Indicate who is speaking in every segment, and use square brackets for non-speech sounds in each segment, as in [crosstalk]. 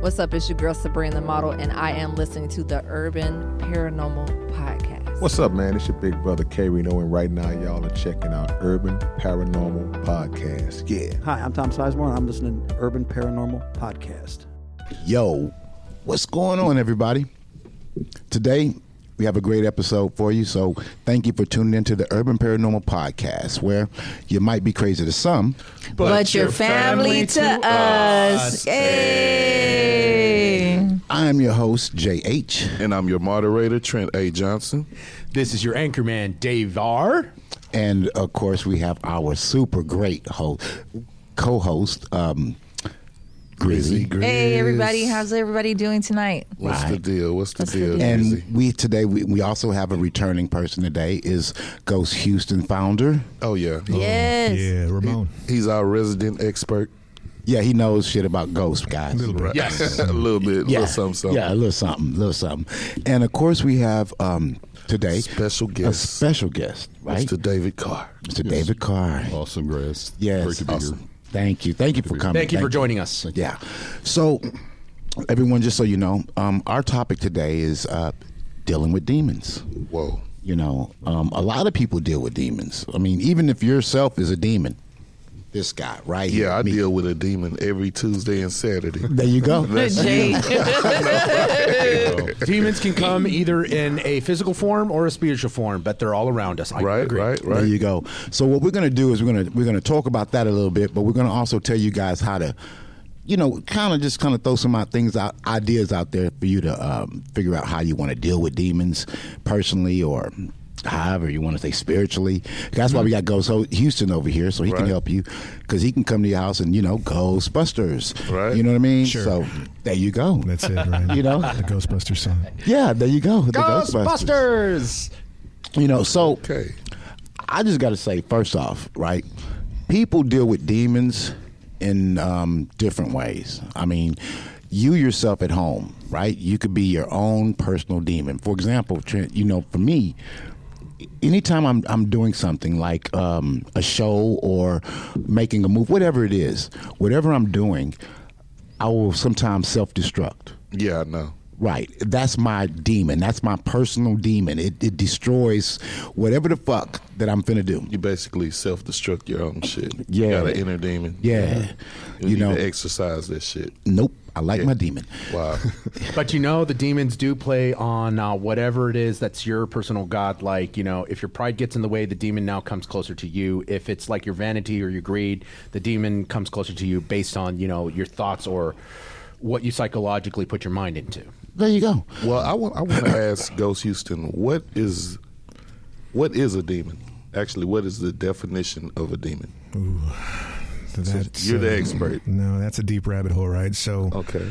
Speaker 1: What's up? It's your girl Sabrina the Model, and I am listening to the Urban Paranormal Podcast.
Speaker 2: What's up, man? It's your big brother K Reno, and right now y'all are checking out Urban Paranormal Podcast. Yeah.
Speaker 3: Hi, I'm Tom Sizemore, and I'm listening to Urban Paranormal Podcast.
Speaker 4: Yo, what's going on, everybody? Today, we have a great episode for you. So, thank you for tuning in to the Urban Paranormal Podcast, where you might be crazy to some.
Speaker 1: But, your family, to us. Hey.
Speaker 4: I am your host, J.H.
Speaker 2: And I'm your moderator, Trent A. Johnson.
Speaker 5: This is your anchorman, Dave R.
Speaker 4: And of course, we have our super great host, co host, um, Grizzly.
Speaker 1: Hey, everybody. How's everybody doing tonight?
Speaker 2: What's the deal? What's the
Speaker 1: What's the
Speaker 2: deal?
Speaker 1: deal?
Speaker 2: Drizzy?
Speaker 4: And we today we, we also have a returning person today is Ghost Houston founder.
Speaker 2: oh yeah.
Speaker 1: Yes.
Speaker 6: Yeah, Ramon.
Speaker 2: He's our resident expert.
Speaker 4: Yeah, he knows shit about ghosts, guys.
Speaker 6: Little bro.
Speaker 2: Yes. [laughs] a little bit.
Speaker 4: Yeah,
Speaker 2: Little something, something.
Speaker 4: yeah, a little something, little something. And of course, we have um, today
Speaker 2: Special
Speaker 4: a
Speaker 2: guest.
Speaker 4: special guest, right?
Speaker 2: Mr. David Carr.
Speaker 4: Mr. David Carr.
Speaker 6: Awesome, Grass.
Speaker 4: Yes,
Speaker 6: Great to be
Speaker 4: awesome.
Speaker 6: here.
Speaker 4: Thank you, thank you for coming.
Speaker 5: Thank you for joining us.
Speaker 4: Yeah. So, everyone, just so you know, um, our topic today is uh, dealing with demons.
Speaker 2: Whoa.
Speaker 4: You know, um, a lot of people deal with demons. I mean, even if yourself is a demon, this guy right here.
Speaker 2: Yeah, I
Speaker 4: me.
Speaker 2: deal with a demon every Tuesday and Saturday.
Speaker 4: There
Speaker 2: [laughs]
Speaker 4: you go.
Speaker 1: Jay.
Speaker 5: [laughs] Demons can come either in a physical form or a spiritual form, but they're all around us. I
Speaker 2: right,
Speaker 5: agree.
Speaker 2: right,
Speaker 4: There you
Speaker 2: right.
Speaker 4: go. So what we're gonna do is we're gonna we're gonna talk about that a little bit, but we're gonna also tell you guys how to, you know, kind of just kind of throw some out things out ideas out there for you to um, figure out how you want to deal with demons personally or. However, you want to say spiritually. That's why we got Ghost Ho- Houston over here, so he
Speaker 2: Mm-hmm. Right.
Speaker 4: can help you because he can come to your house and you know Ghostbusters.
Speaker 2: Right.
Speaker 4: You know what I mean?
Speaker 6: Sure.
Speaker 4: So there you go.
Speaker 6: That's it, right?
Speaker 4: You know?
Speaker 6: the Ghostbuster song.
Speaker 4: yeah, there you go. The
Speaker 5: Ghostbusters.
Speaker 4: You know, so
Speaker 2: Okay.
Speaker 4: I just got to say, first off, right? People deal with demons in um, different ways. I mean, you yourself at home, right? You could be your own personal demon. For example, Trent, you know, for me, anytime I'm I'm doing something like um, a show or making a move, whatever it is, whatever I'm doing, I will sometimes self destruct.
Speaker 2: Yeah, I know.
Speaker 4: Right. That's my demon. That's my personal demon. It, it destroys whatever the fuck that I'm finna do.
Speaker 2: You basically self destruct your own shit. You
Speaker 4: Yeah.
Speaker 2: got an inner demon.
Speaker 4: Yeah.
Speaker 2: You,
Speaker 4: You
Speaker 2: need
Speaker 4: know,
Speaker 2: to exercise that shit.
Speaker 4: nope. I like
Speaker 2: Yeah.
Speaker 4: my demon.
Speaker 2: Wow.
Speaker 5: But you know, the demons do play on uh, whatever it is that's your personal god. Like, you know, if your pride gets in the way, the demon now comes closer to you. If it's like your vanity or your greed, the demon comes closer to you based on, you know, your thoughts or what you psychologically put your mind into.
Speaker 4: [laughs] There you go.
Speaker 2: well, I want I
Speaker 4: [laughs]
Speaker 2: want to ask Ghost Houston, what is what is a demon? Actually, what is the definition of a demon?
Speaker 6: So that's,
Speaker 2: you're the expert.
Speaker 6: No, that's a deep rabbit hole, right? So,
Speaker 2: Okay.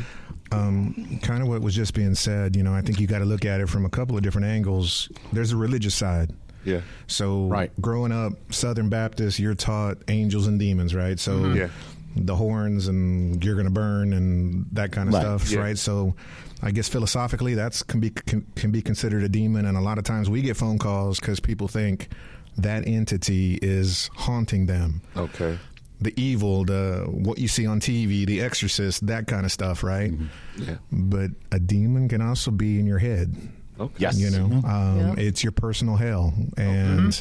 Speaker 6: um, kind of what was just being said, you know, I think you got to look at it from a couple of different angles. There's a religious side.
Speaker 2: Yeah.
Speaker 6: So,
Speaker 5: Right.
Speaker 6: growing up Southern Baptist, you're taught angels and demons, right? So,
Speaker 2: Mm-hmm. Yeah.
Speaker 6: the horns and you're going to burn and that kind of
Speaker 4: Right.
Speaker 6: stuff,
Speaker 2: Yeah.
Speaker 6: right? So, I guess philosophically, that's can be can, can be considered a demon, and a lot of times we get phone calls because people think that entity is haunting them
Speaker 2: Okay.
Speaker 6: the evil, the what you see on TV, The Exorcist, that kind of stuff, right?
Speaker 2: Mm-hmm. Yeah.
Speaker 6: But a demon can also be in your head.
Speaker 2: Okay.
Speaker 5: Yes.
Speaker 6: You know, um,
Speaker 1: Yeah.
Speaker 6: it's your personal hell, and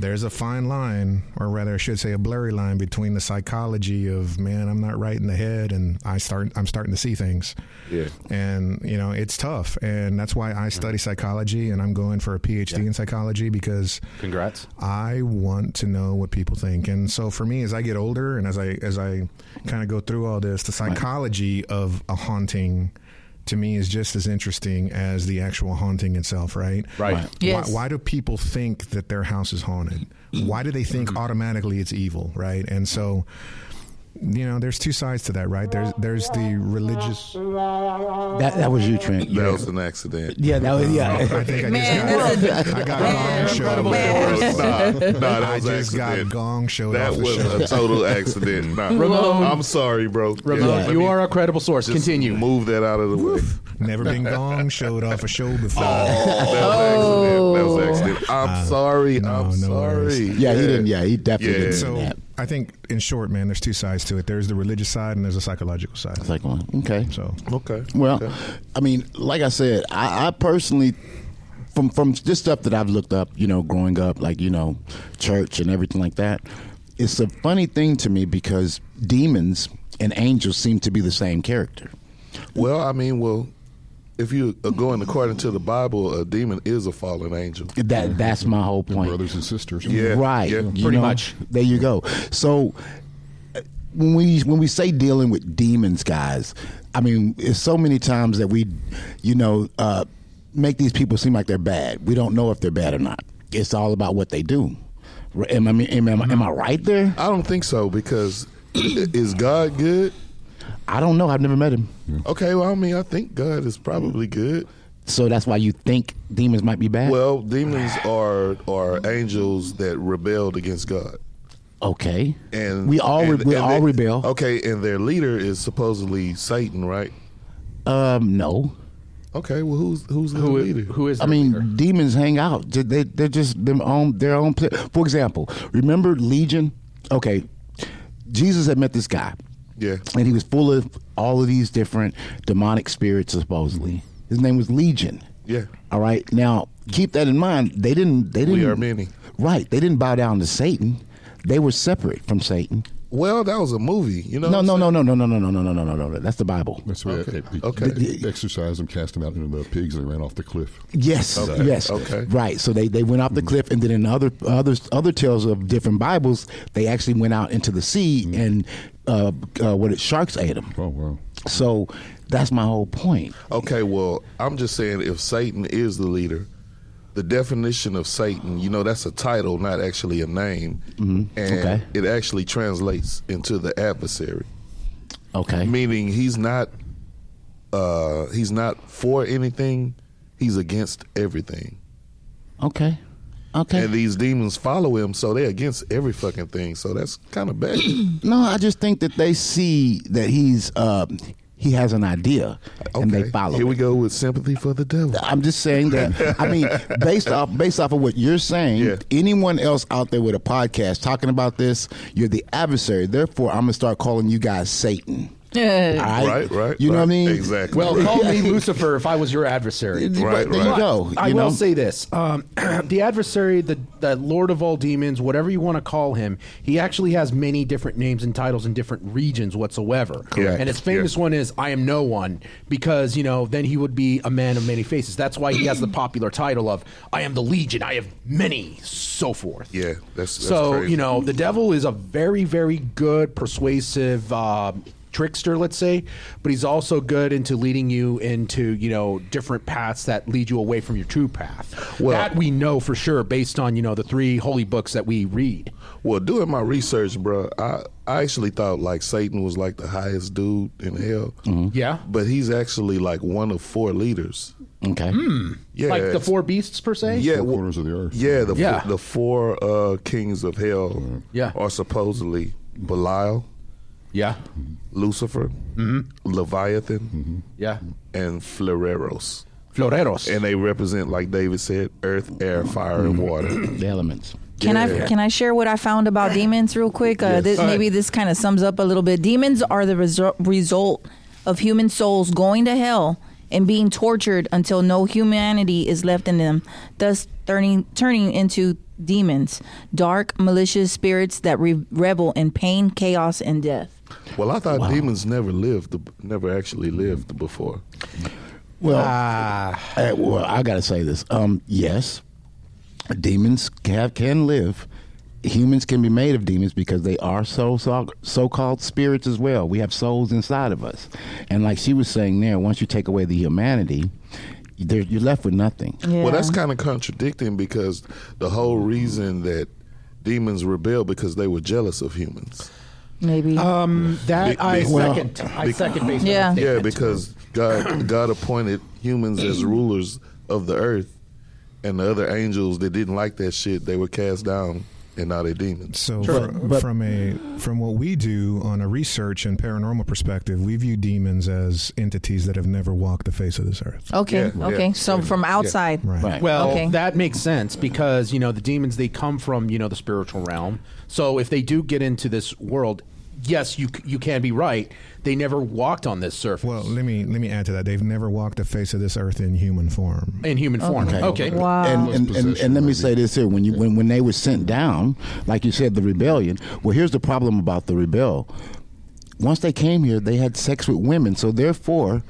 Speaker 6: there's a fine line, or rather, I should say, a blurry line between the psychology of man, I'm not right in the head, and I start, I'm starting to see things.
Speaker 2: Yeah.
Speaker 6: And you know it's tough, and that's why I study psychology, and I'm going for a PhD in psychology because
Speaker 5: Congrats.
Speaker 6: I want to know what people think. And so for me as I get older and as I as I kind of go through all this, the psychology of a haunting to me is just as interesting as the actual haunting itself, right?
Speaker 5: Right.
Speaker 1: Yes.
Speaker 6: Why, why do people think that their house is haunted? Why do they think automatically it's evil, right? And so you know, there's two sides to that, right? There's there's the religious.
Speaker 4: That that was you, Trent.
Speaker 2: That was an accident.
Speaker 4: Yeah, that was yeah.
Speaker 6: I think I
Speaker 1: Man,
Speaker 6: just got, I got
Speaker 1: Man,
Speaker 6: gong show.
Speaker 2: Nah, [laughs] nah, that
Speaker 6: I
Speaker 2: was
Speaker 6: just got
Speaker 2: accident.
Speaker 6: gong show.
Speaker 2: That
Speaker 6: off the
Speaker 2: was
Speaker 6: show.
Speaker 2: a
Speaker 6: [laughs]
Speaker 2: total accident. Nah,
Speaker 5: Ramon.
Speaker 2: I'm sorry, bro.
Speaker 5: Ramon,
Speaker 2: Yeah, let
Speaker 5: you
Speaker 2: me
Speaker 5: are a credible source.
Speaker 2: just
Speaker 5: Continue.
Speaker 2: Move that out of the way.
Speaker 6: Never been
Speaker 2: [laughs]
Speaker 6: gong showed off a show before.
Speaker 2: Oh,
Speaker 6: Oh.
Speaker 2: That was an accident. That was an accident. I'm sorry.
Speaker 6: no,
Speaker 2: I'm
Speaker 6: no
Speaker 2: sorry.
Speaker 6: worries.
Speaker 4: Oh, Yeah, he didn't. Yeah, he definitely
Speaker 2: Yeah.
Speaker 4: didn't.
Speaker 6: So
Speaker 4: do that.
Speaker 6: I think in short, man, there's two sides to it. There's the religious side and there's the psychological side.
Speaker 4: It's like, well, okay.
Speaker 6: So
Speaker 2: Okay.
Speaker 4: Well,
Speaker 2: Okay.
Speaker 4: I mean, like I said, I, I personally, from from just stuff that I've looked up, you know, growing up, like you know, church and everything like that, it's a funny thing to me because demons and angels seem to be the same character.
Speaker 2: well, I mean, well, if you are going according to the Bible, a demon is a fallen angel.
Speaker 4: That that's my whole point.
Speaker 7: brothers and sisters.
Speaker 2: Yeah.
Speaker 4: right.
Speaker 2: yeah,
Speaker 4: you
Speaker 2: pretty
Speaker 4: know,
Speaker 5: much.
Speaker 4: There you go. So uh, when we when we say dealing with demons, guys, I mean, it's so many times that we, you know, uh, make these people seem like they're bad. We don't know if they're bad or not. It's all about what they do. R- Am I am, am, am I right there?
Speaker 2: I don't think so because [clears throat] is God good?
Speaker 4: I don't know. I've never met him,
Speaker 2: Okay, well, I mean, I think God is probably good.
Speaker 4: so that's why you think demons might be bad.
Speaker 2: Well, demons are are angels that rebelled against God.
Speaker 4: okay.
Speaker 2: And
Speaker 4: we all
Speaker 2: and-
Speaker 4: re- we
Speaker 2: and
Speaker 4: all
Speaker 2: they-
Speaker 4: rebel.
Speaker 2: Okay, and their leader is supposedly Satan, right?
Speaker 4: Um, no.
Speaker 2: Okay, well, who's who's the
Speaker 5: Who,
Speaker 2: leader?
Speaker 5: who is?
Speaker 4: I
Speaker 5: their
Speaker 4: mean,
Speaker 5: leader?
Speaker 4: demons hang out. Ju- They they're just them own their own. pla- For example, remember Legion? Okay, Jesus had met this guy,
Speaker 2: yeah,
Speaker 4: and he was full of all of these different demonic spirits. Supposedly, his name was Legion.
Speaker 2: yeah.
Speaker 4: All right, now keep that in mind. They didn't. They didn't.
Speaker 2: are many.
Speaker 4: Right. They didn't bow down to Satan. They were separate from Satan.
Speaker 2: Well, that was a movie, you know.
Speaker 4: No,
Speaker 2: what
Speaker 4: no,
Speaker 2: I'm
Speaker 4: no, no, no, no, no, no, no, no, no, no. no. That's the Bible.
Speaker 7: That's right.
Speaker 2: Okay.
Speaker 7: They- they-
Speaker 2: Okay.
Speaker 7: they exercised them, cast them out into the pigs, and they ran off the cliff.
Speaker 4: Yes.
Speaker 2: Okay.
Speaker 4: Yes.
Speaker 2: Okay. Mm.
Speaker 4: Right. So they, they went off the cliff, and then in other other other tales of different Bibles, they actually went out into the sea,
Speaker 2: Mm.
Speaker 4: and uh, uh, what it sharks ate them.
Speaker 7: Oh wow.
Speaker 4: So that's my whole point.
Speaker 2: Okay, well, I'm just saying if Satan is the leader, the definition of Satan, you know, that's a title, not actually a name. And
Speaker 4: Mm-hmm. Okay.
Speaker 2: it actually translates into the adversary,
Speaker 4: Okay.
Speaker 2: meaning he's not uh he's not for anything, he's against everything.
Speaker 4: Okay. Okay.
Speaker 2: And these demons follow him, so they're against every fucking thing. So that's kind of bad.
Speaker 4: no, I just think that they see that he's uh, he has an idea, and they follow.
Speaker 2: Here
Speaker 4: it.
Speaker 2: we go with sympathy for the devil.
Speaker 4: I'm just saying that.
Speaker 2: [laughs]
Speaker 4: I mean, based off based off of what you're saying,
Speaker 2: Yeah.
Speaker 4: anyone else out there with a podcast talking about this, you're the adversary. Therefore, I'm gonna start calling you guys Satan.
Speaker 1: Yeah.
Speaker 4: All
Speaker 2: Right, right.
Speaker 4: You know what I
Speaker 2: right.
Speaker 4: mean?
Speaker 2: Exactly.
Speaker 5: Well, call
Speaker 2: [laughs]
Speaker 5: [laughs] me Lucifer if I was your adversary.
Speaker 2: Right,
Speaker 4: there
Speaker 2: right.
Speaker 4: you go.
Speaker 5: I
Speaker 4: you
Speaker 5: will
Speaker 4: know?
Speaker 5: say this: um, [clears throat] the adversary, the the Lord of all demons, whatever you want to call him, he actually has many different names and titles in different regions whatsoever.
Speaker 2: Correct.
Speaker 5: And his famous
Speaker 2: Yeah.
Speaker 5: one is "I am no one," because you know then he would be a man of many faces. That's why he has the popular title of "I am the Legion," "I have many," so forth.
Speaker 2: Yeah, that's- that's
Speaker 5: so
Speaker 2: crazy.
Speaker 5: you know the devil is a very very good persuasive. Um, trickster let's say but he's also good into leading you into you know different paths that lead you away from your true path
Speaker 2: Well-
Speaker 5: that we know for sure based on you know the three holy books that we read
Speaker 2: Well, doing my research, bro, I, I actually thought like Satan was like the highest dude in hell.
Speaker 5: Mm-hmm. yeah
Speaker 2: But he's actually like one of four leaders.
Speaker 4: Okay.
Speaker 2: Yeah.
Speaker 5: Hmm. like the four beasts per se
Speaker 2: yeah,
Speaker 7: Four
Speaker 2: well,
Speaker 7: corners of the earth.
Speaker 2: Yeah, the,
Speaker 5: Yeah.
Speaker 2: Four, the four uh, kings of hell
Speaker 5: Yeah.
Speaker 2: are supposedly Belial,
Speaker 5: yeah Mm-hmm.
Speaker 2: Lucifer, Leviathan,
Speaker 5: yeah
Speaker 2: and Floreros.
Speaker 5: floreros
Speaker 2: And they represent, like David said, earth, air, fire, and
Speaker 5: [clears throat]
Speaker 2: water.
Speaker 4: The elements.
Speaker 8: Can
Speaker 2: Yeah.
Speaker 8: I can I share what I found about demons real quick? Uh, this, maybe this kind of sums up a little bit. Demons are the resu- result of human souls going to hell and being tortured until no humanity is left in them, thus turning turning into demons, dark malicious spirits that re- revel in pain, chaos, and death.
Speaker 2: Well, I thought demons never lived, never actually lived before.
Speaker 4: Well,
Speaker 5: Ah.
Speaker 4: uh, well, I gotta say this. Um, yes, demons can, can live. Humans can be made of demons because they are so, so so-called spirits as well. We have souls inside of us, and like she was saying there, once you take away the humanity, there- you're left with nothing.
Speaker 8: Yeah.
Speaker 2: Well, that's kind of contradicting because the whole reason that demons rebelled because they were jealous of humans.
Speaker 8: Maybe.
Speaker 5: um that
Speaker 2: Be-
Speaker 5: i
Speaker 2: be-
Speaker 5: second i second based on
Speaker 8: Yeah.
Speaker 5: that
Speaker 2: Yeah,
Speaker 5: statement.
Speaker 2: because God God appointed humans as rulers of the earth, and the other angels that didn't like that shit, they were cast down and now they're demons.
Speaker 6: So
Speaker 4: Sure.
Speaker 6: fr-
Speaker 4: But- but-
Speaker 6: from a from what we do on a research and paranormal perspective, we view demons as entities that have never walked the face of this earth.
Speaker 4: Oh.
Speaker 8: Okay.
Speaker 2: Yeah,
Speaker 8: okay.
Speaker 2: yeah,
Speaker 8: so
Speaker 2: yeah,
Speaker 8: from
Speaker 2: yeah.
Speaker 8: outside.
Speaker 6: Right.
Speaker 4: Right.
Speaker 5: Well,
Speaker 8: Okay.
Speaker 5: that makes sense because you know the demons they come from you know the spiritual realm. So if they do get into this world, yes, you c- you can be right. They never walked on this surface
Speaker 6: Well, let me let me add to that. They've never walked the face of this earth in human form.
Speaker 5: in human form. Okay,
Speaker 8: Wow.
Speaker 4: and, and, and, and let me say this here: when you when, when they were sent down, like you said, the rebellion. Well, here's the problem about the rebel. Once they came here, they had sex with women, so therefore,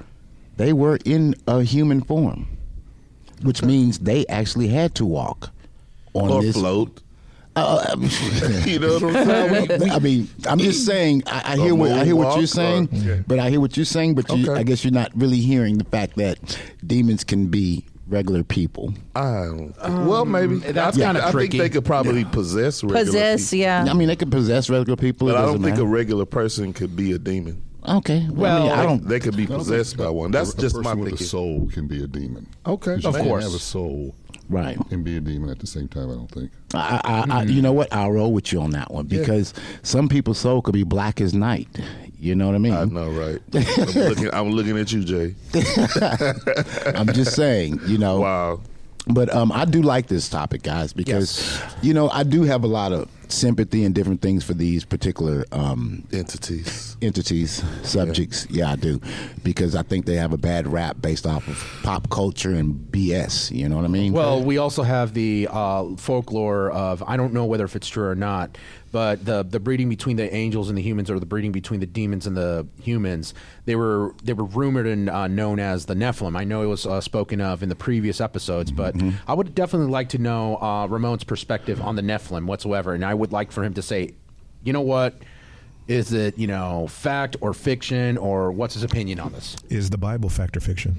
Speaker 4: they were in a human form, which means they actually had to walk on
Speaker 2: Or
Speaker 4: this.
Speaker 2: float. [laughs]
Speaker 4: Uh,
Speaker 2: You know what I'm saying?
Speaker 4: [laughs] I mean, I'm just saying. I, I
Speaker 2: A
Speaker 4: hear what I hear what
Speaker 2: moonwalk
Speaker 4: you're
Speaker 2: or-
Speaker 4: saying,
Speaker 2: Okay.
Speaker 4: but I hear what you're saying. But you,
Speaker 2: Okay.
Speaker 4: I guess you're not really hearing the fact that demons can be regular people.
Speaker 2: I don't think- well, maybe
Speaker 5: Um, that's
Speaker 2: I think-
Speaker 5: kinda
Speaker 2: I think
Speaker 5: tricky.
Speaker 2: they could probably possess regular
Speaker 8: Possess.
Speaker 2: people,
Speaker 8: Yeah.
Speaker 4: I mean, they can possess regular people.
Speaker 2: but
Speaker 4: it
Speaker 2: I don't
Speaker 4: doesn't
Speaker 2: think
Speaker 4: matter.
Speaker 2: a regular person could be a demon.
Speaker 4: Okay. Well, I,
Speaker 5: Well,
Speaker 4: mean, I don't.
Speaker 2: They could be possessed by one. That's
Speaker 7: a,
Speaker 2: just
Speaker 7: a
Speaker 2: my
Speaker 7: person with
Speaker 2: thinking.
Speaker 7: a soul can be a demon.
Speaker 2: Okay.
Speaker 7: 'Cause you
Speaker 2: Of
Speaker 7: can't
Speaker 5: course.
Speaker 7: have a soul
Speaker 4: Right.
Speaker 7: and be a demon at the same time. I don't think.
Speaker 4: I, I, I, you know what? I'll roll with you on that one because some people's soul could be black as night. You know what I mean?
Speaker 2: I know, right? I'm looking, I'm looking at you, Jay.
Speaker 4: [laughs] I'm just saying. You know.
Speaker 2: Wow.
Speaker 4: But um, I do like this topic, guys, because you know I do have a lot of sympathy and different things for these particular um,
Speaker 2: Entities.
Speaker 4: entities, subjects. Yeah. I do, because I think they have a bad rap based off of pop culture and BS. You know what I mean?
Speaker 5: Well, we also have the uh, folklore of I don't know whether if it's true or not, but the the breeding between the angels and the humans, or the breeding between the demons and the humans, they were they were rumored and uh, known as the Nephilim. I know it was uh, spoken of in the previous episodes, but I would definitely like to know uh, Ramon's perspective on the Nephilim whatsoever, and I would like for him to say, you know what. Is it you know fact or fiction or what's his opinion on this?
Speaker 6: Is the Bible fact or fiction?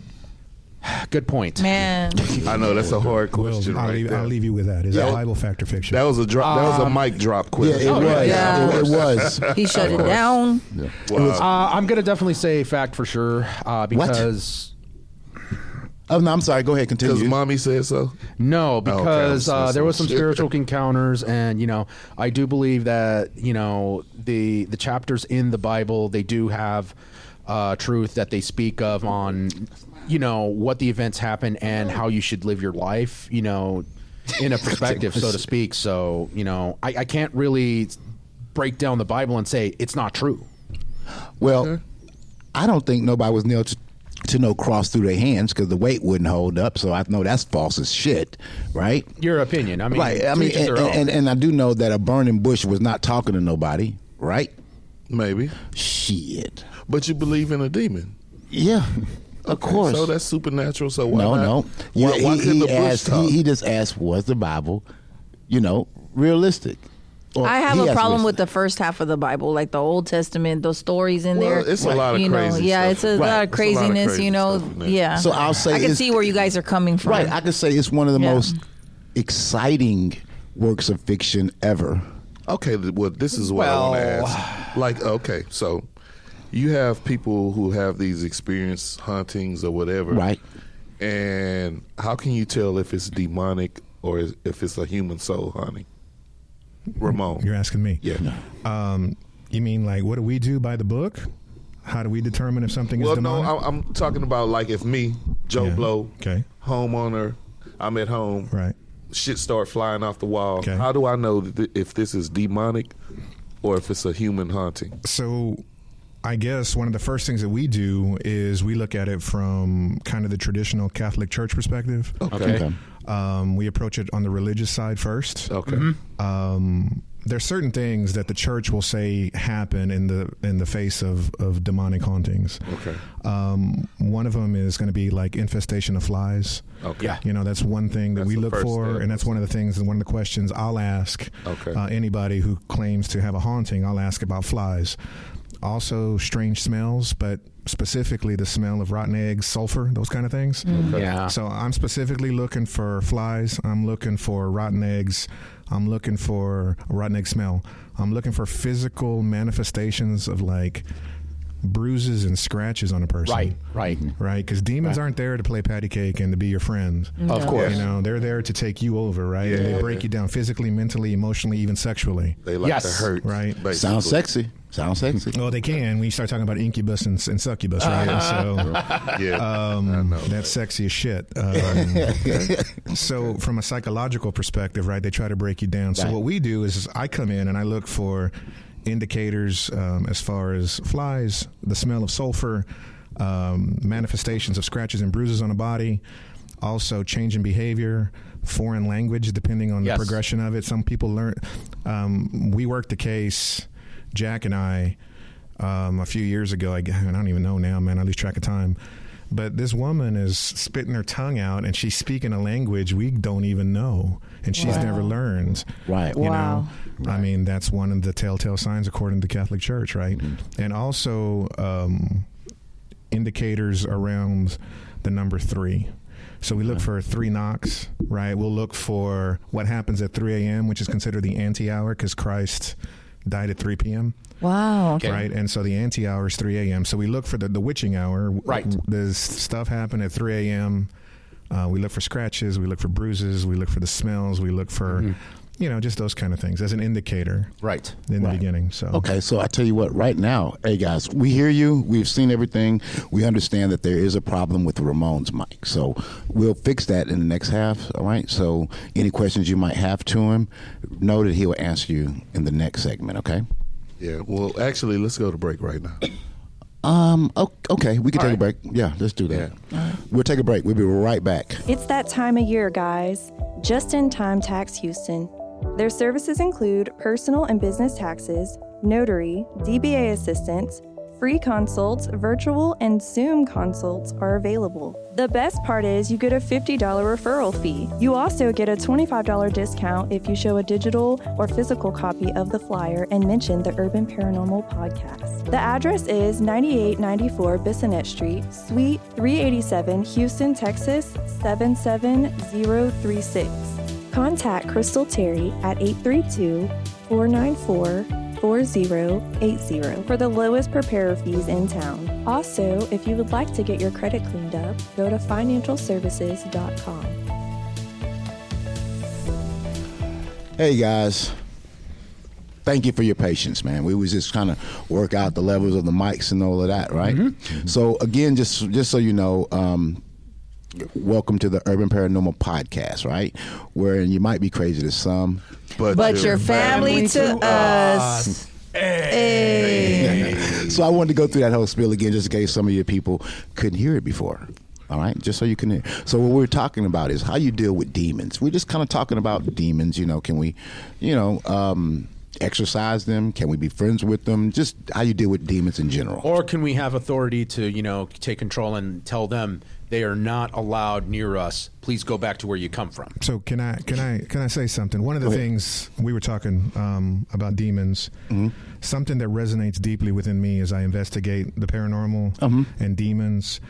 Speaker 5: Good point.
Speaker 8: Man.
Speaker 2: [laughs] I know that's a hard
Speaker 6: Well,
Speaker 2: question.
Speaker 6: I'll,
Speaker 2: right
Speaker 6: leave,
Speaker 2: there.
Speaker 6: I'll leave you with that. Is
Speaker 2: Yeah.
Speaker 6: the Bible fact or fiction?
Speaker 2: That was a drop. That was a mic drop
Speaker 4: yeah, it
Speaker 2: question.
Speaker 4: was.
Speaker 8: Um, Oh, yeah.
Speaker 4: It, it was.
Speaker 8: He shut it down.
Speaker 7: Yeah.
Speaker 5: Uh, I'm gonna definitely say fact for sure uh, because
Speaker 4: Oh no, I'm sorry. Go ahead.
Speaker 2: Because
Speaker 4: Continue.
Speaker 2: mommy said so. Oh,
Speaker 5: no,
Speaker 2: okay, I
Speaker 5: because
Speaker 2: was- I
Speaker 5: uh,
Speaker 2: was-
Speaker 5: there was some spiritual encounters, and you know, I do believe that you know the the chapters in the Bible they do have uh, truth that they speak of on you know what the events happen and how you should live your life, you know, in
Speaker 2: [laughs]
Speaker 5: a perspective, so to speak. So you know, I, I can't really break down the Bible and say it's not true.
Speaker 4: Well, I don't think nobody was nailed to, to no cross through their hands because the weight wouldn't hold up. So I know that's false as shit, right?
Speaker 5: Your opinion, I mean,
Speaker 4: right. I mean,
Speaker 5: to each
Speaker 4: and,
Speaker 5: their own.
Speaker 4: and, and I do know that a burning bush was not talking to nobody, right?
Speaker 2: Maybe.
Speaker 4: Shit.
Speaker 2: But you believe in a demon.
Speaker 4: Yeah. Of course.
Speaker 2: So that's supernatural. So why
Speaker 4: no,
Speaker 2: not?
Speaker 4: no.
Speaker 2: Why,
Speaker 4: Yeah,
Speaker 2: why
Speaker 4: he,
Speaker 2: couldn't
Speaker 4: he
Speaker 2: the bush
Speaker 4: asked,
Speaker 2: talk?
Speaker 4: he, he just asked, was the Bible, you know, realistic? Or
Speaker 8: I have
Speaker 4: he
Speaker 8: a
Speaker 4: asked,
Speaker 8: problem
Speaker 4: was-
Speaker 8: with the first half of the Bible, like the Old Testament, those stories in
Speaker 2: Well,
Speaker 8: there.
Speaker 2: it's a lot of
Speaker 8: you know,
Speaker 2: crazy
Speaker 8: Yeah,
Speaker 2: stuff.
Speaker 8: it's a lot
Speaker 2: Right.
Speaker 8: of
Speaker 2: It's a lot of
Speaker 8: craziness.
Speaker 2: crazy
Speaker 8: you know,
Speaker 2: stuff in there.
Speaker 8: yeah.
Speaker 4: So I'll say
Speaker 8: I can
Speaker 4: it's-
Speaker 8: see where you guys are coming from.
Speaker 4: Right. I could say it's one of the
Speaker 8: Yeah.
Speaker 4: most exciting works of fiction ever.
Speaker 2: Okay, th- well, this is what I want to
Speaker 5: Well-
Speaker 2: ask. Like, okay, so you have people who have these experience hauntings or whatever,
Speaker 4: Right.
Speaker 2: And how can you tell if it's demonic or is- if it's a human soul haunting? Ramon,
Speaker 6: You're asking me.
Speaker 2: yeah.
Speaker 6: Um, you mean like what do we do by the book? How do we determine if something
Speaker 2: Well,
Speaker 6: is demonic?
Speaker 2: no, I- I'm talking about like if me, Joe
Speaker 6: Yeah.
Speaker 2: Blow,
Speaker 6: Okay.
Speaker 2: homeowner, I'm at home,
Speaker 6: right.
Speaker 2: Shit start flying off the wall.
Speaker 6: Okay.
Speaker 2: How do I know that th- if this is demonic or if it's a human haunting?
Speaker 6: So I guess one of the first things that we do is we look at it from kind of the traditional Catholic Church perspective.
Speaker 5: okay.
Speaker 6: Um, we approach it on the religious side first.
Speaker 2: Okay.
Speaker 6: um, there's certain things that the church will say happen in the in the face of, of demonic hauntings.
Speaker 2: Okay.
Speaker 6: Um, one of them is going to be like infestation of flies.
Speaker 2: Okay. Yeah.
Speaker 6: You know, that's one thing that
Speaker 2: That's
Speaker 6: we
Speaker 2: the
Speaker 6: look
Speaker 2: first
Speaker 6: for,
Speaker 2: thing.
Speaker 6: and that's one of the things and one of the questions I'll ask
Speaker 2: Okay.
Speaker 6: uh, anybody who claims to have a haunting. I'll ask about flies. Also, strange smells, but specifically the smell of rotten eggs, sulfur, those kind of things.
Speaker 2: Mm.
Speaker 5: yeah.
Speaker 6: So I'm specifically looking for flies. I'm looking for rotten eggs. I'm looking for a rotten egg smell. I'm looking for physical manifestations of like bruises and scratches on a person.
Speaker 5: Right, right.
Speaker 2: Mm-hmm.
Speaker 6: Right? Because demons aren't there to play patty cake and to be your friends.
Speaker 5: Of course.
Speaker 6: You know, they're there to take you over, right? And
Speaker 2: Mm-hmm. Yeah.
Speaker 6: they break you down physically, mentally, emotionally, even sexually.
Speaker 2: They like
Speaker 5: Yes.
Speaker 2: to hurt.
Speaker 6: Right.
Speaker 2: basically.
Speaker 4: Sounds sexy. Sounds sexy.
Speaker 6: Well, they can when you start talking about incubus and, and succubus, right? So
Speaker 2: [laughs] Yeah.
Speaker 6: um, that's sexy as shit. Um, so, from a psychological perspective, right, they try to break you down. So,
Speaker 4: Right.
Speaker 6: what we do is, is I come in and I look for indicators um, as far as flies, the smell of sulfur, um, manifestations of scratches and bruises on the body. Also, change in behavior, foreign language, depending on
Speaker 5: Yes.
Speaker 6: the progression of it. Some people learn. Um, we worked the case, Jack and I, um, a few years ago. I, g- I don't even know now, man. I lose track of time. But this woman is spitting her tongue out, and she's speaking a language we don't even know, and she's
Speaker 8: Wow.
Speaker 6: never learned.
Speaker 4: Right.
Speaker 6: You
Speaker 8: Wow.
Speaker 6: know, I mean, that's one of the telltale signs according to the Catholic Church, right?
Speaker 5: Mm-hmm.
Speaker 6: And also um, indicators around the number three. So we look for three knocks, right? We'll look for what happens at 3 a.m., which is considered the anti hour because Christ died at 3 p.m.
Speaker 8: Wow.
Speaker 5: Okay.
Speaker 6: Right, and so the anti hour is three a.m. So we look for the, the witching hour.
Speaker 5: Right.
Speaker 6: there's stuff happen at three a.m. Uh, we look for scratches, we look for bruises, we look for the smells, we look for, you know, just those kind of things as an indicator.
Speaker 5: Right.
Speaker 6: in the
Speaker 4: Mm-hmm. Right.
Speaker 6: beginning. So
Speaker 4: Okay, so I tell you what, right now, hey guys, we hear you. We've seen everything. We understand that there is a problem with the Ramones mic. So we'll fix that in the next half, all right? So any questions you might have to him, know that he will answer you in the next segment, okay?
Speaker 2: yeah. Well, actually, let's go to break right now.
Speaker 4: Um, o- okay, we can take a break. Yeah, let's do that. We'll take a break. We'll be right back.
Speaker 9: It's that time of year, guys. Just in Time Tax Houston. Their services include personal and business taxes, notary, DBA assistance, free consults, virtual and Zoom consults are available. The best part is you get a $50 referral fee. You also get a $25 discount if you show a digital or physical copy of the flyer and mention the Urban Paranormal Podcast. The address is 9894 Bissonette Street, Suite 387, Houston, Texas 77036. Contact Crystal Terry at 832 494 4080 for the lowest preparer fees in town. Also, if you would like to get your credit cleaned up, go to financialservices.com.
Speaker 4: Hey guys, thank you for your patience, man. We was just kind of work out the levels of the mics and all of that, right? Mm-hmm. So again, just just so you know, um, welcome to the Urban Paranormal Podcast, right? Where you might be crazy to some,
Speaker 8: But your family to us.
Speaker 4: [laughs] so I wanted to go through that whole spiel again, just in case some of your people couldn't hear it before. All right, just so you can hear. So what we're talking about is how you deal with demons. We're just kind of talking about demons. You know, can we, you know, um, exercise them? Can we be friends with them? Just how you deal with demons in general.
Speaker 5: Or can we have authority to, you know, take control and tell them they are not allowed near us? Please go back to where you come from.
Speaker 6: So can I can I can I say something? One of the things we were talking um, about demons,
Speaker 5: Mm-hmm.
Speaker 6: something that resonates deeply within me as I investigate the paranormal
Speaker 5: Mm-hmm.
Speaker 6: and demons.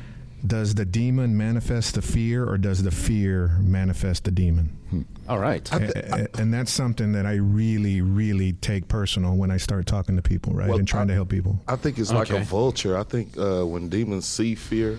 Speaker 6: Does the demon manifest the fear, or does the fear manifest the demon?
Speaker 5: Hmm. All right.
Speaker 6: A- a- and that's something that I really, really take personal when I start talking to people, right, and trying to help people.
Speaker 2: I think it's like
Speaker 5: Okay.
Speaker 2: a vulture. I think uh, when demons see fear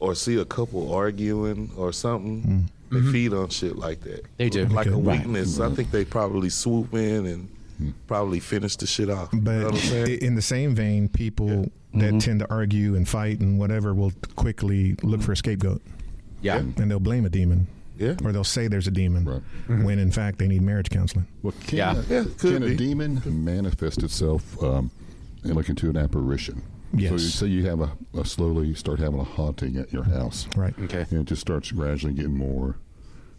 Speaker 2: or see a couple arguing or something, they feed on shit like that.
Speaker 5: Mm-hmm. They do.
Speaker 2: Like
Speaker 6: Mm.
Speaker 2: a
Speaker 6: Okay. Right. Mm.
Speaker 2: weakness. I think they probably swoop in and probably finish the shit off. you know
Speaker 6: But
Speaker 2: what I'm
Speaker 6: i-
Speaker 2: saying? Mm-hmm.
Speaker 6: in the same vein, people that tend to argue and fight and whatever will quickly look for a scapegoat.
Speaker 5: Yeah.
Speaker 6: and they'll blame a demon.
Speaker 2: Yeah.
Speaker 6: Or they'll say there's a demon
Speaker 7: Right.
Speaker 6: when in fact they need marriage counseling.
Speaker 7: Well, can
Speaker 5: Yeah.
Speaker 7: a,
Speaker 2: Yeah,
Speaker 7: can
Speaker 2: could be.
Speaker 7: a demon manifest itself um, and look into an apparition?
Speaker 6: Yes.
Speaker 7: So you say you have a, a slowly you start having a haunting at your house.
Speaker 6: Right.
Speaker 5: Okay.
Speaker 7: And it just starts gradually getting more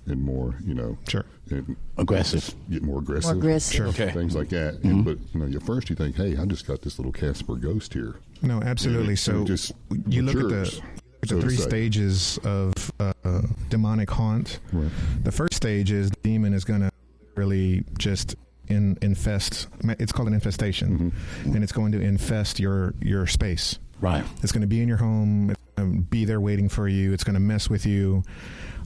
Speaker 7: and more, you know.
Speaker 6: Sure.
Speaker 7: And
Speaker 4: Aggressive.
Speaker 7: Get more aggressive.
Speaker 8: More aggressive. Sure.
Speaker 5: Okay. Mm-hmm.
Speaker 7: Things like that. And, but, you know, at first you think, hey, I just got this little Casper ghost here.
Speaker 6: No, absolutely.
Speaker 7: It-
Speaker 6: so
Speaker 7: it just
Speaker 6: you look at the,
Speaker 7: matures,
Speaker 6: look at the
Speaker 7: so to
Speaker 6: three
Speaker 7: say.
Speaker 6: stages of uh, uh, demonic haunt.
Speaker 7: Right.
Speaker 6: The first stage is the demon is going to really just in, infest. It's called an infestation,
Speaker 7: Mm-hmm.
Speaker 6: and it's going to infest your your space.
Speaker 4: Right.
Speaker 6: It's going to be in your home. It's going to be there waiting for you. It's going to mess with you.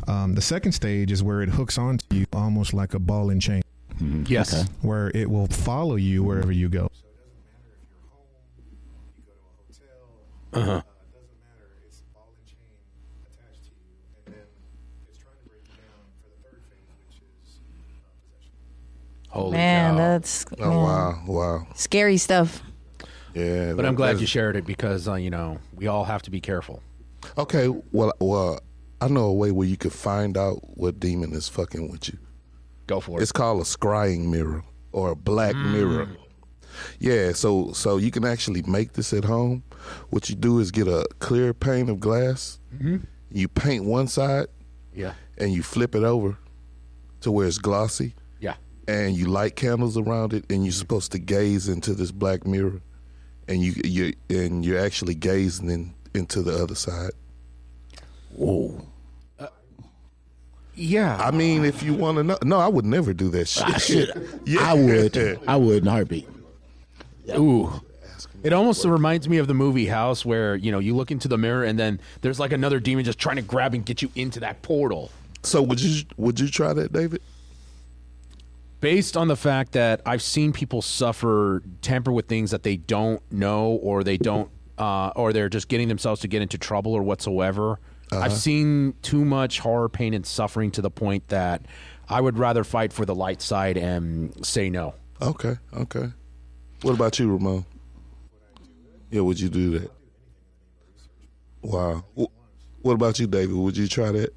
Speaker 6: Um, the second stage is where it hooks onto you almost like a ball and chain.
Speaker 7: Mm-hmm.
Speaker 5: Yes.
Speaker 6: where it will follow you wherever you go. Uh-huh. doesn't matter. It's ball and chain attached to you, and then it's trying to break you down for the third phase, which is uh, possession.
Speaker 5: Holy
Speaker 8: Man,
Speaker 5: cow.
Speaker 8: that's
Speaker 2: Oh
Speaker 8: man.
Speaker 2: wow, wow.
Speaker 8: scary stuff.
Speaker 2: Yeah.
Speaker 5: But I'm glad you
Speaker 2: that's-
Speaker 5: shared it because uh, you know we all have to be careful.
Speaker 2: Okay, well, well, I know a way where you could find out what demon is fucking with you.
Speaker 5: Go for it. Mm.
Speaker 2: It's called a scrying mirror or a black mirror. Yeah, so so you can actually make this at home. What you do is get a clear pane of glass.
Speaker 4: Mm-hmm.
Speaker 2: You paint one side
Speaker 5: yeah,
Speaker 2: and you flip it over to where it's glossy,
Speaker 5: yeah.
Speaker 2: and you light candles around it, and you're
Speaker 4: Mm-hmm.
Speaker 2: supposed to gaze into this black mirror, and you you and you're actually gazing in, into the other side.
Speaker 4: Whoa. Uh,
Speaker 5: Yeah.
Speaker 2: I mean, if you want to know, no, I would never do
Speaker 4: [laughs]
Speaker 2: that shit.
Speaker 4: Shit,
Speaker 2: [laughs]
Speaker 4: I would. I would in a heartbeat.
Speaker 5: Ooh. It almost reminds me of the movie House where, you know, you look into the mirror and then there's like another demon just trying to grab and get you into that portal.
Speaker 2: So would you would you try that, David?
Speaker 5: Based on the fact that I've seen people suffer, tamper with things that they don't know or they don't, uh, or they're just getting themselves to get into trouble or whatsoever. I've seen too much horror, pain, and suffering to the point that I would rather fight for the light side and say no.
Speaker 2: Okay, okay. What about you, Ramon? Yeah, would you do that? Wow. Wh- What about you, David? Would you try that?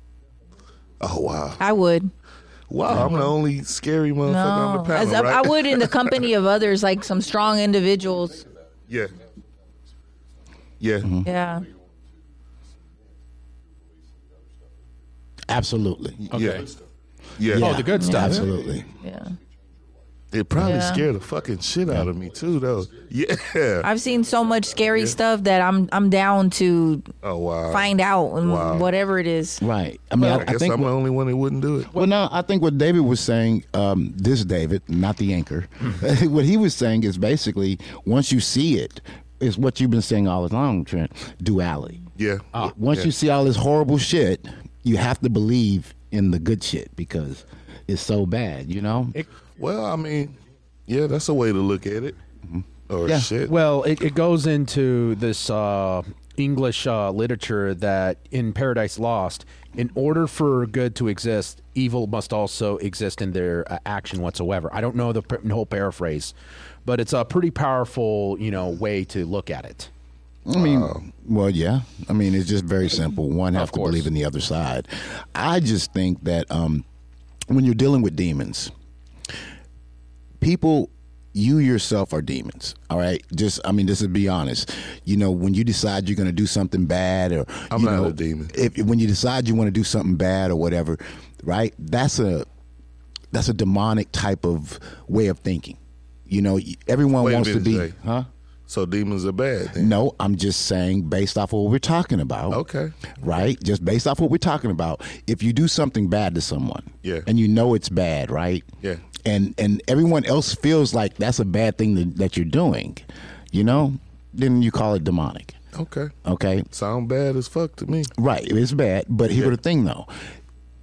Speaker 2: Oh wow,
Speaker 8: I would.
Speaker 2: wow! I'm the only scary motherfucker on the
Speaker 8: No, As-
Speaker 2: panel, right?
Speaker 8: I would in the company of others, like some strong individuals.
Speaker 2: [laughs] Yeah, yeah.
Speaker 5: Mm-hmm.
Speaker 8: Yeah.
Speaker 4: Absolutely.
Speaker 2: Okay. Yeah,
Speaker 5: Oh, the good stuff.
Speaker 4: Absolutely.
Speaker 8: Yeah.
Speaker 2: it probably
Speaker 8: Yeah.
Speaker 2: scared the fucking shit out of me too, though. Yeah.
Speaker 8: I've seen so much scary stuff that I'm I'm down to
Speaker 2: Oh wow.
Speaker 8: find out and
Speaker 2: Wow.
Speaker 8: whatever it is.
Speaker 4: Right. I mean,
Speaker 2: I
Speaker 4: I, I
Speaker 2: guess
Speaker 4: think.
Speaker 2: I'm the only one that wouldn't do it.
Speaker 4: well, no, I think what David was saying, um, this David, not the anchor,
Speaker 2: Hmm.
Speaker 4: [laughs] what he was saying is basically once you see it, is what you've been saying all along, Trent, duality.
Speaker 2: Yeah.
Speaker 4: once you see all this horrible shit, you have to believe in the good shit because it's so bad, you know?
Speaker 2: Well, I mean, yeah, that's a way to look at it. Mm-hmm. Or
Speaker 4: Yeah.
Speaker 2: shit.
Speaker 5: Well, it, it goes into this uh, English uh, literature that in Paradise Lost, in order for good to exist, evil must also exist in their uh, action whatsoever. I don't know the p- whole paraphrase, but it's a pretty powerful, you know, way to look at it.
Speaker 4: I mean, Uh, well, yeah. I mean, it's just very simple. One have to
Speaker 5: course.
Speaker 4: believe in the other side. I just think that um, when you're dealing with demons, people, you yourself are demons. All right. Just, I mean, this is be honest. You know, when you decide you're going to do something bad, or
Speaker 2: I'm
Speaker 4: you
Speaker 2: not
Speaker 4: know,
Speaker 2: a demon.
Speaker 4: If when you decide you want to do something bad or whatever, right? That's a that's a demonic type of way of thinking. You know, everyone
Speaker 2: Wait a
Speaker 4: wants to
Speaker 2: minute,
Speaker 4: be,
Speaker 2: Jay.
Speaker 4: huh?
Speaker 2: So demons are bad then.
Speaker 4: No, I'm just saying based off of what we're talking about.
Speaker 2: Okay.
Speaker 4: Right? Just based off what we're talking about. If you do something bad to someone,
Speaker 2: Yeah.
Speaker 4: and you know it's bad, right?
Speaker 2: Yeah.
Speaker 4: And and everyone else feels like that's a bad thing that, that you're doing, you know, then you call it demonic.
Speaker 2: Okay.
Speaker 4: Okay?
Speaker 2: Sound bad as fuck to me.
Speaker 4: Right, it's bad. But here's the thing, though.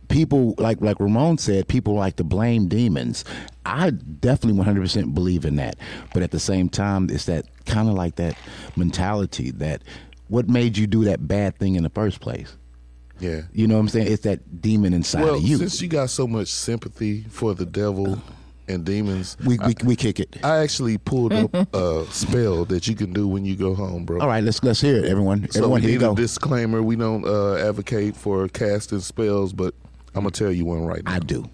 Speaker 4: People like like Ramon said, people like to blame demons. I definitely 100% believe in that. But at the same time, it's that kind of like that mentality that what made you do that bad thing in the first place?
Speaker 2: Yeah.
Speaker 4: You know what I'm saying? It's that demon inside
Speaker 2: Well,
Speaker 4: of you.
Speaker 2: since you got so much sympathy for the devil and demons,
Speaker 4: we, we, we kick it.
Speaker 2: I actually pulled up a spell that you can do when you go home, bro.
Speaker 4: All right, let's let's hear it, everyone.
Speaker 2: So we
Speaker 4: everyone, here you
Speaker 2: need a
Speaker 4: go.
Speaker 2: disclaimer. We don't uh, advocate for casting spells, but I'm gonna tell you one right now.
Speaker 4: I do.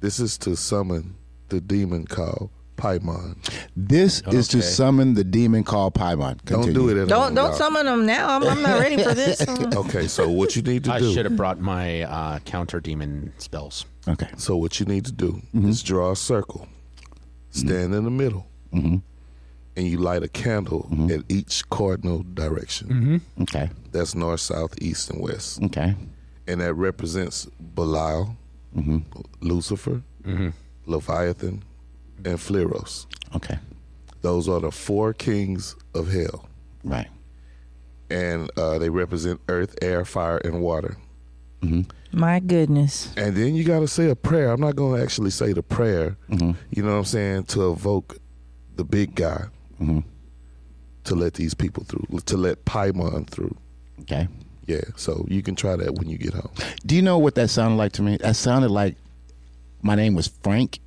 Speaker 2: This is to summon the demon called Paimon.
Speaker 4: This is to summon the demon called Paimon.
Speaker 2: Don't do it at home.
Speaker 8: Don't don't
Speaker 2: y'all.
Speaker 8: summon them now. Oh, I'm, I'm not ready for
Speaker 2: [laughs]
Speaker 8: this. Mm.
Speaker 2: Okay, so what you need to
Speaker 5: [laughs] I
Speaker 2: do?
Speaker 5: should have brought my uh, counter demon spells.
Speaker 4: Okay. Mm-hmm.
Speaker 2: So what you need to do is draw a circle, stand in the middle,
Speaker 4: Mm-hmm.
Speaker 2: and you light a candle at each cardinal direction.
Speaker 4: Okay.
Speaker 2: That's north, south, east, and west,
Speaker 4: Mm-hmm. Okay.
Speaker 2: and that represents Belial,
Speaker 4: Mm-hmm.
Speaker 2: Lucifer, Leviathan, and Pharos.
Speaker 4: Okay.
Speaker 2: Those are the four kings of hell,
Speaker 4: Right.
Speaker 2: and uh, they represent earth, air, fire, and water.
Speaker 8: My goodness.
Speaker 2: And then you got to say a prayer. I'm not going to actually say the
Speaker 4: Mm-hmm. Mm-hmm.
Speaker 2: prayer. You know what I'm saying? To evoke the big guy. to let these people through, to let Paimon through.
Speaker 4: Okay.
Speaker 2: Yeah, so you can try that when you get home.
Speaker 4: Do you know what that sounded like to me? That sounded like my name was Frank,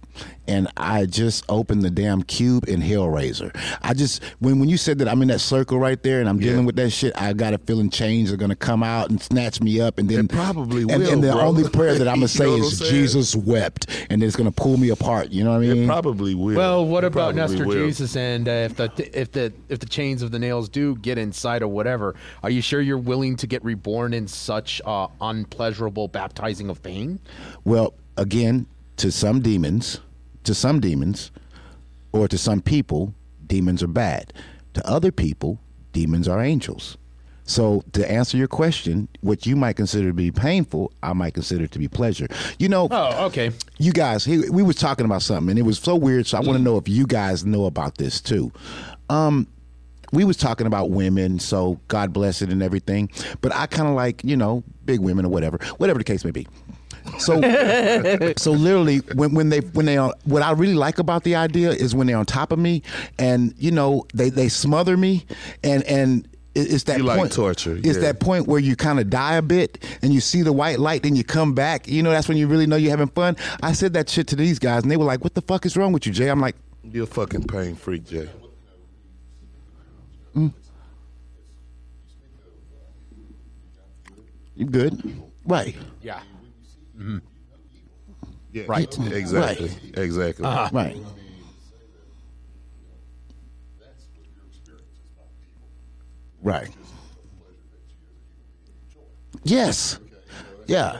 Speaker 4: and I just opened the damn cube in Hellraiser. I just when when you said that I'm in that circle right there, and I'm dealing with that shit. I got a feeling chains are gonna come out and snatch me up, and then
Speaker 2: They probably
Speaker 4: and,
Speaker 2: will,
Speaker 4: And the
Speaker 2: bro.
Speaker 4: only prayer that
Speaker 2: [laughs]
Speaker 4: I'm
Speaker 2: You
Speaker 4: gonna say
Speaker 2: know what
Speaker 4: is
Speaker 2: I'm saying?
Speaker 4: Jesus wept, and it's gonna pull me apart. You know what I mean?
Speaker 2: It probably will.
Speaker 5: Well, what
Speaker 2: It
Speaker 5: about
Speaker 2: probably
Speaker 5: Nestor
Speaker 2: will.
Speaker 5: Jesus and uh, if the if the if the chains of the nails do get inside or whatever? Are you sure you're willing to get reborn in such uh, unpleasurable baptizing of pain?
Speaker 4: Well, again, to some demons, to some demons, or to some people, demons are bad. To other people, demons are angels. So, to answer your question, what you might consider to be painful, I might consider to be pleasure. You know,
Speaker 5: Oh, okay.
Speaker 4: you guys, he, we was talking about something, and it was so weird. So I
Speaker 5: Mm-hmm.
Speaker 4: want to know if you guys know about this too. Um, we was talking about women, so God bless it and everything. But I kind of like you know big women or whatever, whatever the case may be. So, [laughs] so literally, when, when they when they are, what I really like about the idea is when they're on top of me, and you know they they smother me, and and. it- It's that
Speaker 2: You like
Speaker 4: point,
Speaker 2: torture,
Speaker 4: It's
Speaker 2: yeah.
Speaker 4: that point where you kind of die a bit and you see the white light, then you come back. You know, that's when you really know you're having fun. I said that shit to these guys, and they were like, "What the fuck is wrong with you, Jay?" I'm like,
Speaker 2: You're a fucking pain freak, Jay.
Speaker 4: "You good?" Right,
Speaker 5: Yeah.
Speaker 2: Yeah.
Speaker 4: Right.
Speaker 2: Exactly.
Speaker 4: Right. Uh-huh.
Speaker 2: Exactly.
Speaker 5: Uh-huh.
Speaker 4: right. Right. Yes. Yeah.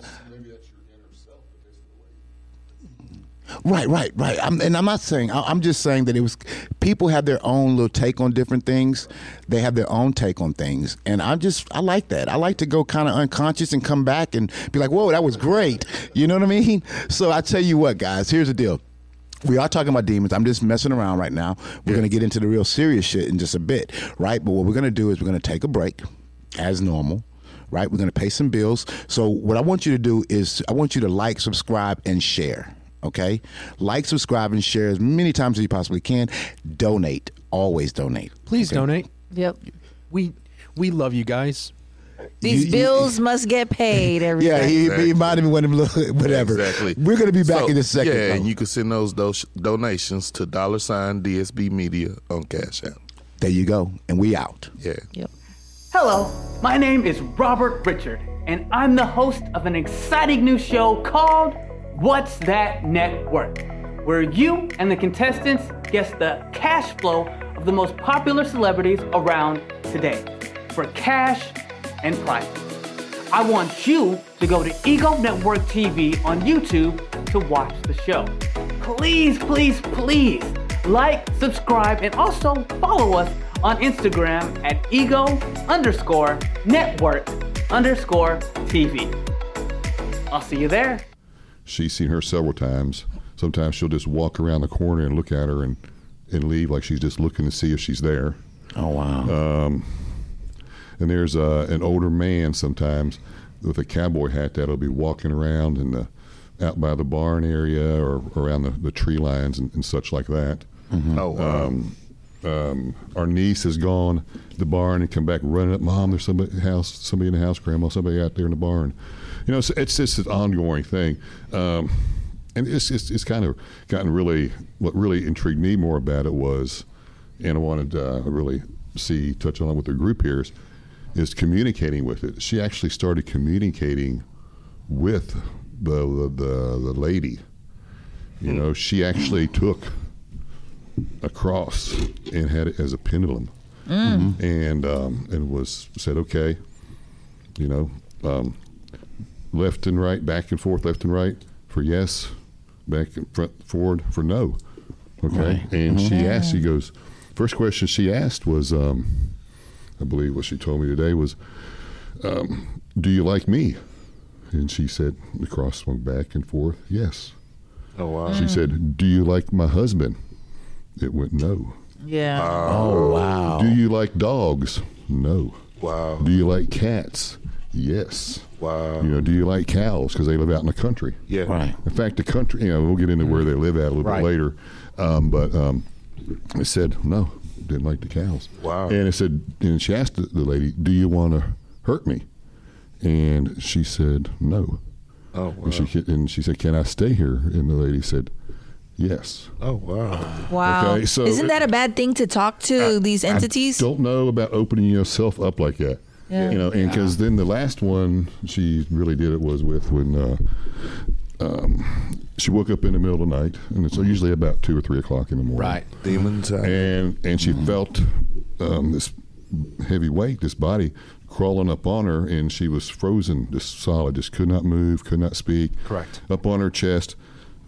Speaker 4: Right, right, right. I'm, and I'm not saying. I- I'm just saying that it was. People have their own little take on different things. They have their own take on things, and I'm just. I like that. I like to go kind of unconscious and come back and be like, "Whoa, that was great." You know what I mean? So I tell you what, guys. Here's the deal. We are talking about demons. I'm just messing around right now. We're going to get into the real serious shit in just a bit, right? But what we're going to do is we're going to take a break, as normal right? We're going to pay some bills. So what I want you to do is I want you to like, subscribe, and share. Okay, like, subscribe, and share as many times as you possibly can. Donate, always donate.
Speaker 5: Please donate.
Speaker 8: Yep.
Speaker 5: We we love you guys.
Speaker 8: These
Speaker 4: You- you-
Speaker 8: bills must get paid. Everybody.
Speaker 4: Yeah, he, he reminded me when him little [laughs] whatever.
Speaker 2: Exactly.
Speaker 4: We're going to be back
Speaker 2: So,
Speaker 4: in a second.
Speaker 2: Yeah,
Speaker 4: though.
Speaker 2: and you can send those dos- donations to dollar sign DSB Media on Cash App.
Speaker 4: there you go, and we out.
Speaker 2: Yeah.
Speaker 8: Yep.
Speaker 10: [laughs] Hello, my name is Robert Richard, and I'm the host of an exciting new show called What's That Network, where you and the contestants guess the cash flow of the most popular celebrities around today for cash and prizes. I want you to go to Ego Network TV on YouTube to watch the show. Please, please, please like, subscribe, and also follow us on Instagram at ego underscore network underscore TV. I'll see you there.
Speaker 7: She's seen her several times. Sometimes she'll just walk around the corner and look at her and, and leave like she's just looking to see if she's there. Um,
Speaker 4: Oh wow.
Speaker 7: And there's uh, an older man sometimes with a cowboy hat that'll be walking around and uh, out by the barn area or around the, the tree lines and, and such like that.
Speaker 4: Mm-hmm.
Speaker 2: Oh, wow.
Speaker 7: Um, our niece has gone to the barn and come back running up, Mom, there's somebody in the house, somebody in the house, Grandma, somebody out there in the barn. You know, it's, it's just an ongoing thing. Um, and it's, it's, it's kind of gotten really, what really intrigued me more about it was, and I wanted to uh, really see, touch on it with the group here, is, is communicating with it. She actually started communicating with the, the, the, the lady. You know, she actually took a cross and had it as a pendulum, and um, and was said okay, you know, um, left and right, back and forth, left and right for yes, back and front forward for no, okay. And she asked, she goes, first question she asked was, um, I believe what she told me today was, um, do you like me? And she said, the cross swung back and forth, yes.
Speaker 2: oh, wow.
Speaker 7: She said, do you like my husband? It went no.
Speaker 8: Yeah.
Speaker 4: oh wow.
Speaker 7: Uh, Do you like dogs? No.
Speaker 2: Wow.
Speaker 7: Do you like cats? Yes.
Speaker 2: Wow.
Speaker 7: You know, do you like cows? Because they live out in the country.
Speaker 2: Yeah.
Speaker 4: Right.
Speaker 7: In fact, the country, you know, we'll get into where they live at a little
Speaker 5: Right.
Speaker 7: bit later. Um, but um, it said, no, didn't like the cows.
Speaker 2: Wow.
Speaker 7: And it said, and she asked the, the lady, "Do you want to hurt me?" And she said, "No."
Speaker 2: Oh, wow.
Speaker 7: And she ca- and she said, "Can I stay here?" And the lady said, "Yes."
Speaker 2: oh, wow.
Speaker 8: Wow.
Speaker 7: Okay, so
Speaker 8: Isn't
Speaker 7: it-
Speaker 8: that a bad thing to talk to these
Speaker 7: I
Speaker 8: entities?
Speaker 7: don't know about opening yourself up like that.
Speaker 8: Yeah.
Speaker 7: You know, and because then the last one she really did it was with when uh, um, she woke up in the middle of the night, and it's usually about two or three o'clock in the morning.
Speaker 5: Right.
Speaker 2: Demons. out.
Speaker 7: And and she felt um, this heavy weight, this body crawling up on her, and she was frozen, just solid, just could not move, could not speak.
Speaker 5: Correct.
Speaker 7: Up on her chest,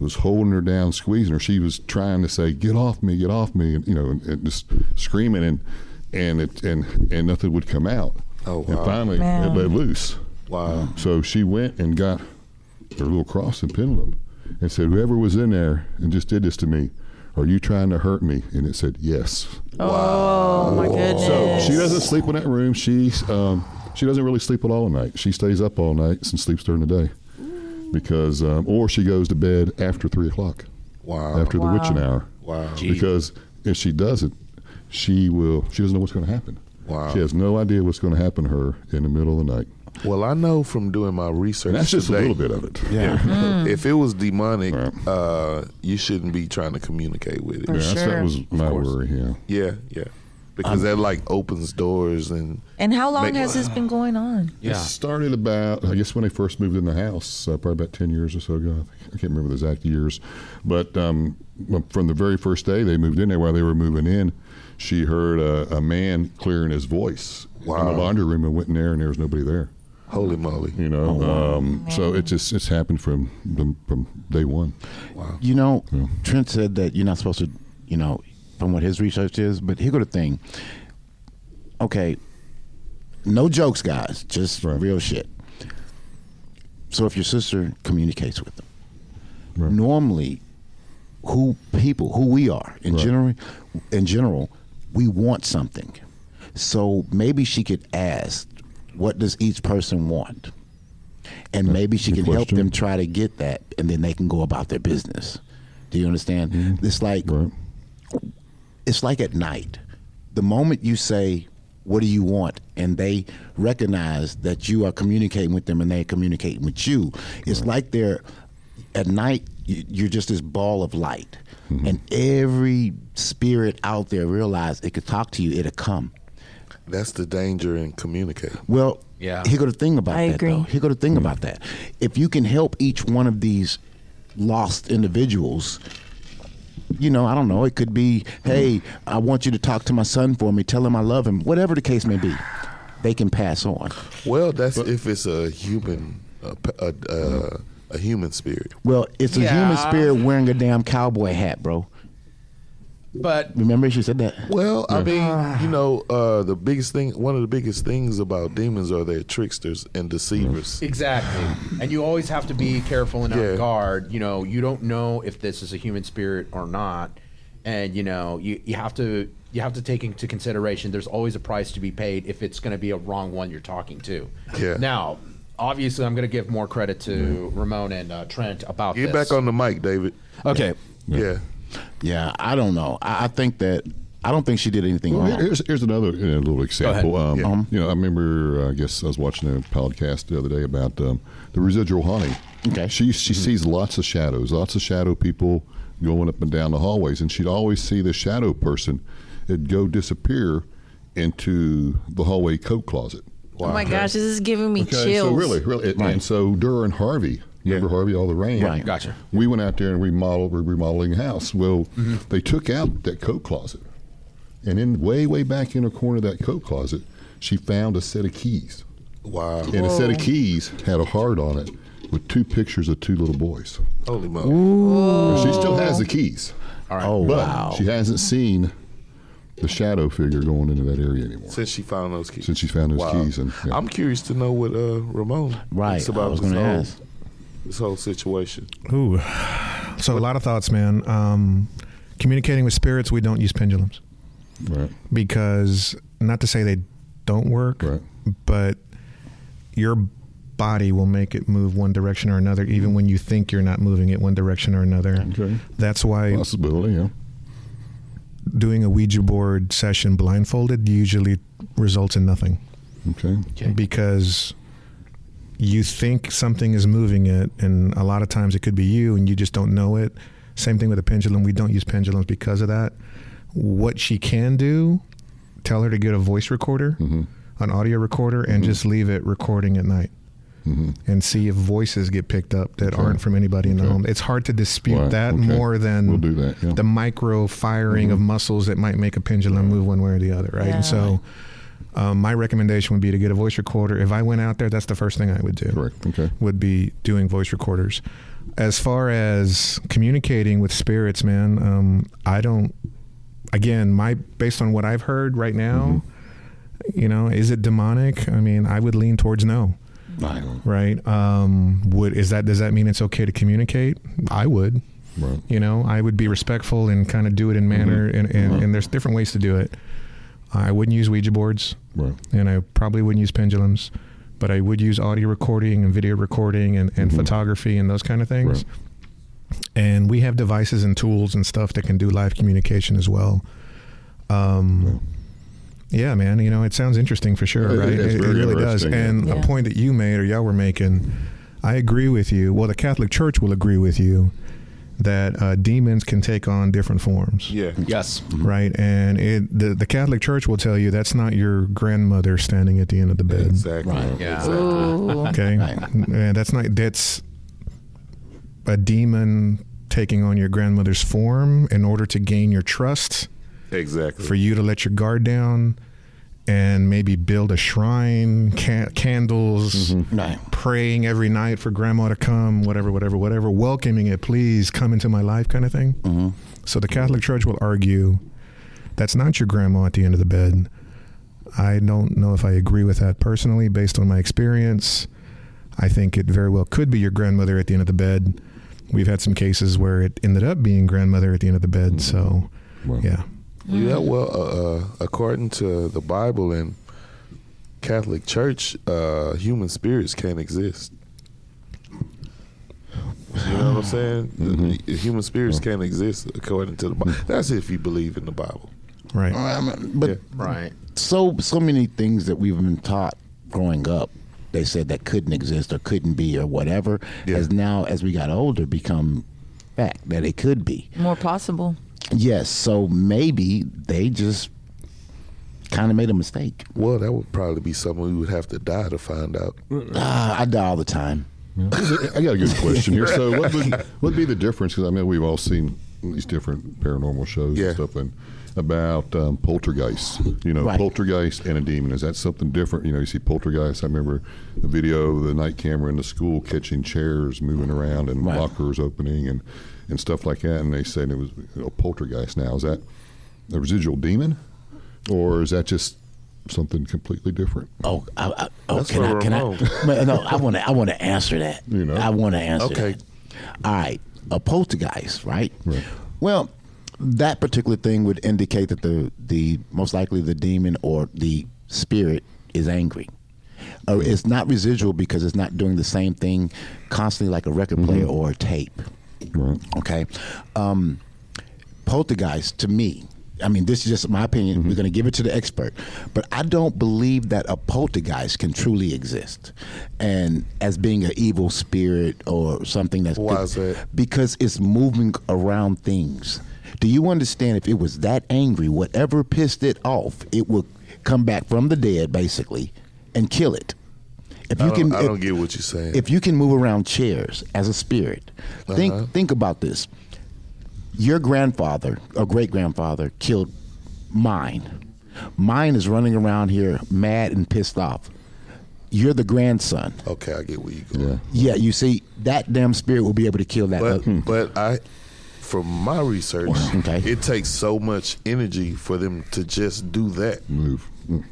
Speaker 7: was holding her down, squeezing her. She was trying to say, "Get off me, get off me," and you know, and, and just screaming, and and it and and nothing would come out.
Speaker 2: Oh, wow.
Speaker 7: And finally,
Speaker 8: Man.
Speaker 7: it let loose.
Speaker 2: Wow.
Speaker 7: So she went and got her little cross and pendulum and said, Whoever was in there and just did this to me, are you trying to hurt me? And it said, Yes.
Speaker 8: Oh my goodness.
Speaker 7: So she doesn't sleep in that room. She, um, she doesn't really sleep at all at night. She stays up all night and sleeps during the day because, um, or she goes to bed after three o'clock,
Speaker 2: Wow.
Speaker 7: after the witching hour.
Speaker 2: Wow.
Speaker 7: Because if she doesn't, she will, she doesn't know what's going to happen.
Speaker 2: Wow.
Speaker 7: She has no idea what's going to happen to her in the middle of the night.
Speaker 2: Well, I know from doing my research.
Speaker 7: And that's just
Speaker 2: today,
Speaker 7: a little bit of it. [laughs]
Speaker 4: Yeah.
Speaker 7: Mm.
Speaker 8: Mm.
Speaker 2: If it was demonic,
Speaker 7: Right.
Speaker 2: uh, you shouldn't be trying to communicate with it.
Speaker 7: Yeah, that's,
Speaker 8: sure.
Speaker 7: that was my worry. Yeah,
Speaker 2: Yeah, yeah. Because that like opens doors and
Speaker 8: and how long
Speaker 2: Make-
Speaker 8: has this been going on?
Speaker 7: It started about I guess when I first moved in the house, uh, probably about ten years or so ago. I, think. I can't remember the exact years, but um, well, from the very first day they moved in there, while they were moving in, she heard a, a man clearing his voice in
Speaker 2: Wow.
Speaker 7: the laundry room and went in there, and there was nobody there.
Speaker 2: holy moly.
Speaker 7: You know, um, so it just it's happened from from, from day one.
Speaker 4: You know, Trent said that you're not supposed to, you know, from what his research is, but here go the thing. Okay, no jokes, guys, just real shit. So if your sister communicates with them,
Speaker 7: Right.
Speaker 4: normally, who people who we are in
Speaker 7: Right.
Speaker 4: general, in general, we want something. So maybe she could ask, "What does each person want?" and maybe she
Speaker 7: good
Speaker 4: can help
Speaker 7: question.
Speaker 4: them try to get that, and then they can go about their business. Do you understand? It's like
Speaker 7: Mm-hmm. Right.
Speaker 4: it's like at night. The moment you say, "What do you want?" and they recognize that you are communicating with them, and they're communicating with you. It's like they're at night. you- You're just this ball of light,
Speaker 7: Mm-hmm.
Speaker 4: and every spirit out there realizes it could talk to you. It'll come.
Speaker 2: That's the danger in communicating.
Speaker 4: Well,
Speaker 5: Yeah.
Speaker 4: Here go the thing about
Speaker 8: I
Speaker 4: that.
Speaker 8: agree.
Speaker 4: Though. Here go the thing about that. If you can help each one of these lost individuals, you know, I don't know. It could be, hey, I want you to talk to my son for me. Tell him I love him. Whatever the case may be, they can pass on.
Speaker 2: Well, that's if it's a human a, p- a, a- a human spirit.
Speaker 4: Well, it's a human
Speaker 5: Yeah.
Speaker 4: spirit wearing a damn cowboy hat, bro.
Speaker 5: But
Speaker 4: Remember she said that.
Speaker 2: Well, I mean, you know, uh, the biggest thing, one of the biggest things about demons are they're tricksters and deceivers.
Speaker 5: Exactly. And you always have to be careful and on
Speaker 2: Yeah.
Speaker 5: guard. You know, you don't know if this is a human spirit or not. And you know, you, you have to you have to take into consideration there's always a price to be paid if it's gonna be a wrong one you're talking to.
Speaker 2: Yeah. Mm-hmm.
Speaker 5: Now, obviously I'm gonna give more credit to Ramon and uh, Trent about
Speaker 2: Get
Speaker 5: this.
Speaker 2: back on the mic, David.
Speaker 4: Okay.
Speaker 2: Yeah.
Speaker 4: Yeah, I don't know. I, I think that I don't think she did anything
Speaker 7: Well,
Speaker 4: wrong.
Speaker 7: here's, here's another you know, little example. Um,
Speaker 2: Yeah.
Speaker 7: You know, I remember. uh, I guess I was watching a podcast the other day about um, the residual haunting.
Speaker 4: Okay. Mm-hmm.
Speaker 7: She she sees lots of shadows, lots of shadow people going up and down the hallways, and she'd always see the shadow person. It'd go disappear into the hallway coat closet.
Speaker 8: Oh my gosh, this is giving me
Speaker 7: Okay,
Speaker 8: chills.
Speaker 7: so really, really, and- and so during Harvey, remember Harvey, all the rain.
Speaker 4: Right.
Speaker 5: Gotcha.
Speaker 7: We went out there and remodeled, we're remodeling a house. Well,
Speaker 2: Mm-hmm.
Speaker 7: they took out that coat closet, and in way, way back in a corner of that coat closet, she found a set of keys,
Speaker 2: Wow.
Speaker 7: and a set of keys had a heart on it with two pictures of two little boys.
Speaker 2: Holy moly.
Speaker 7: She still has the keys,
Speaker 4: Oh
Speaker 7: but
Speaker 4: wow.
Speaker 7: she hasn't seen the shadow figure going into that area anymore.
Speaker 2: Since she found those keys.
Speaker 7: Since she found those keys and- yeah.
Speaker 2: I'm curious to know what uh, Ramon
Speaker 4: Right,
Speaker 2: thinks
Speaker 4: I
Speaker 2: about
Speaker 4: was
Speaker 2: this
Speaker 4: gonna
Speaker 2: whole,
Speaker 4: ask.
Speaker 2: this whole situation.
Speaker 6: Ooh. So a lot of thoughts, man. Um, communicating with spirits, we don't use pendulums
Speaker 7: Right,
Speaker 6: because not to say they don't work,
Speaker 7: Right.
Speaker 6: but your body will make it move one direction or another, even when you think you're not moving it one direction or another.
Speaker 7: Okay.
Speaker 6: That's why
Speaker 7: possibility. Yeah,
Speaker 6: doing a Ouija board session blindfolded usually results in nothing
Speaker 7: Okay.
Speaker 6: because you think something is moving it, and a lot of times it could be you, and you just don't know it. Same thing with a pendulum. We don't use pendulums because of that. What she can do, tell her to get a voice recorder,
Speaker 7: Mm-hmm.
Speaker 6: an audio recorder, and just leave it recording at night.
Speaker 7: Mm-hmm.
Speaker 6: And see if voices get picked up that aren't from anybody in the home. It's hard to dispute
Speaker 7: Right.
Speaker 6: that
Speaker 7: Okay.
Speaker 6: more than
Speaker 7: We'll do that, yeah. Mm-hmm.
Speaker 6: the micro firing of muscles that might make a pendulum move one way or the other, right?
Speaker 8: Yeah.
Speaker 6: And so, um, my recommendation would be to get a voice recorder. If I went out there, that's the first thing I would do.
Speaker 7: Correct. Okay.
Speaker 6: Would be doing voice recorders. As far as communicating with spirits, man, um, I don't. Again, my based on what I've heard right now,
Speaker 7: Mm-hmm.
Speaker 6: you know, is it demonic? I mean, I would lean towards no.
Speaker 7: Right.
Speaker 6: Right? Um, would is that does that mean it's okay to communicate? I would.
Speaker 7: Right. Mm-hmm.
Speaker 6: You know, I would be respectful and kind of do it in manner, and, and, and there's different ways to do it. I wouldn't use Ouija boards,
Speaker 7: Right.
Speaker 6: and I probably wouldn't use pendulums, but I would use audio recording and video recording and,
Speaker 7: Mm-hmm.
Speaker 6: and photography and those kind of things. And we have devices and tools and stuff that can do live communication as well. Um, yeah. man. You know, it sounds interesting for sure,
Speaker 7: It- it-
Speaker 6: right?
Speaker 7: it's very
Speaker 6: really does.
Speaker 7: interesting, yeah.
Speaker 6: And
Speaker 8: Yeah.
Speaker 6: a point that you made or y'all were making, I agree with you. Well, the Catholic Church will agree with you that uh, demons can take on different forms
Speaker 2: Yeah.
Speaker 5: Yes.
Speaker 2: Mm-hmm.
Speaker 6: right? And it, the the Catholic Church will tell you that's not your grandmother standing at the end of the bed.
Speaker 2: Exactly.
Speaker 4: Right.
Speaker 5: Yeah.
Speaker 2: Exactly.
Speaker 8: Ooh.
Speaker 6: Okay, Yeah, that's not that's a demon taking on your grandmother's form in order to gain your trust
Speaker 2: Exactly.
Speaker 6: for you to let your guard down and maybe build a shrine, can- candles,
Speaker 2: Mm-hmm.
Speaker 4: Right.
Speaker 6: praying every night for grandma to come, whatever, whatever, whatever, welcoming it, please come into my life kind of thing.
Speaker 4: Mm-hmm.
Speaker 6: So the Catholic Church will argue that's not your grandma at the end of the bed. I don't know if I agree with that personally based on my experience. I think it very well could be your grandmother at the end of the bed. We've had some cases where it ended up being grandmother at the end of the
Speaker 2: Mm-hmm.
Speaker 6: bed. So,
Speaker 7: Wow.
Speaker 6: yeah.
Speaker 2: Yeah, well, uh, uh, according to the Bible and Catholic Church, uh, human spirits can't exist. You know what I'm saying? The-
Speaker 4: Mm-hmm.
Speaker 2: the human spirits can't exist according to the Bible. That's if you believe in the Bible.
Speaker 6: Right.
Speaker 4: Um, but
Speaker 2: Yeah.
Speaker 5: Right.
Speaker 4: so so many things that we've been taught growing up they said that couldn't exist or couldn't be or whatever
Speaker 2: Yeah.
Speaker 4: has now as we got older become fact that it could be
Speaker 8: More possible.
Speaker 4: yes so maybe they just kind of made a mistake
Speaker 2: Well, that would probably be something we would have to die to find out.
Speaker 4: Ah, i die all the time
Speaker 7: I got a good question here. So,
Speaker 4: [laughs]
Speaker 7: what would what be the difference? Because I mean, we've all seen these different paranormal shows
Speaker 2: Yeah.
Speaker 7: and stuff, and about um, poltergeists. You know,
Speaker 4: Right.
Speaker 7: poltergeist and a demon is that something different? You know, you see poltergeist. I remember the video of the night camera in the school catching chairs moving around and
Speaker 4: Right.
Speaker 7: lockers opening and and stuff like that. And they said it was you know, poltergeist. Now is that a residual demon, or is that just something completely different?
Speaker 4: oh, I, I, oh
Speaker 2: That's
Speaker 4: can,
Speaker 2: where
Speaker 4: I,
Speaker 2: we're
Speaker 4: can
Speaker 2: wrong.
Speaker 4: [laughs] I man, no i want to i want to answer that
Speaker 7: You know.
Speaker 4: i want to answer
Speaker 2: Okay.
Speaker 4: that. all right a poltergeist right
Speaker 7: Right.
Speaker 4: Well, that particular thing would indicate that the the most likely the demon or the spirit is angry. Uh, it's not residual because it's not doing the same thing constantly like a record player
Speaker 7: Mm-hmm.
Speaker 4: or a tape.
Speaker 7: Right.
Speaker 4: Okay. Um, poltergeist, to me, I mean, this is just my opinion.
Speaker 2: Mm-hmm.
Speaker 4: We're going to give it to the expert. But I don't believe that a poltergeist can truly exist and as being an evil spirit or something that's.
Speaker 2: Why is that?
Speaker 4: Because it's moving around things. Do you understand if it was that angry, whatever pissed it off, it would come back from the dead, basically, and kill it? If
Speaker 2: I
Speaker 4: you
Speaker 2: don't,
Speaker 4: can,
Speaker 2: I
Speaker 4: if-
Speaker 2: don't get what you're saying.
Speaker 4: if you can move around chairs as a spirit,
Speaker 2: Uh-huh.
Speaker 4: think think about this. Your grandfather or great grandfather killed mine. Mine is running around here mad and pissed off. You're the grandson.
Speaker 2: okay, I get where you're going.
Speaker 4: Yeah, you see, that damn spirit will be able to kill that.
Speaker 2: But
Speaker 4: uh,
Speaker 2: but I, from my research,
Speaker 4: Okay.
Speaker 2: it takes so much energy for them to just do that.
Speaker 7: Move.
Speaker 4: Hmm.
Speaker 7: Mm.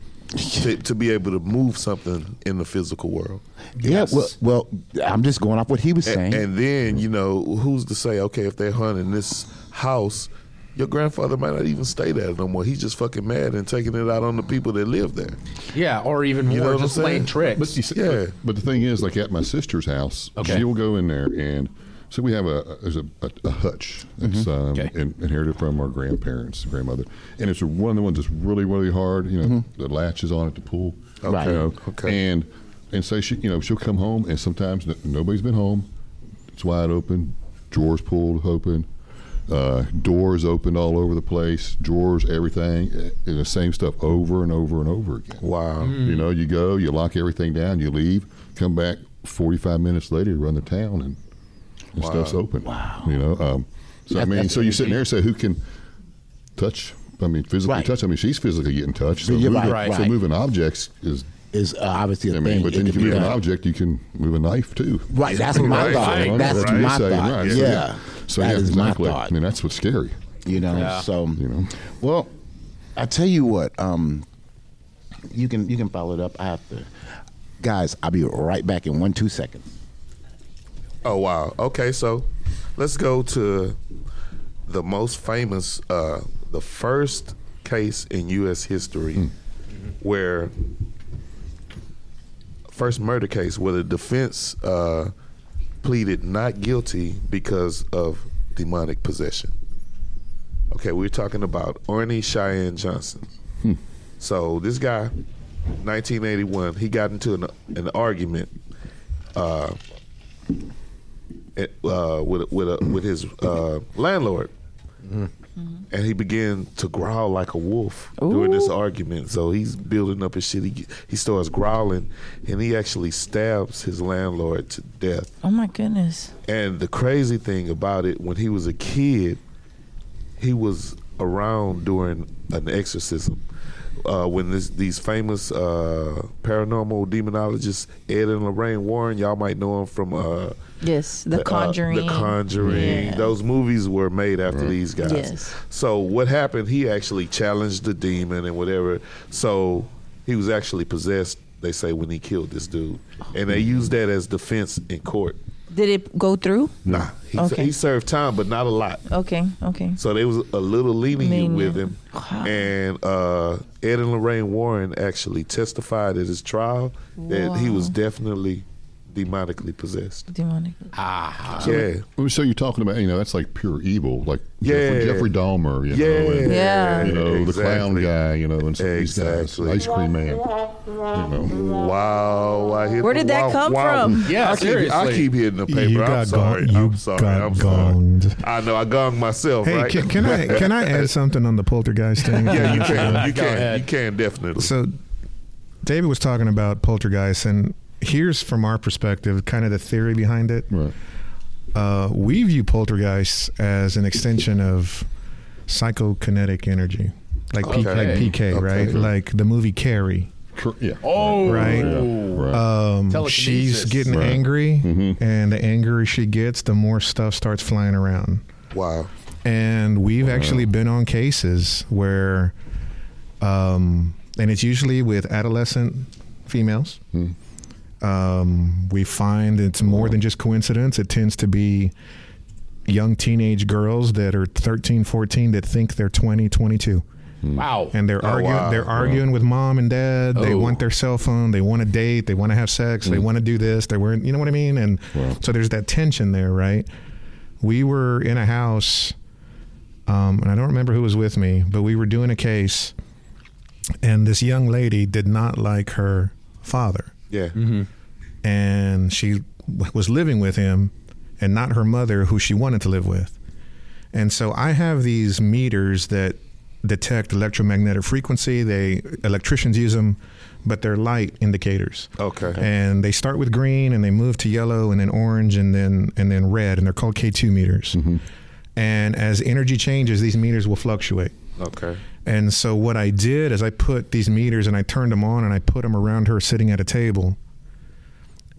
Speaker 2: to, to be able to move something in the physical world.
Speaker 4: yeah, well, well, I'm just going off what he was
Speaker 2: A-
Speaker 4: saying.
Speaker 2: And, then, you know, who's to say, okay, if they're hunting this house, your grandfather might not even stay there no more. He's just fucking mad and taking it out on the people that live there.
Speaker 5: Yeah, or even more,
Speaker 2: You know what I'm
Speaker 5: just
Speaker 2: saying?
Speaker 5: playing tricks.
Speaker 7: But you see,
Speaker 2: Yeah.
Speaker 7: but, but the thing is, like at my sister's house,
Speaker 5: Okay.
Speaker 7: she'll go in there and So we have a there's a, a, a hutch that's um,
Speaker 5: Mm-hmm. Okay.
Speaker 7: in, inherited from our grandparents, grandmother, and it's one of the ones that's really really hard. You know,
Speaker 5: Mm-hmm.
Speaker 7: the latch is on at the pool.
Speaker 4: Right.
Speaker 7: You know,
Speaker 2: Okay.
Speaker 7: And and so she you know she'll come home and sometimes n- nobody's been home. It's wide open, drawers pulled open, uh, doors opened all over the place, drawers everything, eh, and the same stuff over and over and over again.
Speaker 2: Wow.
Speaker 7: You know, you go, you lock everything down, you leave, come back 45 minutes later, run the town, and, and stuff's open. Wow. You know, um, so I
Speaker 4: That-
Speaker 7: mean,
Speaker 4: that's
Speaker 7: so you're sitting there, so who can touch? I mean, physically
Speaker 4: Right.
Speaker 7: touch. I mean, she's physically getting touched. So,
Speaker 4: Yeah,
Speaker 7: moving,
Speaker 4: right,
Speaker 7: so
Speaker 4: right.
Speaker 7: moving objects is.
Speaker 4: Is uh, obviously a
Speaker 7: I
Speaker 4: thing.
Speaker 7: mean, but
Speaker 4: It
Speaker 7: then if
Speaker 4: could
Speaker 7: you
Speaker 4: be
Speaker 7: move an
Speaker 4: done.
Speaker 7: object, you can move a knife too.
Speaker 4: Right, that's my
Speaker 2: Right,
Speaker 4: thought.
Speaker 2: right,
Speaker 4: that's
Speaker 2: right.
Speaker 4: my
Speaker 7: Say,
Speaker 4: thought.
Speaker 7: right, so
Speaker 4: yeah.
Speaker 7: So
Speaker 4: That
Speaker 7: yeah,
Speaker 4: is my
Speaker 7: exactly.
Speaker 4: thought.
Speaker 7: I mean, that's what's scary.
Speaker 4: you know, so
Speaker 7: You know.
Speaker 4: Well, I tell you what, um, you can you can follow it up after, guys. I'll be right back in one two seconds.
Speaker 2: Oh wow. Okay, so let's go to the most famous, uh, the first case in U.S. history where first murder case where the defense uh, pleaded not guilty because of demonic possession. Okay, we're talking about Orny Cheyenne Johnson. So this guy, 1981, he got into an, an argument uh, it, uh, with with a, with his uh, landlord, and he began to growl like a wolf during this argument. So he's building up his shit. He, he starts growling, and he actually stabs his landlord to death.
Speaker 8: Oh my goodness.
Speaker 2: And the crazy thing about it, when he was a kid, he was around during an exorcism. Uh, when this, these famous uh, paranormal demonologists Ed and Lorraine Warren, y'all might know him from uh,
Speaker 8: Yes, the,
Speaker 2: uh,
Speaker 8: Conjuring.
Speaker 2: the Conjuring.
Speaker 8: Yeah.
Speaker 2: Those movies were made after these guys.
Speaker 8: Yes.
Speaker 2: So what happened? He actually challenged the demon and whatever. So he was actually possessed. They say when he killed this dude, and they used that as defense in court.
Speaker 8: Did it go through?
Speaker 2: Nah, he,
Speaker 8: Okay.
Speaker 2: he served time, but not a lot.
Speaker 8: Okay, okay.
Speaker 2: So they was a little lenient
Speaker 8: Lenient.
Speaker 2: with him, and uh, Ed and Lorraine Warren actually testified at his trial that he was definitely demonically possessed.
Speaker 8: Demonic.
Speaker 7: Ah.
Speaker 2: yeah.
Speaker 7: So you're talking about, you know, that's like pure evil, like
Speaker 2: Yeah.
Speaker 7: Jeffrey, Jeffrey Dahmer, you know,
Speaker 2: Yeah.
Speaker 7: and-
Speaker 8: Yeah.
Speaker 7: you know, the clown
Speaker 2: Exactly.
Speaker 7: guy, you know, and some of these guys,
Speaker 2: Exactly.
Speaker 7: Uh, ice cream man. You know.
Speaker 2: Wow! I hit
Speaker 8: Where
Speaker 2: the
Speaker 8: did that
Speaker 2: wow,
Speaker 8: come
Speaker 2: wow.
Speaker 8: from?
Speaker 5: Yeah,
Speaker 2: I keep, I
Speaker 5: seriously.
Speaker 2: keep hitting the paper.
Speaker 6: You
Speaker 2: I'm
Speaker 6: got
Speaker 2: sorry.
Speaker 6: gong-
Speaker 2: I'm
Speaker 6: you
Speaker 2: sorry.
Speaker 6: got
Speaker 2: I'm sorry.
Speaker 6: gonged.
Speaker 2: I know. I gonged myself.
Speaker 6: Hey,
Speaker 2: right?
Speaker 6: can, can I
Speaker 2: [laughs]
Speaker 6: can I add something on the poltergeist thing? uh,
Speaker 2: yeah, you can. You
Speaker 5: Go
Speaker 2: can.
Speaker 5: ahead.
Speaker 2: You can definitely.
Speaker 6: So David was talking about poltergeist, and here's from our perspective, kind of the theory behind it.
Speaker 7: Right.
Speaker 6: Uh, we view poltergeists as an extension of psychokinetic energy, like P-
Speaker 2: Okay.
Speaker 6: like PK, right? Like the movie Carrie.
Speaker 7: Cor- Yeah.
Speaker 5: Oh,
Speaker 6: Right.
Speaker 7: Yeah, right.
Speaker 6: Um,
Speaker 5: Telekinesis.
Speaker 6: she's getting
Speaker 7: Right.
Speaker 6: angry, and the angrier she gets, the more stuff starts flying around.
Speaker 2: wow.
Speaker 6: and we've actually been on cases where um, and it's usually with adolescent females um, we find it's more than just coincidence it tends to be young teenage girls that are 13 14 that think they're 20 22
Speaker 2: Hmm.
Speaker 5: wow.
Speaker 6: and they're arguing
Speaker 2: Oh, wow.
Speaker 6: they're arguing with mom and dad they
Speaker 5: Oh.
Speaker 6: want their cell phone they want to date they want to have sex they want to do this they were you know what i mean and so there's that tension there right we were in a house um, and i don't remember who was with me but we were doing a case and this young lady did not like her father
Speaker 2: Yeah.
Speaker 6: and she w- was living with him and not her mother who she wanted to live with and so i have these meters that detect electromagnetic frequency they electricians use them but they're light indicators
Speaker 2: Okay.
Speaker 6: and they start with green and they move to yellow and then orange and then and then red and they're called k2 meters
Speaker 2: Mm-hmm.
Speaker 6: and as energy changes these meters will fluctuate
Speaker 2: Okay.
Speaker 6: and so what I did is I put these meters and I turned them on and I put them around her sitting at a table.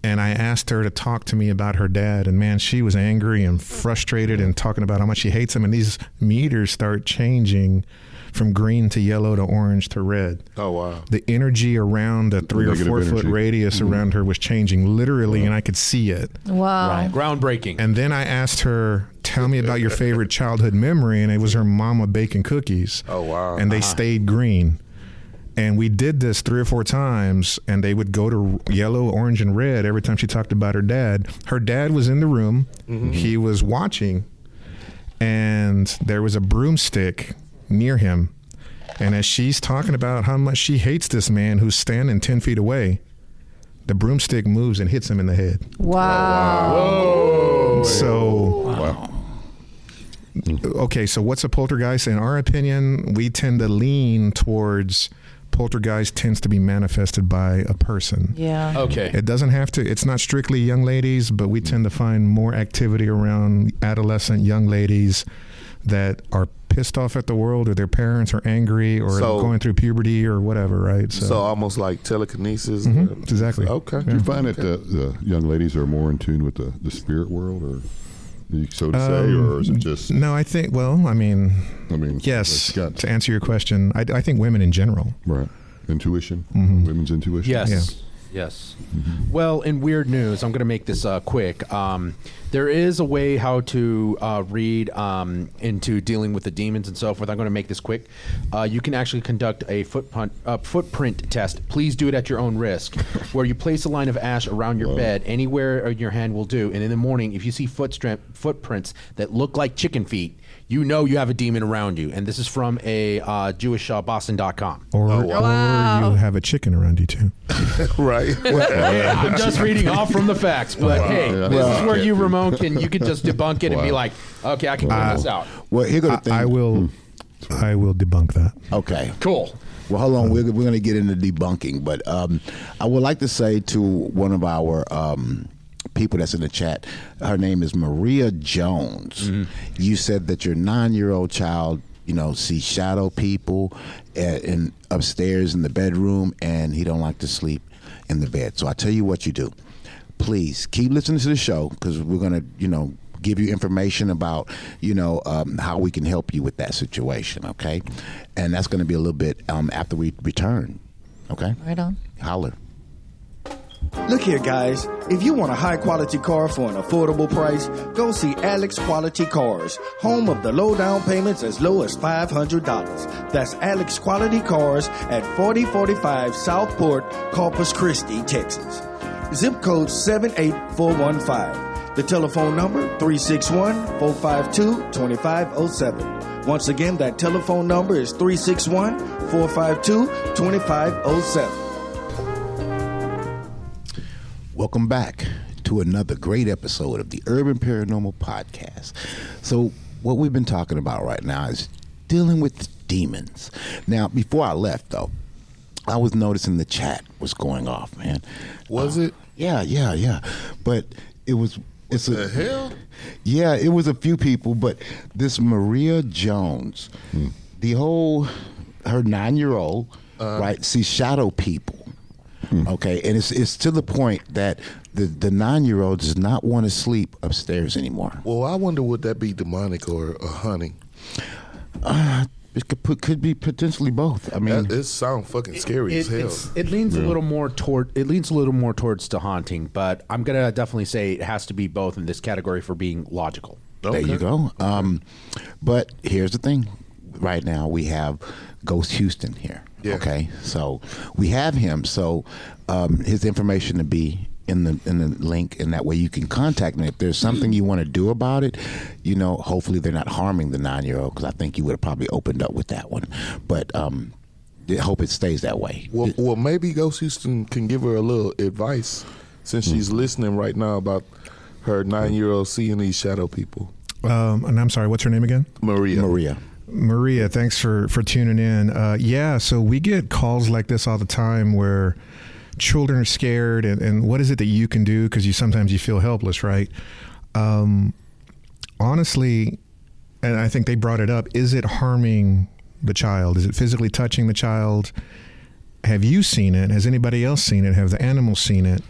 Speaker 6: And I asked her to talk to me about her dad. And man, she was angry and frustrated and talking about how much she hates him. And these meters start changing from green to yellow to orange to red.
Speaker 2: Oh wow.
Speaker 6: The energy around the three
Speaker 7: Negative
Speaker 6: or four foot
Speaker 7: energy.
Speaker 6: radius around her was changing literally, and I could see it.
Speaker 8: Wow.
Speaker 5: Groundbreaking.
Speaker 6: And then I asked her, "Tell me about your favorite childhood memory," and it was her mama baking cookies.
Speaker 2: Oh, wow.
Speaker 6: And they stayed green. And we did this three or four times, and they would go to yellow, orange, and red every time she talked about her dad. Her dad was in the room,
Speaker 2: Mm-hmm.
Speaker 6: he was watching, and there was a broomstick near him. And as she's talking about how much she hates this man who's standing 10 feet away, the broomstick moves and hits him in the head.
Speaker 2: Oh,
Speaker 1: Wow.
Speaker 6: So
Speaker 7: Wow.
Speaker 6: okay, so what's a poltergeist? In our opinion, we tend to lean towards poltergeist tends to be manifested by a person.
Speaker 8: Yeah.
Speaker 5: Okay.
Speaker 6: It doesn't have to. It's not strictly young ladies, but we tend to find more activity around adolescent young ladies that are pissed off at the world, or their parents are angry, or
Speaker 2: So-
Speaker 6: going through puberty, or whatever. Right.
Speaker 2: So, almost like telekinesis.
Speaker 6: Mm-hmm. exactly.
Speaker 2: Okay.
Speaker 7: Do you find that the, the young ladies are more in tune with the, the spirit world, or you- so to say,
Speaker 6: Um,
Speaker 7: or is it just?
Speaker 6: No, I think. Well, I mean,
Speaker 7: I mean,
Speaker 6: yes.
Speaker 7: it's got-
Speaker 6: To answer your question, I, I think women in general.
Speaker 7: right. Intuition,
Speaker 4: Mm-hmm.
Speaker 7: women's intuition.
Speaker 5: Yes.
Speaker 6: Yeah.
Speaker 5: Yes. Well, in weird news, I'm going to make this uh, quick. Um, there is a way how to uh, read um, into dealing with the demons and so forth. I'm going to make this quick. Uh, you can actually conduct a footprint, uh, footprint test. Please do it at your own risk, where you place a line of ash around your bed. Anywhere in your hand will do. And in the morning, if you see footstra- footprints that look like chicken feet, you know you have a demon around you. And this is from a uh, Jewish uh, Boston.com.
Speaker 6: Or,
Speaker 7: Oh,
Speaker 6: or you have a chicken around you too.
Speaker 2: [laughs] Right.
Speaker 5: [laughs] Hey, I'm [laughs] just reading off from the facts, but hey,
Speaker 7: Yeah,
Speaker 5: this
Speaker 7: well,
Speaker 5: is where you,
Speaker 7: can't be.
Speaker 5: Ramon, can you can just debunk it and be
Speaker 7: Wow.
Speaker 5: like, okay, I can clean this out.
Speaker 4: Well, here go the
Speaker 6: I,
Speaker 4: thing.
Speaker 6: I will. I will debunk that.
Speaker 4: Okay.
Speaker 5: Cool.
Speaker 4: Well, hold on. We're, we're going to get into debunking, but um, I would like to say to one of our um, people that's in the chat, her name is Maria Jones. You said that your nine year old child, you know, sees shadow people at, in, upstairs in the bedroom, and he don't like to sleep in the bed. So I tell you what you do please keep listening to the show because we're going to, you know, give you information about, you know, um, how we can help you with that situation, okay? And that's going to be a little bit um, after we return, okay?
Speaker 8: Right on.
Speaker 4: Holler.
Speaker 11: Look here, guys. If you want a high quality car for an affordable price, go see Alex Quality Cars, home of the low down payments as low as $500. That's Alex Quality Cars at 4045 Southport, Corpus Christi, Texas. Zip code 78415. The telephone number 361 452 2507. Once again, that telephone number is 361 452 2507.
Speaker 4: Welcome back to another great episode of the Urban Paranormal Podcast. So, what we've been talking about right now is dealing with demons. Now, before I left, though, I was noticing the chat was going off, man. Uh,
Speaker 2: Was it?
Speaker 4: Yeah, yeah, yeah. But it was. it's a,
Speaker 2: the hell?
Speaker 4: Yeah, it was a few people, but this Maria Jones,
Speaker 2: Hmm.
Speaker 4: the whole her nine year old,
Speaker 2: Uh-huh.
Speaker 4: right? See shadow people.
Speaker 2: Hmm.
Speaker 4: Okay, and it's it's to the point that the the nine year old does not want to sleep upstairs anymore.
Speaker 2: Well, I wonder would that be demonic or, or hunting?
Speaker 4: Uh, It could put, could be potentially both. I mean,
Speaker 2: That, it sound fucking scary as
Speaker 5: It,
Speaker 2: hell.
Speaker 5: it's- it leans a little more toward it leans a little more towards to haunting, but I'm gonna definitely say it has to be both in this category for being logical.
Speaker 4: There you go. Um, but here's the thing. Right now we have Ghost Houston here.
Speaker 2: Yeah.
Speaker 4: Okay. So we have him. So um, his information to be in the in the link, and that way you can contact me if there's something you want to do about it. You know, hopefully they're not harming the nine year old because I think you would have probably opened up with that one. But um, I hope it stays that way.
Speaker 2: Well, well, maybe Ghost Houston can give her a little advice since
Speaker 5: Hmm.
Speaker 2: she's listening right now about her nine-year-old seeing these shadow people.
Speaker 6: Um, and I'm sorry. What's her name again?
Speaker 2: Maria.
Speaker 4: Maria.
Speaker 6: Maria, thanks for for tuning in. Uh, yeah, so we get calls like this all the time where children are scared, and, and what is it that you can do? Because you sometimes you feel helpless, right? Um, honestly, and I think they brought it up. Is it harming the child? Is it physically touching the child? Have you seen it? Has anybody else seen it? Have the animals seen it?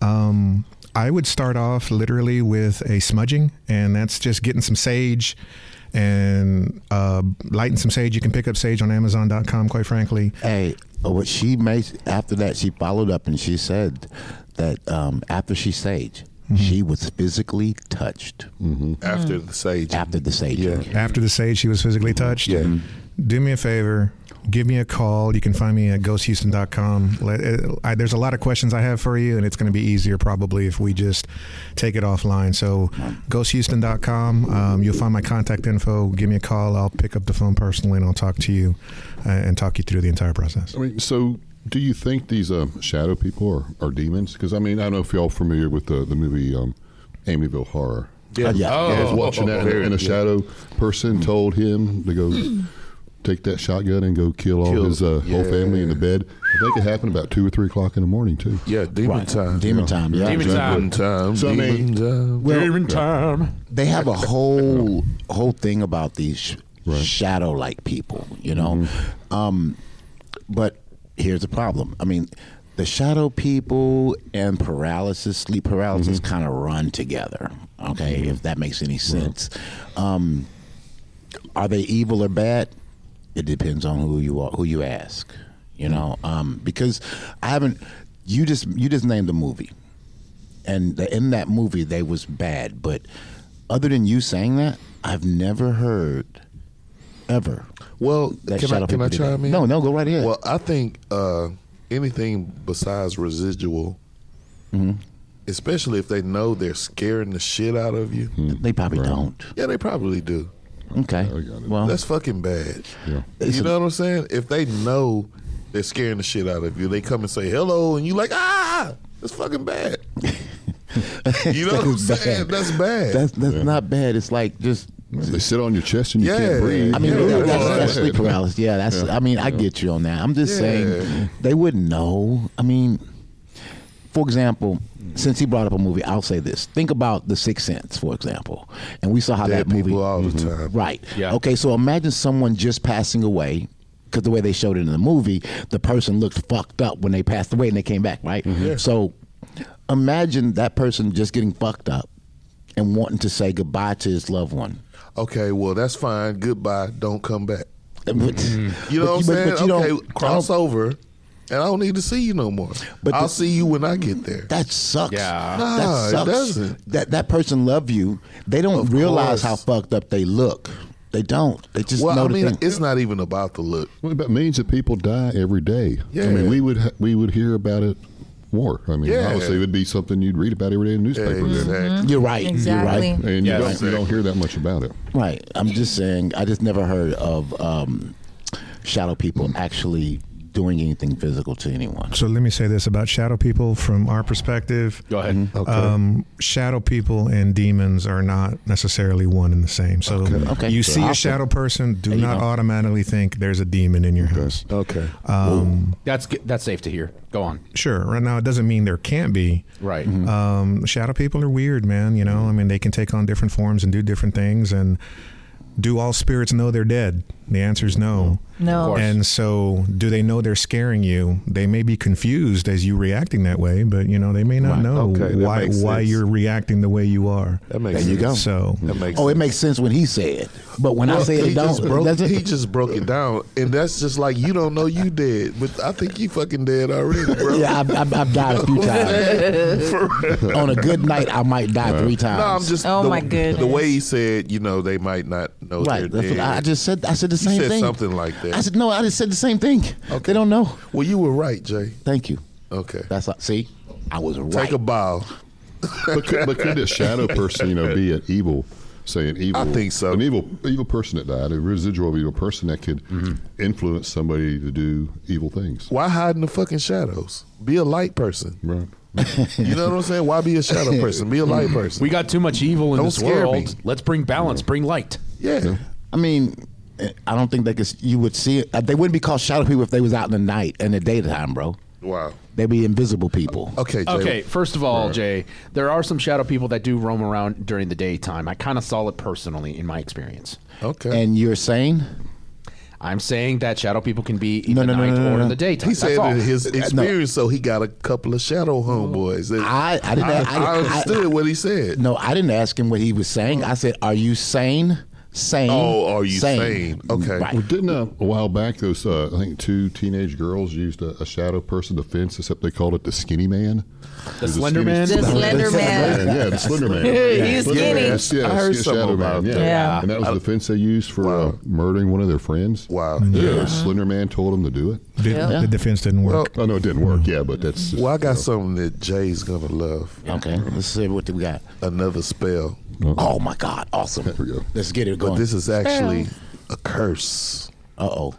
Speaker 6: Um, I would start off literally with a smudging, and that's just getting some sage and uh, lighting some sage. You can pick up sage on Amazon.com, quite frankly.
Speaker 4: Hey, uh, what she made after that, she followed up and she said that um, after she sage, she was physically touched Mm.
Speaker 2: After the sage.
Speaker 4: after the sage.
Speaker 2: Yeah.
Speaker 4: journey.
Speaker 6: After the sage, she was physically touched.
Speaker 2: Yeah.
Speaker 6: Do me a favor. give me a call. You can find me at ghosthouston.com. Let, uh, I, there's a lot of questions I have for you, and it's going to be easier probably if we just take it offline. So, ghosthouston.com. Um, you'll find my contact info. Give me a call. I'll pick up the phone personally, and I'll talk to you uh, and talk you through the entire process.
Speaker 7: I mean, so do you think these um, shadow people are, are demons? Because I mean, I don't know if y'all familiar with the the movie um, Amityville Horror.
Speaker 4: Yeah. yeah.
Speaker 7: I
Speaker 2: Oh,
Speaker 7: was watching that, and, and a shadow person told him to go take that shotgun and go kill all
Speaker 2: Kill-
Speaker 7: his uh, whole
Speaker 2: yeah.
Speaker 7: family in the bed. I think it happened about two or three o'clock in the morning too.
Speaker 2: Yeah, demon
Speaker 4: Right.
Speaker 2: time.
Speaker 4: Demon time, yeah.
Speaker 5: Demon
Speaker 2: Demon time.
Speaker 7: So, I mean- [laughs]
Speaker 2: demon time.
Speaker 5: Demon time.
Speaker 4: they have a whole whole thing about these
Speaker 7: Right.
Speaker 4: shadow like people, you know. Um, but here's the problem. I mean, the shadow people and paralysis, sleep paralysis, kind of run together. Okay, if that makes any sense. Um, are they evil or bad? It depends on who you are, who you ask. You know, um, because I haven't. You just you just named a movie and the, in that movie they was bad but other than you saying that i've never heard ever
Speaker 2: Well,
Speaker 4: That
Speaker 2: can
Speaker 4: shadow
Speaker 2: I, can I
Speaker 4: people do that.
Speaker 2: chime in?
Speaker 4: No, no, go right ahead.
Speaker 2: Well, I think uh, anything besides residual,
Speaker 4: Mm-hmm.
Speaker 2: especially if they know they're scaring the shit out of you,
Speaker 4: Mm-hmm. they probably don't
Speaker 2: yeah, they probably do.
Speaker 4: okay
Speaker 7: got it.
Speaker 4: well
Speaker 2: That's fucking bad.
Speaker 7: Yeah.
Speaker 2: You know what I'm saying? If they know they're scaring the shit out of you, they come and say hello, and you like ah, that's fucking bad. you know what I'm
Speaker 4: That's
Speaker 2: saying?
Speaker 4: bad.
Speaker 2: That's bad.
Speaker 4: that's that's not bad it's like just
Speaker 7: They sit on your chest and you
Speaker 2: Yeah.
Speaker 7: can't breathe.
Speaker 4: I mean,
Speaker 2: Yeah,
Speaker 4: that's,
Speaker 2: well,
Speaker 4: that's
Speaker 2: yeah.
Speaker 4: sleep paralysis. Yeah, that's. I mean, I get you on that. I'm just
Speaker 2: Yeah.
Speaker 4: saying they wouldn't know. I mean, for example, since he brought up a movie, I'll say this: think about The Sixth Sense, for example, and we saw how
Speaker 2: Dead
Speaker 4: that movie Mm-hmm.
Speaker 2: people all the time.
Speaker 4: Right.
Speaker 5: Yeah.
Speaker 4: Okay. So imagine someone just passing away. Because the way they showed it in the movie, the person looked fucked up when they passed away and they came back, right?
Speaker 2: Mm-hmm.
Speaker 4: So imagine that person just getting fucked up and wanting to say goodbye to his loved one.
Speaker 2: okay, well that's fine. Goodbye. Don't come back.
Speaker 4: [laughs]
Speaker 2: Mm-hmm.
Speaker 4: But-
Speaker 2: You know
Speaker 4: but-
Speaker 2: what I'm saying?
Speaker 4: but you
Speaker 2: okay,
Speaker 4: don't-
Speaker 2: cross over, and I don't need to see you no more.
Speaker 4: But
Speaker 2: But I'll
Speaker 4: the-
Speaker 2: see you when I get there.
Speaker 4: That sucks.
Speaker 5: Yeah.
Speaker 2: Nah,
Speaker 4: that
Speaker 2: it
Speaker 4: sucks.
Speaker 2: doesn't.
Speaker 4: That that person love you. They don't
Speaker 2: course.
Speaker 4: realize how fucked up they look. They don't. They just
Speaker 2: well,
Speaker 4: know
Speaker 2: I
Speaker 4: the
Speaker 2: mean,
Speaker 4: thing.
Speaker 2: it's not even about the look.
Speaker 7: Well, that means that people die every day. I mean,
Speaker 2: Yeah.
Speaker 7: we would ha- we would hear about it more. I mean,
Speaker 2: Yeah.
Speaker 7: obviously, it would be something you'd read about every day in the newspaper. then.
Speaker 2: Exactly.
Speaker 4: You're right.
Speaker 8: Exactly.
Speaker 4: You're right.
Speaker 7: And you,
Speaker 5: Yeah,
Speaker 7: don't, you don't hear that much about it.
Speaker 4: Right. I'm just saying. I just never heard of um, shadow people actually doing anything physical to anyone.
Speaker 6: So let me say this about shadow people from our perspective.
Speaker 5: Go ahead.
Speaker 2: Okay.
Speaker 6: Um, shadow people and demons are not necessarily one and the same. So
Speaker 4: Okay.
Speaker 6: you
Speaker 4: So
Speaker 6: see
Speaker 4: I'll
Speaker 6: a shadow person, do
Speaker 4: you
Speaker 6: not
Speaker 4: know.
Speaker 6: automatically think there's a demon in your house.
Speaker 2: okay.
Speaker 6: Um,
Speaker 5: That's g- that's safe to hear. Go on.
Speaker 6: sure. Right now, it doesn't mean there can't be.
Speaker 5: Right.
Speaker 4: Mm-hmm.
Speaker 6: Um, shadow people are weird, man. You know, I mean, they can take on different forms and do different things. And do all spirits know they're dead? The answer is no.
Speaker 2: Mm-hmm.
Speaker 8: No.
Speaker 5: course.
Speaker 6: And so, do they know they're scaring you? They may be confused as you reacting that way, but you know they may not
Speaker 4: Right.
Speaker 6: know
Speaker 2: Okay, that
Speaker 6: why
Speaker 2: makes
Speaker 6: why
Speaker 2: sense.
Speaker 6: you're reacting the way you are.
Speaker 2: That makes
Speaker 4: There you go.
Speaker 2: sense.
Speaker 6: So,
Speaker 2: That makes
Speaker 4: Oh, it
Speaker 2: sense.
Speaker 4: makes sense when he said, but when I
Speaker 2: Well,
Speaker 4: say it,
Speaker 2: he
Speaker 4: it don't.
Speaker 2: just broke,
Speaker 4: doesn't-
Speaker 2: he just broke it down, and that's just like you don't know you dead, but I think you fucking dead already, bro.
Speaker 4: yeah, I've, I've, I've died
Speaker 2: [laughs]
Speaker 4: a few times.
Speaker 2: For real.
Speaker 4: On a good night, I might die three times.
Speaker 2: No, I'm just.
Speaker 8: Oh,
Speaker 2: the,
Speaker 8: my goodness.
Speaker 2: The way he said, you know, they might not know
Speaker 4: Right.
Speaker 2: they're
Speaker 4: That's
Speaker 2: dead.
Speaker 4: what I I just said. I said the
Speaker 2: you
Speaker 4: same
Speaker 2: said
Speaker 4: thing.
Speaker 2: something like that.
Speaker 4: I said no. I just said the same thing. They don't know.
Speaker 2: well, you were right, Jay.
Speaker 4: Thank you.
Speaker 2: Okay.
Speaker 4: That's all. see. I was right.
Speaker 2: Take a bow.
Speaker 7: But could, but could this shadow person, you know, be an evil, say an evil?
Speaker 2: I think so.
Speaker 7: An evil, evil person that died, a residual of evil person that could influence somebody to do evil things.
Speaker 2: Mm-hmm. Why hide in the fucking shadows? Be a light person.
Speaker 7: Right.
Speaker 2: [laughs] [laughs] You know what I'm saying? Why be a shadow person? Be a
Speaker 5: [laughs]
Speaker 4: Mm.
Speaker 2: light person.
Speaker 5: We got too much evil in
Speaker 2: Don't
Speaker 5: this
Speaker 2: scare
Speaker 5: world.
Speaker 2: me.
Speaker 5: Let's bring balance. Bring light.
Speaker 2: yeah.
Speaker 4: I mean, I don't think they could. You would see it. They wouldn't be called shadow people if they was out in the night and the daytime, bro.
Speaker 2: Wow.
Speaker 4: They'd be invisible people.
Speaker 2: Okay. Jay.
Speaker 5: Okay, first of all, Jay, there are some shadow people that do roam around during the daytime. I kind of saw it personally in my experience.
Speaker 2: Okay.
Speaker 4: And you're saying
Speaker 5: I'm saying that shadow people can be in
Speaker 4: No,
Speaker 5: the
Speaker 4: no, no,
Speaker 5: night
Speaker 4: no, no,
Speaker 5: or
Speaker 4: no. Uh,
Speaker 5: in the daytime.
Speaker 2: he
Speaker 5: That's
Speaker 2: said
Speaker 5: all.
Speaker 2: in his experience, so he got a couple of shadow homeboys. That-
Speaker 4: I- I didn't- I-
Speaker 2: I,
Speaker 4: I-
Speaker 2: understood what he said.
Speaker 4: no. I didn't ask him what he was saying. I said, "Are you sane?" sane.
Speaker 2: Oh, are you sane? Okay.
Speaker 4: Right.
Speaker 7: Well, didn't uh, a while back those uh, I think two teenage girls used a, a shadow person defense, except they called it the skinny man,
Speaker 5: The
Speaker 7: Or
Speaker 5: Slender
Speaker 7: skinny-
Speaker 5: Man? The
Speaker 8: Slender Man.
Speaker 7: yeah, the slender
Speaker 8: [laughs]
Speaker 7: man.
Speaker 8: He's
Speaker 7: Slender
Speaker 8: skinny.
Speaker 7: Man, yes, yes,
Speaker 2: I heard
Speaker 7: yes,
Speaker 2: something
Speaker 7: shadow
Speaker 2: about
Speaker 7: man. Yeah.
Speaker 2: that.
Speaker 8: Yeah.
Speaker 7: and that was the defense they used for uh, murdering one of their friends.
Speaker 2: Wow.
Speaker 7: Yeah, slender man told him to do it.
Speaker 6: Did,
Speaker 8: Yeah.
Speaker 6: The defense didn't work.
Speaker 7: Oh no, it didn't work. Yeah, but that's just,
Speaker 2: Well, I got something that Jay's gonna love.
Speaker 4: Okay. Let's see what we got.
Speaker 2: Another spell. Uh-huh.
Speaker 4: Oh my God! Awesome.
Speaker 7: There we go.
Speaker 4: Let's get it
Speaker 2: But
Speaker 4: going.
Speaker 2: this is actually a curse.
Speaker 4: Uh oh.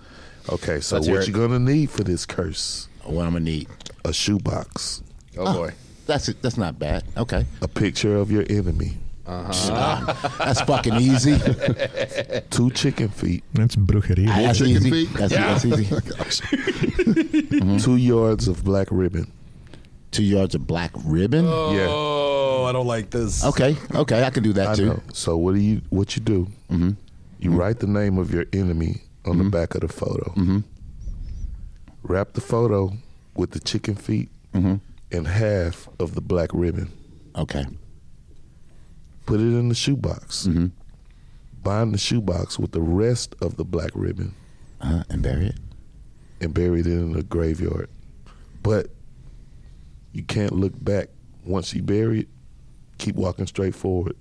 Speaker 2: Okay, so
Speaker 5: Let's hear
Speaker 2: what
Speaker 5: it.
Speaker 2: you're gonna need for this curse?
Speaker 4: What I'm gonna need?
Speaker 2: A shoebox. Oh, boy.
Speaker 4: Ah, That's it. That's not bad. Okay.
Speaker 2: A picture of your enemy. Uh-huh.
Speaker 4: That's
Speaker 2: [laughs]
Speaker 4: fucking easy.
Speaker 2: Two chicken feet.
Speaker 6: That's brujeria.
Speaker 4: that's
Speaker 7: chicken
Speaker 4: easy.
Speaker 7: feet?
Speaker 4: That's, that's
Speaker 2: [laughs]
Speaker 4: easy.
Speaker 2: Oh, Two yards of black ribbon.
Speaker 4: Two yards of black ribbon.
Speaker 2: yeah.
Speaker 12: Oh, I don't like this.
Speaker 4: Okay. Okay. I can do that
Speaker 2: I
Speaker 4: too. Mm-hmm.
Speaker 2: know. So what do you what you do? You write the name of your enemy on the back of the photo.
Speaker 4: Mm-hmm.
Speaker 2: Wrap the photo with the chicken feet
Speaker 4: Mm-hmm.
Speaker 2: and half of the black ribbon.
Speaker 4: Okay.
Speaker 2: Put it in the shoebox.
Speaker 4: Mm-hmm.
Speaker 2: Bind the shoebox with the rest of the black ribbon
Speaker 4: Uh, and bury it.
Speaker 2: and bury it in the graveyard. But you can't look back once you bury it. Keep walking straight forward,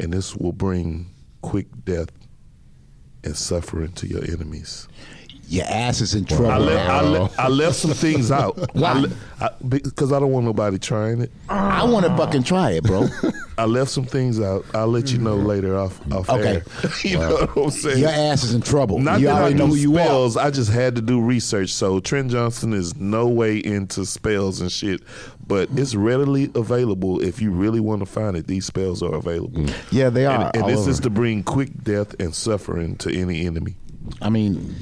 Speaker 2: and this will bring quick death and suffering to your enemies.
Speaker 4: Your ass is in
Speaker 2: I,
Speaker 4: trouble.
Speaker 2: le-
Speaker 4: now.
Speaker 2: I, le- I left some things out.
Speaker 4: [laughs] Why?
Speaker 2: I le- I, because I don't want nobody trying it.
Speaker 4: I want to fucking try it, bro.
Speaker 2: [laughs]
Speaker 4: Mm-hmm.
Speaker 2: I left some things out. I'll let you know later off off
Speaker 4: Okay.
Speaker 2: air. [laughs] you know what I'm saying?
Speaker 4: Your ass is in trouble.
Speaker 2: Not
Speaker 4: you
Speaker 2: that I
Speaker 4: already
Speaker 2: knew
Speaker 4: know who you are.
Speaker 2: spells. I just had to do research. So Trent Johnson is no way into spells and shit, but it's readily available if you really want to find it. These spells are available.
Speaker 4: Mm. Yeah, they are.
Speaker 2: And, and
Speaker 4: all
Speaker 2: this
Speaker 4: over.
Speaker 2: is to bring quick death and suffering to any enemy.
Speaker 4: I mean,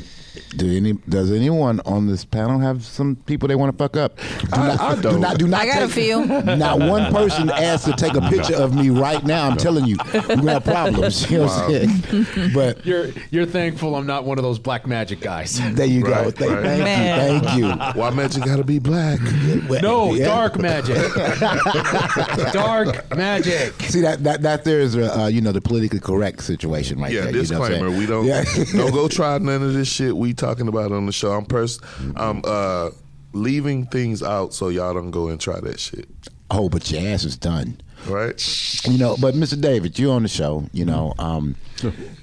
Speaker 4: do any does anyone on this panel have some people they want to fuck up? Do not,
Speaker 2: I
Speaker 4: do
Speaker 2: don't.
Speaker 4: not, do not
Speaker 8: I got a
Speaker 4: take-
Speaker 8: few.
Speaker 4: Not one person asked to take a picture of me right now. I'm telling you, we're gonna have problems. You know what I'm saying? But
Speaker 5: You're you're thankful I'm not one of those black magic guys.
Speaker 4: there you go.
Speaker 2: Right,
Speaker 4: Thank,
Speaker 2: right.
Speaker 4: thank you. Thank
Speaker 2: Why magic gotta be black?
Speaker 4: you. Well,
Speaker 5: [laughs] No,
Speaker 4: yeah.
Speaker 5: dark magic. dark magic.
Speaker 4: See that that that there is a uh, you know the politically correct situation right
Speaker 2: Yeah,
Speaker 4: there. you know what I'm
Speaker 2: disclaimer.
Speaker 4: saying?
Speaker 2: we don't
Speaker 4: Yeah.
Speaker 2: don't
Speaker 4: [laughs]
Speaker 2: go try none of this shit we talking about on the show. I'm pers- I'm uh leaving things out so y'all don't go and try that shit.
Speaker 4: oh, but your ass is done.
Speaker 2: Right?
Speaker 4: You know, but Mr. David, you on the show. You know, um,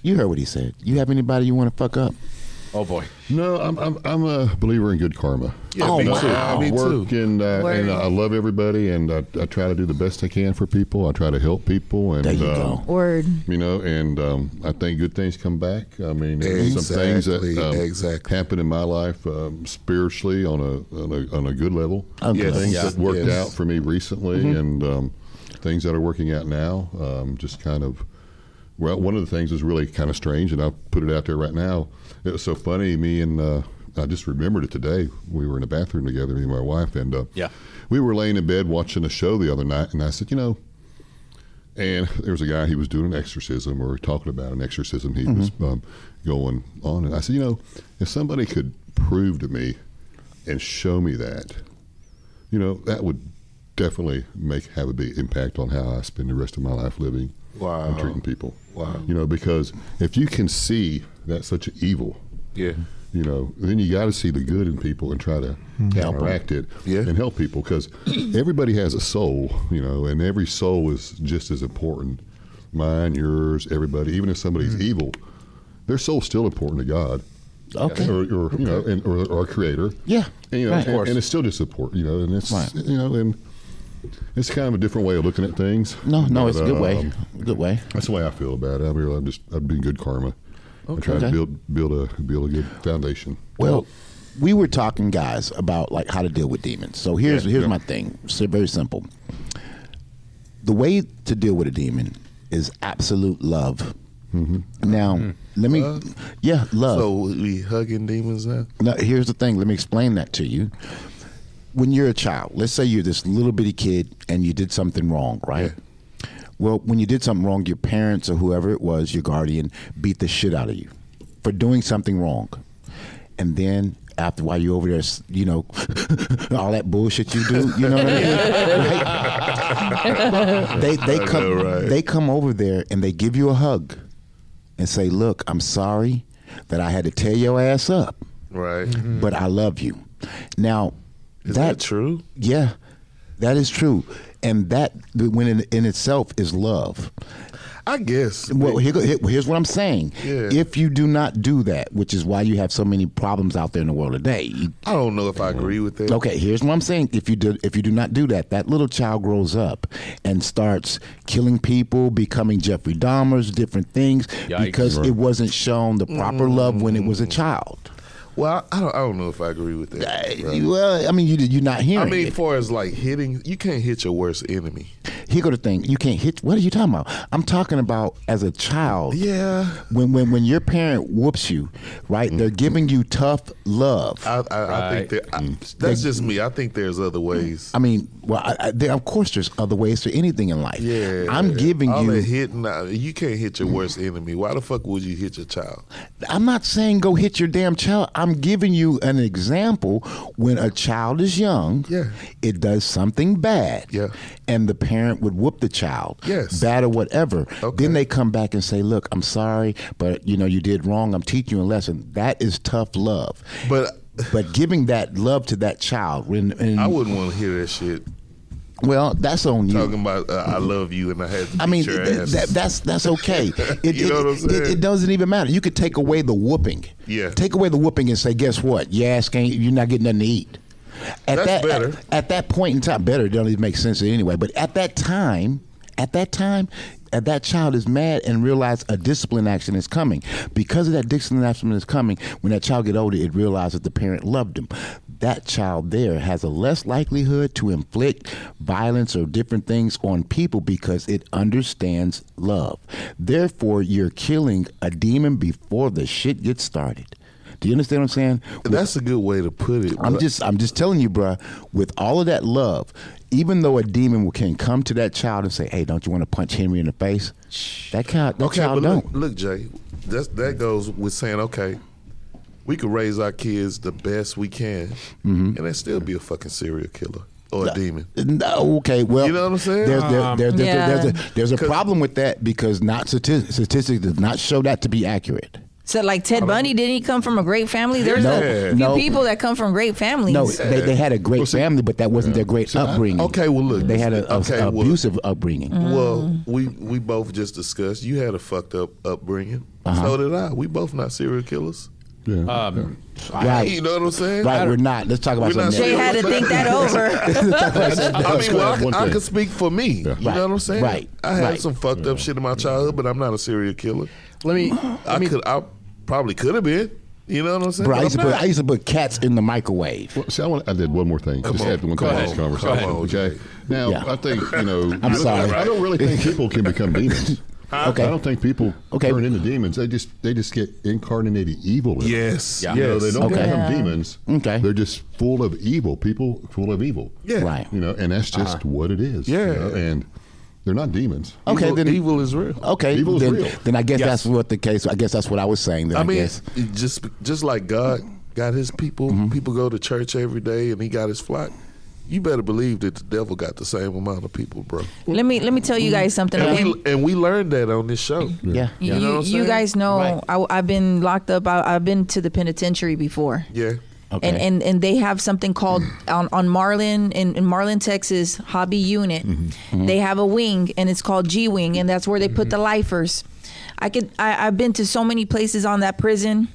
Speaker 4: you heard what he said. You have anybody you want to fuck up?
Speaker 5: Oh boy.
Speaker 7: No, I'm, I'm I'm a believer in good karma.
Speaker 2: Yeah,
Speaker 4: Oh,
Speaker 2: me
Speaker 4: wow.
Speaker 2: too. Me
Speaker 7: work
Speaker 2: too.
Speaker 7: and uh,
Speaker 8: Word.
Speaker 7: and I love everybody, and I, I try to do the best I can for people. I try to help people, and
Speaker 4: There you
Speaker 7: uh,
Speaker 4: go.
Speaker 8: Word.
Speaker 7: You know, and um, I think good things come back. I mean, there's some things that
Speaker 2: Exactly,
Speaker 7: um,
Speaker 2: exactly.
Speaker 7: happened in my life um, spiritually on a, on a on a good level.
Speaker 4: Okay.
Speaker 7: Things
Speaker 2: Yes,
Speaker 7: that worked
Speaker 2: yes.
Speaker 7: out for me recently, and um, things that are working out now. Um, just kind of. Well, one of the things is really kind of strange, and I'll put it out there right now. It was so funny. Me and uh, I just remembered it today. We were in the bathroom together, me and my wife, and uh,
Speaker 5: Yeah.
Speaker 7: we were laying in bed watching a show the other night, and I said, you know, and [laughs] there was a guy he was doing an exorcism or talking about an exorcism he was um, going on, and I said, you know, if somebody could prove to me and show me that, you know, that would definitely make have a big impact on how I spend the rest of my life living
Speaker 2: Wow.
Speaker 7: and treating people.
Speaker 2: Wow.
Speaker 7: You know, because if you can see that such an evil,
Speaker 2: Yeah.
Speaker 7: you know, then you got to see the good in people and try to counteract it
Speaker 2: Hmm. Yeah.
Speaker 7: and help people
Speaker 2: [clears throat]
Speaker 7: because everybody has a soul, you know, and every soul is just as important. Mine, yours, everybody. Even if
Speaker 2: Hmm.
Speaker 7: somebody's evil, their soul's still important to God.
Speaker 4: Okay.
Speaker 7: Or, or you know, and, or, or our Creator.
Speaker 4: Yeah.
Speaker 7: And, you know,
Speaker 4: Right. Of
Speaker 7: and,
Speaker 4: course.
Speaker 7: and it's still just important, you know, and it's
Speaker 4: Right.
Speaker 7: you know, and it's kind of a different way of looking at things.
Speaker 4: No, no,
Speaker 7: But,
Speaker 4: it's a good way.
Speaker 7: um,
Speaker 4: Good way.
Speaker 7: That's the way I feel about it. I mean, I'm just I've been good karma. I try
Speaker 4: Okay.
Speaker 7: to build build a build a good foundation.
Speaker 4: Well, we were talking, guys, about like how to deal with demons. So here's here's
Speaker 7: yeah.
Speaker 4: my thing. So very simple. The way to deal with a demon is absolute love. Now, let me, yeah, love.
Speaker 2: So we hugging demons now?
Speaker 4: Now, here's the thing. Let me explain that to you. When you're a child, let's say you're this little bitty kid and you did something wrong, right? Well, when you did something wrong, your parents or whoever it was, your guardian, beat the shit out of you for doing something wrong. And then after while you're over there, s- you know, [laughs] all that bullshit you do, you know what I
Speaker 6: [laughs]
Speaker 4: mean? Right? [laughs] They they
Speaker 2: I
Speaker 4: come
Speaker 2: know, right.
Speaker 4: they come over there and they give you a hug. and say, "Look, I'm sorry that I had to tear your ass up,
Speaker 2: Right.
Speaker 4: but I love you." Now,
Speaker 2: Is that, true?
Speaker 4: Yeah, that is true, and that when in, in itself is love.
Speaker 2: I guess.
Speaker 4: Well, here, go- here- here's what I'm saying.
Speaker 2: Yeah.
Speaker 4: If you do not do that, which is why you have so many problems out there in the world today, you-
Speaker 2: I don't know if I agree with that.
Speaker 4: Okay, here's what I'm saying. If you do, if you do not do that, that little child grows up and starts killing people, becoming Jeffrey Dahmer's, different things
Speaker 5: Yikes.
Speaker 4: because it wasn't shown the proper love when it was
Speaker 2: Mm.
Speaker 4: a child.
Speaker 2: Well, I don't. I don't know if I agree with that.
Speaker 4: Uh,
Speaker 2: bro.
Speaker 4: Well, I mean, you, you're not
Speaker 2: I
Speaker 4: hearing
Speaker 2: mean,
Speaker 4: it.
Speaker 2: far as like hitting, you can't hit your worst enemy.
Speaker 4: Here go the thing. You can't hit. What are you talking about? I'm talking about as a child.
Speaker 2: Yeah.
Speaker 4: When when when your parent whoops you, right? They're
Speaker 2: Mm-hmm.
Speaker 4: giving you tough love.
Speaker 2: I, I, I think that I,
Speaker 4: Mm.
Speaker 2: that's just me. I think there's other ways.
Speaker 4: I mean, well, I, I, there, of course, there's other ways to anything in life.
Speaker 2: yeah,
Speaker 4: I'm giving
Speaker 2: All
Speaker 4: you
Speaker 2: that hitting. uh, You can't hit your worst
Speaker 4: Mm-hmm.
Speaker 2: enemy. Why the fuck would you hit your child?
Speaker 4: I'm not saying go hit your damn child. I'm giving you an example when a child is young,
Speaker 2: Yeah.
Speaker 4: it does something bad.
Speaker 2: Yeah.
Speaker 4: And the parent would whoop the child.
Speaker 2: Yes.
Speaker 4: Bad or whatever.
Speaker 2: Okay.
Speaker 4: Then they come back and say, Look, I'm sorry, but you know, you did wrong. I'm teaching you a lesson. That is tough love.
Speaker 2: But
Speaker 4: But giving that love to that child when and,
Speaker 2: I wouldn't want to hear that shit.
Speaker 4: well, that's on you.
Speaker 2: Talking about uh, I love you and I had to beat
Speaker 4: Mm-hmm. I mean,
Speaker 2: your
Speaker 4: th-
Speaker 2: ass.
Speaker 4: that, that's that's okay.
Speaker 2: [laughs]
Speaker 4: It,
Speaker 2: You know
Speaker 4: it-
Speaker 2: what I'm
Speaker 4: it-
Speaker 2: saying?
Speaker 4: it doesn't even matter. You could take away the whooping.
Speaker 2: Yeah.
Speaker 4: Take away the whooping and say, guess what? Your ass can't. You're not getting nothing to eat. At
Speaker 2: That's
Speaker 4: that,
Speaker 2: better.
Speaker 4: At, at that point in time, better. It don't even make sense anyway. But at that time, at that time. At that child is mad and realize a discipline action is coming. Because of that discipline action is coming, when that child get older, it realizes that the parent loved them. That child there has a less likelihood to inflict violence or different things on people because it understands love. Therefore, you're killing a demon before the shit gets started. Do you understand what I'm saying?
Speaker 2: that's a good way to put it.
Speaker 4: I'm
Speaker 2: but-
Speaker 4: just I'm just telling you, bruh, with all of that love, even though a demon can come to that child and say, "Hey, don't you want to punch Henry in the face?" That child, that child
Speaker 2: but look,
Speaker 4: don't.
Speaker 2: look, Jay, that's, that goes with saying, okay, we could raise our kids the best we can,
Speaker 4: Mm-hmm.
Speaker 2: and they still be a fucking serial killer or a demon.
Speaker 4: No, okay, well,
Speaker 2: You know what I'm saying?
Speaker 4: There's there, there, there-
Speaker 8: Yeah.
Speaker 4: there's a, there's a
Speaker 2: 'Cause-
Speaker 4: problem with that because not stati- statistics does not show that to be accurate.
Speaker 8: So like Ted Bundy, didn't he come from a great family? There's
Speaker 4: No,
Speaker 8: a few
Speaker 4: no.
Speaker 8: people that come from great families.
Speaker 4: No, they, they had a great family, but that wasn't their great upbringing.
Speaker 2: okay, well, look,
Speaker 4: they had an
Speaker 2: okay, well-
Speaker 4: abusive upbringing.
Speaker 2: Well, we we both just discussed. You had a fucked up upbringing.
Speaker 4: Uh-huh.
Speaker 2: So did I. We both not serial killers.
Speaker 7: Yeah.
Speaker 2: Um,
Speaker 4: Right,
Speaker 2: You know what I'm saying?
Speaker 4: right. We're not. Let's talk about
Speaker 2: We're not
Speaker 4: something.
Speaker 8: Jay
Speaker 2: serial-
Speaker 4: else.
Speaker 8: had to think that over.
Speaker 2: I mean, well, I,
Speaker 7: One
Speaker 2: c- I
Speaker 7: thing.
Speaker 2: could speak for me. You
Speaker 4: Right,
Speaker 2: know what I'm saying?
Speaker 4: right,
Speaker 2: I had
Speaker 4: right.
Speaker 2: some fucked up shit in my childhood, but I'm not a serial killer.
Speaker 5: Let me.
Speaker 2: I could, I probably could have been. You know what I'm saying?
Speaker 4: Bro, I
Speaker 2: But
Speaker 4: used, to
Speaker 2: I'm
Speaker 4: put,
Speaker 2: not.
Speaker 4: I used to put cats in the microwave.
Speaker 7: Well, see, I, want, I did one more thing. just
Speaker 2: on.
Speaker 7: add one
Speaker 2: Go
Speaker 7: thing to this
Speaker 2: ahead.
Speaker 7: conversation.
Speaker 2: Go ahead.
Speaker 7: Okay. Now,
Speaker 4: Yeah.
Speaker 7: I think, you know.
Speaker 4: I'm
Speaker 7: I-
Speaker 4: sorry.
Speaker 7: I don't really think people can become
Speaker 4: [laughs]
Speaker 7: demons.
Speaker 4: Okay.
Speaker 7: I don't think people
Speaker 4: Okay.
Speaker 7: turn into demons. They just they just get incarnated evil. in them.
Speaker 2: Yes.
Speaker 5: Yeah.
Speaker 7: You know, they don't
Speaker 4: Okay.
Speaker 7: become
Speaker 8: Yeah.
Speaker 7: demons.
Speaker 4: Okay.
Speaker 7: They're just full of evil. People full of evil.
Speaker 2: Yeah.
Speaker 4: Right. Uh-huh.
Speaker 7: You know, and that's just what it is. you
Speaker 2: Yeah.
Speaker 7: know, and they're not demons.
Speaker 4: Okay,
Speaker 2: Evil- e
Speaker 4: then
Speaker 2: evil is real.
Speaker 4: Okay,
Speaker 7: Evil is
Speaker 4: then,
Speaker 7: real.
Speaker 4: then I guess
Speaker 5: Yes.
Speaker 4: that's what the case. I guess that's what I was saying. Then I,
Speaker 2: I mean,
Speaker 4: guess. Mm-hmm.
Speaker 2: it just just like God got his people, people go to church every day, and he got his flock. You better believe that the devil got the same amount of people, bro.
Speaker 8: let me let me tell you guys something.
Speaker 2: And
Speaker 8: Okay?
Speaker 2: we and we learned that on this show.
Speaker 4: Yeah.
Speaker 8: You,
Speaker 2: You know what
Speaker 8: you,
Speaker 2: I'm saying?
Speaker 8: guys know
Speaker 4: Right.
Speaker 8: I, I've been locked up. I, I've been to the penitentiary before.
Speaker 2: Yeah,
Speaker 4: Okay.
Speaker 8: And, and and they have something
Speaker 4: [clears throat]
Speaker 8: called on, on Marlin in, in Marlin, Texas, Hobby Unit.
Speaker 4: Mm-hmm.
Speaker 9: Mm-hmm.
Speaker 8: They have a wing and it's called G Wing, and that's where they put the lifers. I could I, I've been to so many places on that prison.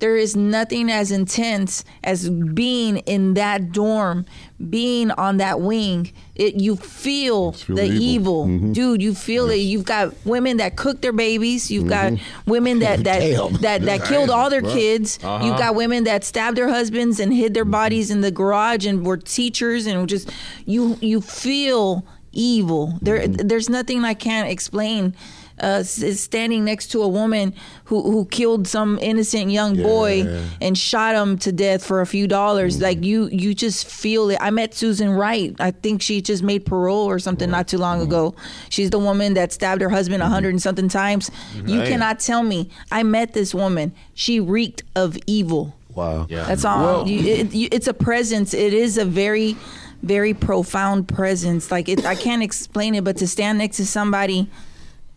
Speaker 8: There is nothing as intense as being in that dorm, being on that wing. It you feel
Speaker 7: feel
Speaker 8: the
Speaker 7: the
Speaker 8: evil,
Speaker 7: evil.
Speaker 8: dude. You feel it. You've got women that cook their babies. You've got women that that
Speaker 4: Damn.
Speaker 8: that, that killed all their kids. You've got women that stabbed their husbands and hid their bodies in the garage and were teachers and just you you feel evil. There there's nothing I can't explain. Uh, s- standing next to a woman who, who killed some innocent young boy and shot him to death for a few dollars, like you you just feel it. I met Susan Wright. I think she just made parole or something not too long ago. She's the woman that stabbed her husband a hundred and something times. You cannot tell me. I met this woman. She reeked of evil.
Speaker 2: [laughs] wow.
Speaker 8: That's all. you, it, you, it's a presence. It is a very, very profound presence. Like it, I can't explain it, but to stand next to somebody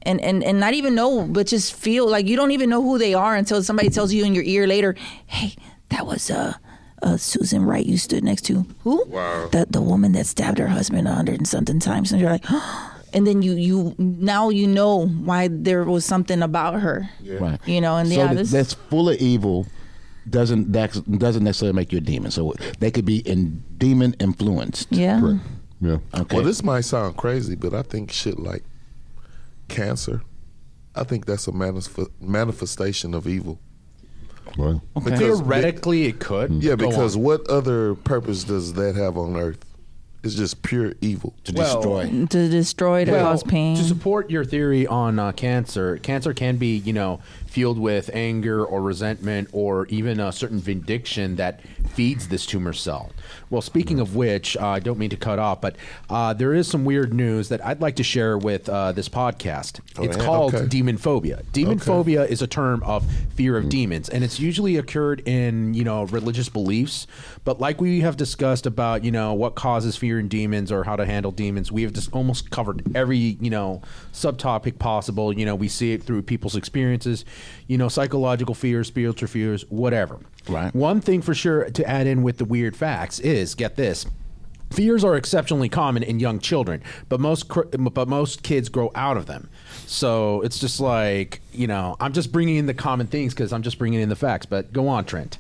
Speaker 8: and, and, and not even know, but just feel like you don't even know who they are until somebody tells you in your ear later, hey, that was uh, uh, Susan Wright you stood next to. Who? Wow. The, the woman that stabbed her husband a hundred and something times. And you're like, [gasps] and then you, you now you know why there was something about her.
Speaker 4: Right.
Speaker 8: You know, and
Speaker 4: so
Speaker 8: yeah,
Speaker 4: th-
Speaker 8: this-
Speaker 4: that's full of evil. Doesn't that doesn't necessarily make you a demon? So they could be in demon influenced.
Speaker 8: Yeah.
Speaker 7: Correct. Yeah.
Speaker 4: Okay.
Speaker 2: Well, this might sound crazy, but I think shit like cancer, I think that's a manif- manifestation of evil.
Speaker 7: Well,
Speaker 2: Because
Speaker 5: Theoretically, it could.
Speaker 2: Yeah,
Speaker 5: Go
Speaker 2: because
Speaker 5: on.
Speaker 2: what other purpose does that have on Earth? It's just pure evil.
Speaker 4: to
Speaker 5: Well-
Speaker 4: destroy.
Speaker 8: to destroy, to
Speaker 5: Well,
Speaker 8: cause pain.
Speaker 5: To support your theory on uh, cancer, cancer can be, you know, fueled with anger or resentment or even a certain vindication that feeds this tumor cell. Well, speaking of which, uh, I don't mean to cut off, but uh, there is some weird news that I'd like to share with uh, this podcast. it's
Speaker 2: Oh, yeah?
Speaker 5: called
Speaker 2: Okay.
Speaker 5: demon phobia. Demon phobia is a term of fear
Speaker 2: Hmm.
Speaker 5: of demons, and it's usually occurred in you know religious beliefs. But like we have discussed about you know what causes fear in demons or how to handle demons, we have just almost covered every you know subtopic possible. You know we see it through people's experiences, you know psychological fears, spiritual fears, whatever.
Speaker 4: Right.
Speaker 5: One thing for sure to add in with the weird facts is get this. Fears are exceptionally common in young children, but most cr- but most kids grow out of them. So it's just like you know, I'm just bringing in the common things because I'm just bringing in the facts. But go on, Trent.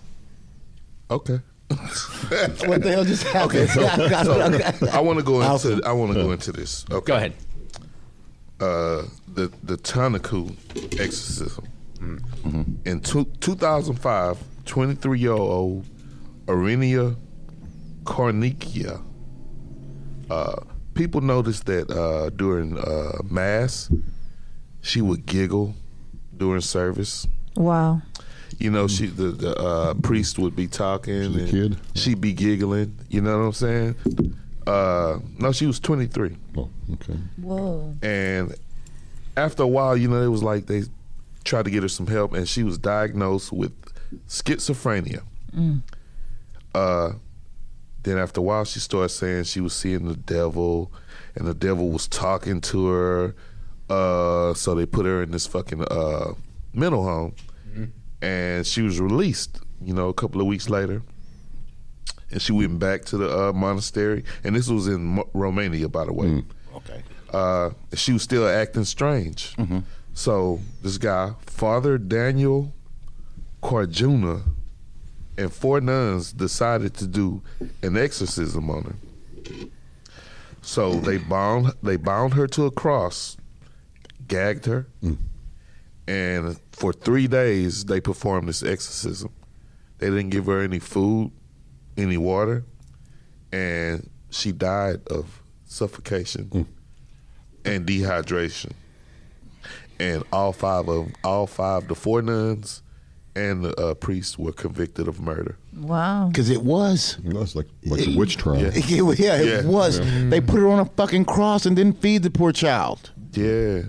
Speaker 2: Okay.
Speaker 4: [laughs] What the hell just happened?
Speaker 2: [laughs]
Speaker 4: [laughs]
Speaker 2: Okay, so, so I want to go into
Speaker 4: Awesome.
Speaker 2: I want to go into this. Okay.
Speaker 5: Go ahead.
Speaker 2: uh, the the Tanaku exorcism. In two, 2005, 23 year old Arenia Cornicia. Uh, people noticed that uh, during uh, mass, she would giggle during service.
Speaker 8: wow.
Speaker 2: You know, she the, the uh, priest would be talking.
Speaker 7: She's a
Speaker 2: and
Speaker 7: kid?
Speaker 2: She'd be giggling. You know what I'm saying? Uh, no, she was 23
Speaker 7: well, Oh, okay.
Speaker 8: Whoa.
Speaker 2: and after a while, you know, it was like they tried to get her some help, and she was diagnosed with schizophrenia.
Speaker 8: Mm.
Speaker 2: Uh, then after a while, she started saying she was seeing the devil, and the devil was talking to her. Uh, so they put her in this fucking uh, mental home, and she was released. You know, a couple of weeks later, and she went back to the uh, monastery, and this was in Mo- Romania, by the way
Speaker 4: Okay.
Speaker 2: uh, she was still acting strange. So this guy, Father Daniel Carjuna, and four nuns decided to do an exorcism on her. So they bound they bound her to a cross, gagged her, and for three days they performed this exorcism. They didn't give her any food, any water, and she died of suffocation and dehydration. And all five of all five the four nuns and the uh, priest were convicted of murder.
Speaker 8: Wow.
Speaker 4: Because it was.
Speaker 7: Well, that's like like a witch trial.
Speaker 2: Yeah.
Speaker 4: [laughs]
Speaker 8: [laughs]
Speaker 4: Yeah, it
Speaker 2: Yeah.
Speaker 4: was. They put her on a fucking cross and didn't feed the poor child.
Speaker 2: Yeah,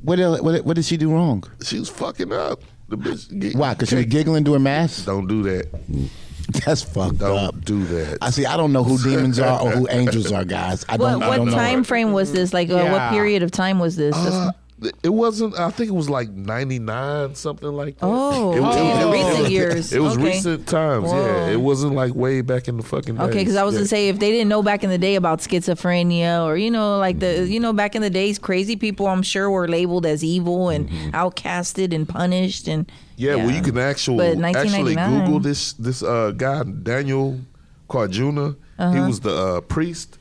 Speaker 4: What el what, what did she do wrong?
Speaker 2: she was fucking up. The bitch. get-
Speaker 4: Why? Because she was giggling doing mass.
Speaker 2: Don't do that.
Speaker 4: [laughs] That's fucked
Speaker 2: Don't
Speaker 4: up.
Speaker 2: do that.
Speaker 4: I see. I don't
Speaker 2: [laughs]
Speaker 4: know who demons are or who angels are, guys. I
Speaker 8: What
Speaker 4: don't. I
Speaker 8: what
Speaker 4: don't know.
Speaker 8: time frame was this? Like, uh,
Speaker 5: Yeah.
Speaker 8: what period of time was this? That's-
Speaker 2: Uh, it wasn't. I think it was like ninety nine, something like that.
Speaker 8: Oh,
Speaker 2: It was-
Speaker 8: okay.
Speaker 2: it was-
Speaker 8: Recent
Speaker 2: it was-
Speaker 8: years.
Speaker 2: It was
Speaker 8: Okay.
Speaker 2: recent times.
Speaker 8: Whoa.
Speaker 2: Yeah, it wasn't like way back in the fucking.
Speaker 8: Okay, because I was gonna say if they didn't know back in the day about schizophrenia or you know like the you know back in the days crazy people I'm sure were labeled as evil and outcasted and punished and
Speaker 2: Yeah, well, you can actual,
Speaker 8: But
Speaker 2: actually
Speaker 8: 1999.
Speaker 2: Google this this uh, guy Daniel Carjuna.
Speaker 8: Uh-huh.
Speaker 2: He was the uh, priest,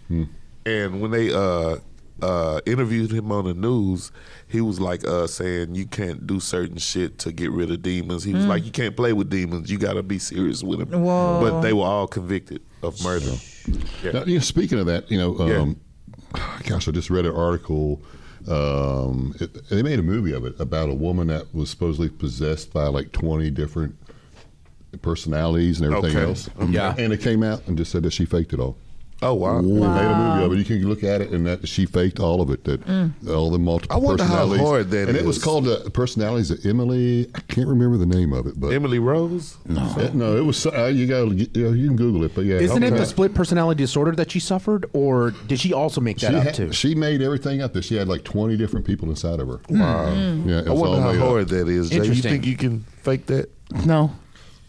Speaker 2: and when they uh, uh, interviewed him on the news, he was like uh, saying you can't do certain shit to get rid of demons. He was like you can't play with demons. You got to be serious with them.
Speaker 8: Hmm. Whoa.
Speaker 2: But they were all convicted of murder.
Speaker 7: Now, you know, speaking of that, you know, um, gosh, I just read an article. Um, it, they made a movie of it about a woman that was supposedly possessed by like twenty different personalities and everything
Speaker 2: Okay. Mm-hmm.
Speaker 7: else.
Speaker 5: Yeah.
Speaker 7: and it came out and just said that she faked it all.
Speaker 2: Oh wow!
Speaker 7: They made a movie of it. You can look at it, and that she faked all of it. That
Speaker 5: Mm.
Speaker 7: all the multiple.
Speaker 2: I wonder how
Speaker 7: personalities.
Speaker 2: hard that
Speaker 7: and it was
Speaker 2: is.
Speaker 7: called uh, personalities of Emily. I can't remember the name of it, but
Speaker 2: Emily Rose.
Speaker 7: Uh, no, it was. Uh, you got. You, know, you can Google it, but yeah,
Speaker 5: Isn't it
Speaker 7: okay.
Speaker 5: the split personality disorder that she suffered, or did she also make that
Speaker 7: she
Speaker 5: up
Speaker 7: had-
Speaker 5: too?
Speaker 7: She made everything up. That she had like twenty different people inside of her.
Speaker 4: Hmm.
Speaker 2: Wow.
Speaker 8: Hmm.
Speaker 7: Yeah, it
Speaker 2: I
Speaker 7: was all
Speaker 2: wonder how
Speaker 7: made up.
Speaker 2: hard that is. Jay. You
Speaker 5: Interesting.
Speaker 2: think you can fake that? [laughs]
Speaker 4: No,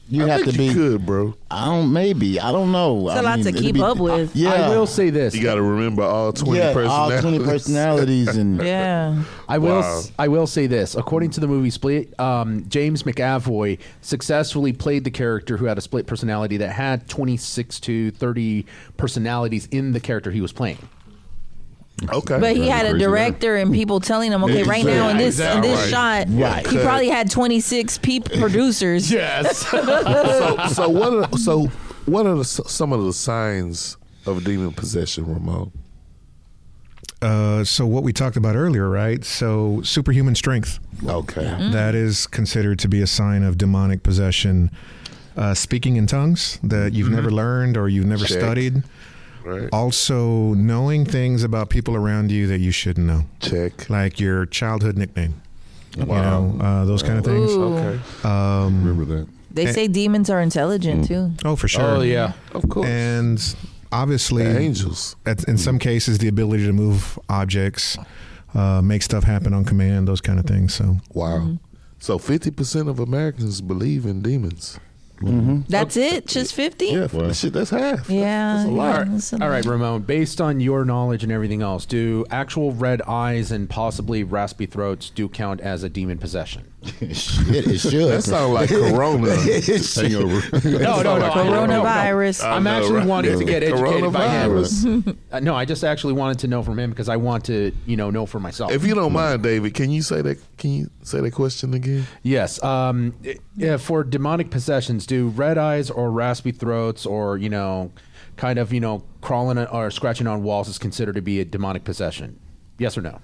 Speaker 4: you
Speaker 2: I
Speaker 4: have
Speaker 2: think
Speaker 4: to
Speaker 2: you
Speaker 4: be.
Speaker 2: could, bro.
Speaker 4: I don't. Maybe I don't know.
Speaker 8: It's a lot to
Speaker 4: it'd
Speaker 8: keep
Speaker 4: be-
Speaker 8: up with.
Speaker 4: Yeah,
Speaker 5: I will say this.
Speaker 2: You got to remember all twenty
Speaker 4: yeah, all
Speaker 2: personalities.
Speaker 4: twenty personalities
Speaker 2: [laughs]
Speaker 4: and
Speaker 8: [laughs] Yeah.
Speaker 5: I will.
Speaker 2: Wow.
Speaker 5: s- I will say this. According to the movie Split, um, James McAvoy successfully played the character who had a split personality that had 26 to 30 personalities in the character he was playing.
Speaker 2: Okay,
Speaker 8: But he
Speaker 7: Right,
Speaker 8: had a
Speaker 7: crazy man.
Speaker 8: director and people telling him, okay, right now in this in this shot,
Speaker 4: Right.
Speaker 8: he probably had 26 peep producers. [laughs]
Speaker 5: Yes.
Speaker 2: so, so what? Are, so what are the, some of the signs of demon possession, Ramon?
Speaker 6: Uh, so what we talked about earlier, right? So superhuman strength.
Speaker 2: Okay.
Speaker 8: Mm-hmm.
Speaker 6: That is considered to be a sign of demonic possession. Uh, speaking in tongues that
Speaker 8: Mm-hmm.
Speaker 6: you've never learned or you've never
Speaker 2: Check.
Speaker 6: studied.
Speaker 2: Right.
Speaker 6: Also, knowing things about people around you that you shouldn't know,
Speaker 2: Check.
Speaker 6: like your childhood nickname.
Speaker 2: Wow.
Speaker 6: You know, uh, those kind of things. Um,
Speaker 8: Ooh.
Speaker 2: Okay.
Speaker 7: Remember that.
Speaker 8: They say demons are intelligent too.
Speaker 6: Oh, for sure.
Speaker 5: Mm. oh yeah.
Speaker 2: Of course.
Speaker 6: And obviously,
Speaker 2: The angels.
Speaker 6: at, in some cases, the ability to move objects, uh, make stuff happen on command, those kind of things. So,
Speaker 2: Wow.
Speaker 8: Mm-hmm.
Speaker 2: So fifty percent of Americans believe in demons.
Speaker 4: Mm-hmm.
Speaker 8: That's it? Just 50?
Speaker 2: Yeah,
Speaker 7: Wow.
Speaker 2: that shit, that's half.
Speaker 8: Yeah,
Speaker 2: that's a lot.
Speaker 8: yeah, that's a
Speaker 5: All right,
Speaker 8: lot.
Speaker 5: Ramon. Based on your knowledge and everything else, do actual red eyes and possibly raspy throats do count as a demon possession?
Speaker 4: [laughs] shit. It should.
Speaker 2: That sounds like Corona.
Speaker 4: [laughs] It should.
Speaker 7: Hangover.
Speaker 5: No, no, no.
Speaker 8: Coronavirus.
Speaker 5: I'm
Speaker 2: I know,
Speaker 5: actually
Speaker 2: right?
Speaker 5: wanting to get educated by
Speaker 2: Coronavirus.
Speaker 5: him. uh, no, I just actually wanted to know from him because I want to, you know, know for myself.
Speaker 2: If you don't mind, David, can you say that? Can you say that question again?
Speaker 5: yes, um, i- yeah, for demonic possessions, do red eyes or raspy throats or you know, kind of you know, crawling on- or scratching on walls is considered to be a demonic possession? Yes or no?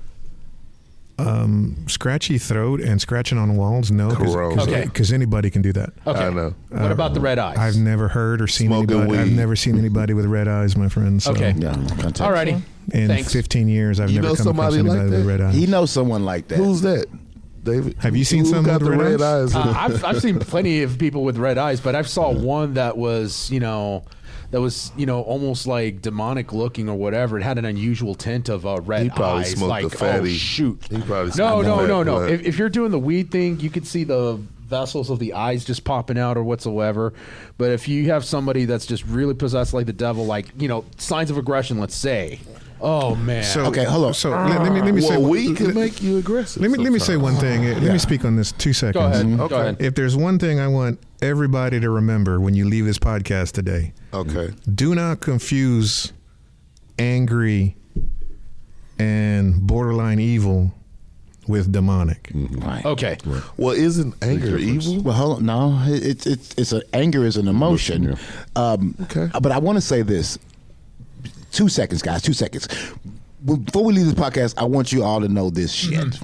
Speaker 6: um, scratchy throat and scratching on walls, no, because
Speaker 2: Corona.
Speaker 6: anybody can do that.
Speaker 5: Okay.
Speaker 2: I know.
Speaker 5: What about the red eyes?
Speaker 6: I've never heard or seen
Speaker 2: Smoking
Speaker 6: anybody. I've
Speaker 2: weed.
Speaker 6: never seen anybody with red eyes, my friend. So
Speaker 5: Okay.
Speaker 4: Yeah, contact-
Speaker 5: All righty.
Speaker 6: In
Speaker 5: Thanks.
Speaker 6: 15 years, I've
Speaker 2: You
Speaker 6: never
Speaker 2: know
Speaker 6: come across
Speaker 2: somebody like
Speaker 6: anybody with
Speaker 2: that?
Speaker 6: red eyes.
Speaker 4: He knows someone like that.
Speaker 2: Who's that, David?
Speaker 6: Have you seen
Speaker 2: Who
Speaker 6: someone
Speaker 2: got
Speaker 6: with
Speaker 2: the
Speaker 6: red
Speaker 2: red eyes?
Speaker 5: Uh, I've, I've
Speaker 2: [laughs]
Speaker 5: seen plenty of people with red eyes, but I saw one that was, you know, that was, you know, almost like demonic looking or whatever. It had an unusual tint of uh, red
Speaker 2: He probably
Speaker 5: eyes.
Speaker 2: smoked
Speaker 5: like,
Speaker 2: the fatty.
Speaker 5: oh shoot!
Speaker 2: He probably
Speaker 5: no,
Speaker 2: smoked
Speaker 5: no,
Speaker 2: the
Speaker 5: no,
Speaker 2: fat
Speaker 5: no.
Speaker 2: blood.
Speaker 5: If, if you're doing the weed thing, you could see the vessels of the eyes just popping out or whatsoever. But if you have somebody that's just really possessed like the devil, like you know, signs of aggression, let's say. Oh man.
Speaker 6: so,
Speaker 4: Okay, hello.
Speaker 6: So let, let me let me say
Speaker 2: well, we
Speaker 6: let,
Speaker 2: can make you aggressive.
Speaker 6: let me let me say one thing. Let me speak on this two seconds.
Speaker 5: go ahead. Go
Speaker 2: Okay.
Speaker 5: ahead.
Speaker 6: If there's one thing I want everybody to remember when you leave this podcast today,
Speaker 2: Okay.
Speaker 6: do not confuse angry and borderline evil with demonic.
Speaker 4: Right.
Speaker 5: Okay.
Speaker 2: Well, isn't anger evil?
Speaker 4: Well, hold on. No, it- it's it's it's a, anger is an emotion.
Speaker 7: Emotion,
Speaker 4: um,
Speaker 2: Okay.
Speaker 4: But I want to say this. Two seconds, guys. Two seconds. Before we leave this podcast, I want you all to know this shit.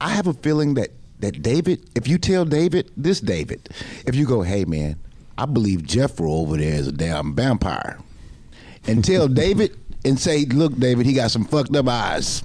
Speaker 4: I have a feeling that that David, if you tell David, this David, if you go, hey man, I believe Jeffro over there is a damn vampire, and tell David and say, look, David, he got some fucked up eyes,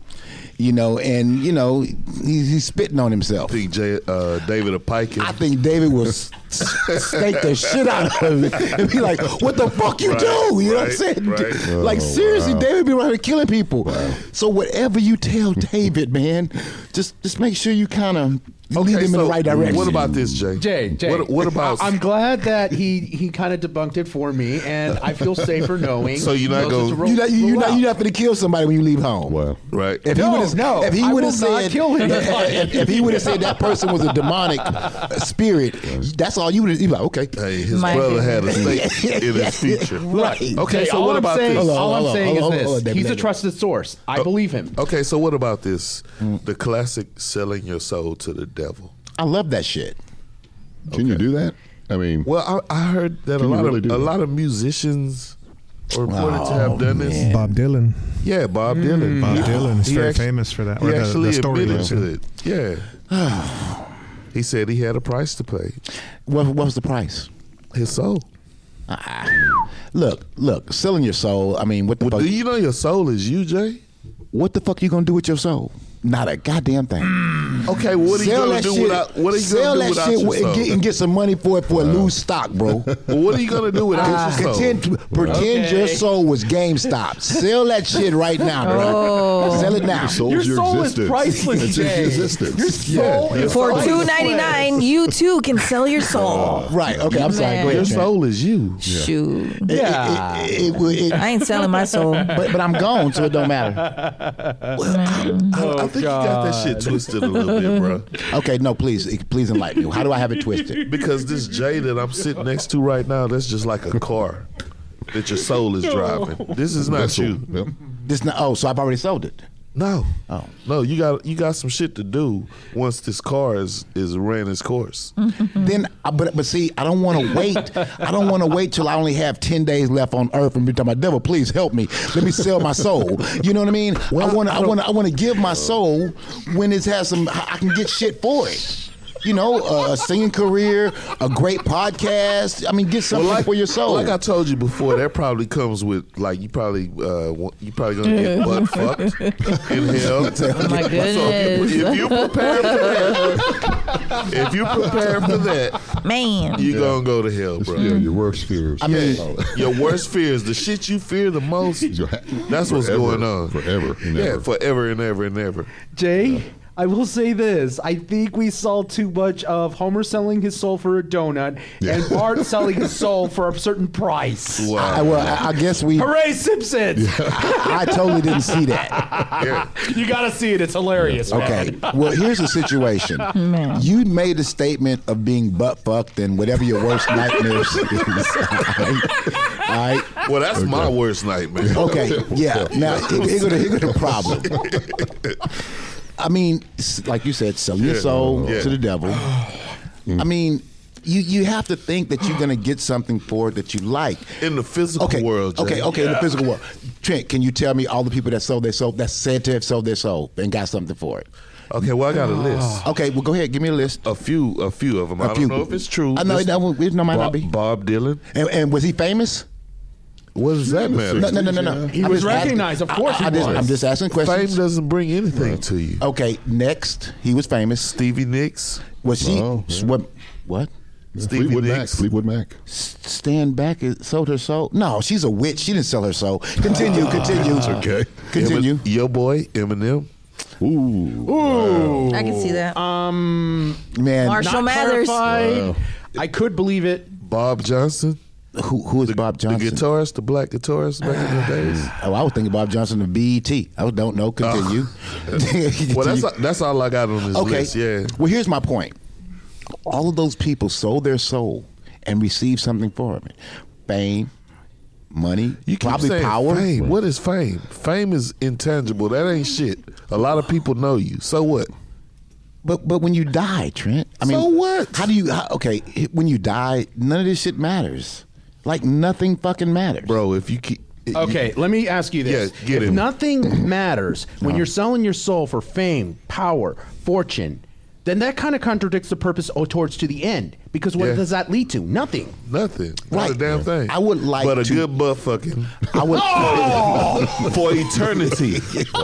Speaker 4: you know, and you know he, he's spitting on himself.
Speaker 2: think Jay, uh, David a pike
Speaker 4: I think
Speaker 2: [laughs]
Speaker 4: David will s- s- stake the shit out of it and be like, "What the fuck you
Speaker 2: Right,
Speaker 4: do?" You know what I'm
Speaker 2: right,
Speaker 4: saying?
Speaker 2: right.
Speaker 4: Like
Speaker 7: Oh,
Speaker 4: seriously,
Speaker 7: wow.
Speaker 4: David be around here killing people. So whatever you tell David, man, just just make sure you kind of lead him in the right direction.
Speaker 2: What about this, Jay?
Speaker 5: Jay, Jay.
Speaker 2: What, what about?
Speaker 5: I, am glad that he he kind of debunked it for me, and I feel safer knowing.
Speaker 2: [laughs] So you're not
Speaker 5: those
Speaker 2: gonna-
Speaker 5: that roll-
Speaker 4: you? Not, you, you're
Speaker 5: roll
Speaker 4: not
Speaker 5: out.
Speaker 4: you not gonna kill somebody when you leave home.
Speaker 7: wow.
Speaker 2: right.
Speaker 4: If he
Speaker 5: No,
Speaker 4: would've-
Speaker 5: no,
Speaker 4: if he
Speaker 5: I
Speaker 4: would have
Speaker 5: will not
Speaker 4: said,
Speaker 5: kill
Speaker 4: [laughs]
Speaker 5: him.
Speaker 4: if, if he would have said that person was a demonic uh, spirit, that's all you would. You like, okay,
Speaker 2: Hey, his
Speaker 8: My-
Speaker 2: brother had a
Speaker 5: [laughs]
Speaker 2: stake
Speaker 4: [laughs]
Speaker 2: in his future.
Speaker 4: right?
Speaker 2: Okay,
Speaker 5: Jay,
Speaker 2: so
Speaker 5: all
Speaker 2: what
Speaker 5: I'm
Speaker 2: about
Speaker 5: saying,
Speaker 2: this? Oh,
Speaker 4: Hold on,
Speaker 5: All I'm
Speaker 4: hold on,
Speaker 5: saying
Speaker 4: hold on,
Speaker 5: is
Speaker 4: hold on,
Speaker 5: this:
Speaker 4: David,
Speaker 5: he's a
Speaker 4: David.
Speaker 5: trusted source. I believe him.
Speaker 2: Okay, so what about this? The classic selling your soul to the devil.
Speaker 4: I love that shit.
Speaker 7: Can you do that? I mean,
Speaker 2: Well, I, I heard that
Speaker 7: Can
Speaker 2: a
Speaker 7: you
Speaker 2: lot
Speaker 7: really
Speaker 2: of
Speaker 7: do
Speaker 2: a
Speaker 7: that?
Speaker 2: lot of musicians are reported to have done this.
Speaker 6: Oh, Bob Dylan.
Speaker 2: Yeah, Bob Dylan.
Speaker 6: Bob Dylan is
Speaker 2: He
Speaker 6: very
Speaker 2: act-
Speaker 6: famous for that.
Speaker 2: He
Speaker 6: or the- the
Speaker 2: actually
Speaker 6: story
Speaker 2: admitted
Speaker 6: was.
Speaker 2: to it. Yeah.
Speaker 4: [sighs]
Speaker 2: he said he had a price to pay.
Speaker 4: What, what was the price? Ah.
Speaker 2: His soul.
Speaker 4: Look, look, selling your soul. I mean, what the
Speaker 2: Well,
Speaker 4: fuck?
Speaker 2: do you know your soul is you, Jay?
Speaker 4: what the fuck you gonna do with your soul? Not a goddamn thing.
Speaker 2: Okay, what are you
Speaker 4: sell
Speaker 2: gonna
Speaker 4: that
Speaker 2: do
Speaker 4: shit.
Speaker 2: without? What are you
Speaker 4: sell
Speaker 2: gonna do
Speaker 4: that
Speaker 2: without
Speaker 4: shit
Speaker 2: your
Speaker 4: and,
Speaker 2: soul?
Speaker 4: get, and get some money for it for a loose stock,
Speaker 2: [laughs]
Speaker 4: bro.
Speaker 2: Well, what are you gonna do without
Speaker 4: Uh,
Speaker 2: your soul?
Speaker 4: pretend pretend your soul was GameStop. Sell that shit right now. Bro. Sell it now.
Speaker 7: Soul's
Speaker 5: Your soul is
Speaker 7: existence.
Speaker 5: priceless,
Speaker 7: It's your
Speaker 5: Jay.
Speaker 7: existence.
Speaker 4: [laughs]
Speaker 5: Your soul is
Speaker 8: For two ninety nine, you too can sell
Speaker 2: [laughs]
Speaker 8: your
Speaker 2: Oh,
Speaker 8: soul.
Speaker 4: Right. Okay. I'm sorry. Go ahead,
Speaker 2: Your
Speaker 4: Trent.
Speaker 2: soul is you.
Speaker 8: Shoot,
Speaker 4: It- it-
Speaker 5: Yeah.
Speaker 4: It, it- it-
Speaker 8: I ain't selling my soul.
Speaker 4: but, but I'm gone, so it don't matter.
Speaker 2: I,
Speaker 8: Oh,
Speaker 2: I think you got that shit twisted a little bit, bro.
Speaker 4: Okay. No, please, please enlighten me. How do I have it twisted?
Speaker 2: [laughs] Because this Jay that I'm sitting next to right now, that's just like a car that your soul is driving. This is not
Speaker 7: That's all.
Speaker 2: you.
Speaker 7: Yep.
Speaker 4: This. Not, oh, so I've already sold it.
Speaker 2: No.
Speaker 4: Oh.
Speaker 2: No, you got you got some shit to do once this car is is ran its course.
Speaker 4: Then, I- Uh, but but see, I don't want to wait. I don't want to wait till I only have ten days left on Earth and be talking about devil. Please help me. Let me sell my soul. You know what I mean? I want to. I want to. I want to give my soul when it has some. I I can get shit for it. You know, a, a singing career, a great podcast. I mean, get something for your soul.
Speaker 2: Like I told you before, that probably comes with like you probably uh, wa- you probably gonna
Speaker 8: [laughs]
Speaker 2: get butt fucked in
Speaker 8: Oh
Speaker 2: hell. [laughs]
Speaker 8: my
Speaker 2: So
Speaker 8: goodness.
Speaker 2: if you, if you prepare for that, if you prepare for that,
Speaker 8: Man.
Speaker 2: you gonna go to hell, bro.
Speaker 7: Yeah, your worst fears. I
Speaker 4: mean-
Speaker 2: Your worst fears, the shit you fear the most. That's what's going on.
Speaker 7: Forever. and
Speaker 2: Yeah,
Speaker 7: ever.
Speaker 2: forever and ever and ever.
Speaker 5: Jay, I will say this. I think we saw too much of Homer selling his soul for a donut and Bart selling his soul for a certain price.
Speaker 4: I,
Speaker 2: Wow.
Speaker 4: well, I, I guess we.
Speaker 5: Hooray, Simpsons!
Speaker 4: I totally didn't see that.
Speaker 5: [laughs] You gotta see it. It's hilarious. man.
Speaker 4: Okay. Well, here's the situation. You made a statement of being butt fucked and whatever your worst nightmares is. [laughs] All right. All right.
Speaker 2: Well, that's my worst nightmare.
Speaker 4: [laughs] Okay, yeah.
Speaker 2: [laughs]
Speaker 4: Now here go the, here go the problem. I mean, s- like you said, selling your
Speaker 2: Yeah.
Speaker 4: soul
Speaker 2: Yeah.
Speaker 4: to the devil.
Speaker 2: [sighs]
Speaker 4: I mean, you you have to think that you're going to get something for it that you like.
Speaker 2: In the physical
Speaker 4: okay,
Speaker 2: world, Jay.
Speaker 4: okay, okay. In the physical world, Trent, can you tell me all the people that sold their soul that said to have sold their soul and got something for it?
Speaker 2: Okay, well, I got a
Speaker 5: Ah.
Speaker 2: list.
Speaker 4: Ah. Okay, well, go ahead, give me a list.
Speaker 2: A few, a few of them. I
Speaker 4: A
Speaker 2: don't
Speaker 4: few.
Speaker 2: know if it's true.
Speaker 4: I know
Speaker 2: This-
Speaker 4: it- that one- it might not
Speaker 2: Bob,
Speaker 4: be.
Speaker 2: Bob Dylan.
Speaker 4: And, and was he famous?
Speaker 2: What does that matter?
Speaker 4: No, no, no, no, no.
Speaker 5: He
Speaker 4: I'm
Speaker 5: was
Speaker 4: just asking-
Speaker 5: recognized, of
Speaker 4: I-
Speaker 5: course
Speaker 4: I,
Speaker 5: he
Speaker 4: I just,
Speaker 5: was.
Speaker 4: I'm just asking questions.
Speaker 2: Fame doesn't bring anything to you.
Speaker 4: Okay, next, he was famous.
Speaker 2: Stevie Nicks.
Speaker 4: Was she?
Speaker 7: Oh, yeah.
Speaker 4: What? What?
Speaker 2: Stevie
Speaker 7: Fleetwood Mac.
Speaker 2: Nicks.
Speaker 7: Fleetwood Mac.
Speaker 4: Stand back and sold her soul? No, she's a witch. She didn't sell her soul. Continue, continue.
Speaker 7: okay.
Speaker 4: Continue.
Speaker 2: Emin- Yo, boy, Eminem.
Speaker 8: I can see that.
Speaker 5: Um,
Speaker 4: Man,
Speaker 8: Marshall
Speaker 5: Not
Speaker 8: Mathers.
Speaker 5: clarified. I could believe it.
Speaker 2: Bob
Speaker 4: [laughs]
Speaker 2: Johnson.
Speaker 4: who, who is Bob Johnson?
Speaker 2: The guitarist, the black guitarist back in the days.
Speaker 4: [sighs] Oh, I was thinking Bob Johnson of BET. I don't know. Continue.
Speaker 2: [laughs]
Speaker 4: Continue.
Speaker 2: Well, that's that's all I got on this
Speaker 4: okay.
Speaker 2: list. Yeah.
Speaker 4: [laughs] Well, here's my point. All of those people sold their soul and received something for it. Fame, money,
Speaker 2: You keep
Speaker 4: probably
Speaker 2: saying
Speaker 4: power.
Speaker 2: Fame. What is fame? Fame is intangible. That ain't shit. A lot of people know you. So what?
Speaker 4: But but when you die, Trent, I mean,
Speaker 2: So what?
Speaker 4: How do you? How, okay, when you die, none of this shit matters. Like nothing fucking matters,
Speaker 2: Bro, if you keep.
Speaker 5: Okay, let me ask you this.
Speaker 2: Yeah, get
Speaker 5: if
Speaker 2: him. [clears throat] Uh-huh.
Speaker 5: nothing matters when you're selling your soul for fame, power, fortune, then that kind of contradicts the purpose or towards to the end. Because what
Speaker 2: Yeah.
Speaker 5: does that lead to? Nothing.
Speaker 2: Nothing. Not a
Speaker 4: Right.
Speaker 2: damn thing.
Speaker 4: I would like
Speaker 2: But a
Speaker 4: to-
Speaker 2: good butt fucking.
Speaker 4: I would.
Speaker 2: [laughs]
Speaker 5: [laughs]
Speaker 2: for eternity. For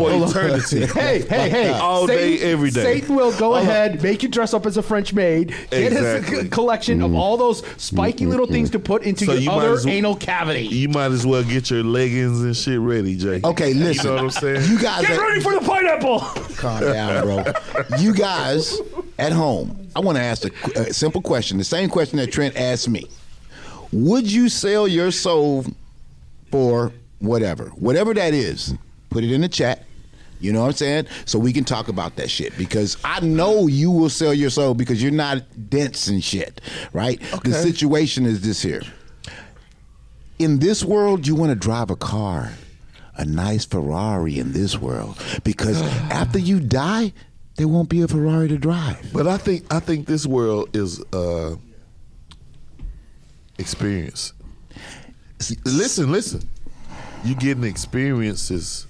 Speaker 2: eternity.
Speaker 5: Hey, hey, hey.
Speaker 2: All day, every day. Uh-huh.
Speaker 5: Satan will go ahead, make you dress up as a French maid, get his
Speaker 2: Exactly.
Speaker 5: c- collection
Speaker 2: Mm-hmm.
Speaker 5: of all those spiky little things to put into
Speaker 2: So you
Speaker 5: your
Speaker 2: might
Speaker 5: other
Speaker 2: as well-
Speaker 5: anal cavity.
Speaker 2: You might as well get your leggings and shit ready, Jay.
Speaker 4: Okay, listen.
Speaker 2: You know what I'm saying?
Speaker 4: You guys,
Speaker 5: get
Speaker 4: at-
Speaker 5: ready for the pineapple!
Speaker 4: calm down, bro. you guys at home, I want to ask a, qu- a simple question. The same question that Trent asked me. Would you sell your soul for whatever, whatever that is? Put it in the chat. You know what I'm saying? So we can talk about that shit because I know you will sell your soul because you're not dense and shit, right? The situation is this here. In this world, you want to drive a car, a nice Ferrari in this world,
Speaker 2: [sighs]
Speaker 4: because after you die, there won't be a Ferrari to drive.
Speaker 2: But I think I think this world is uh experience. Listen, listen. You getting experiences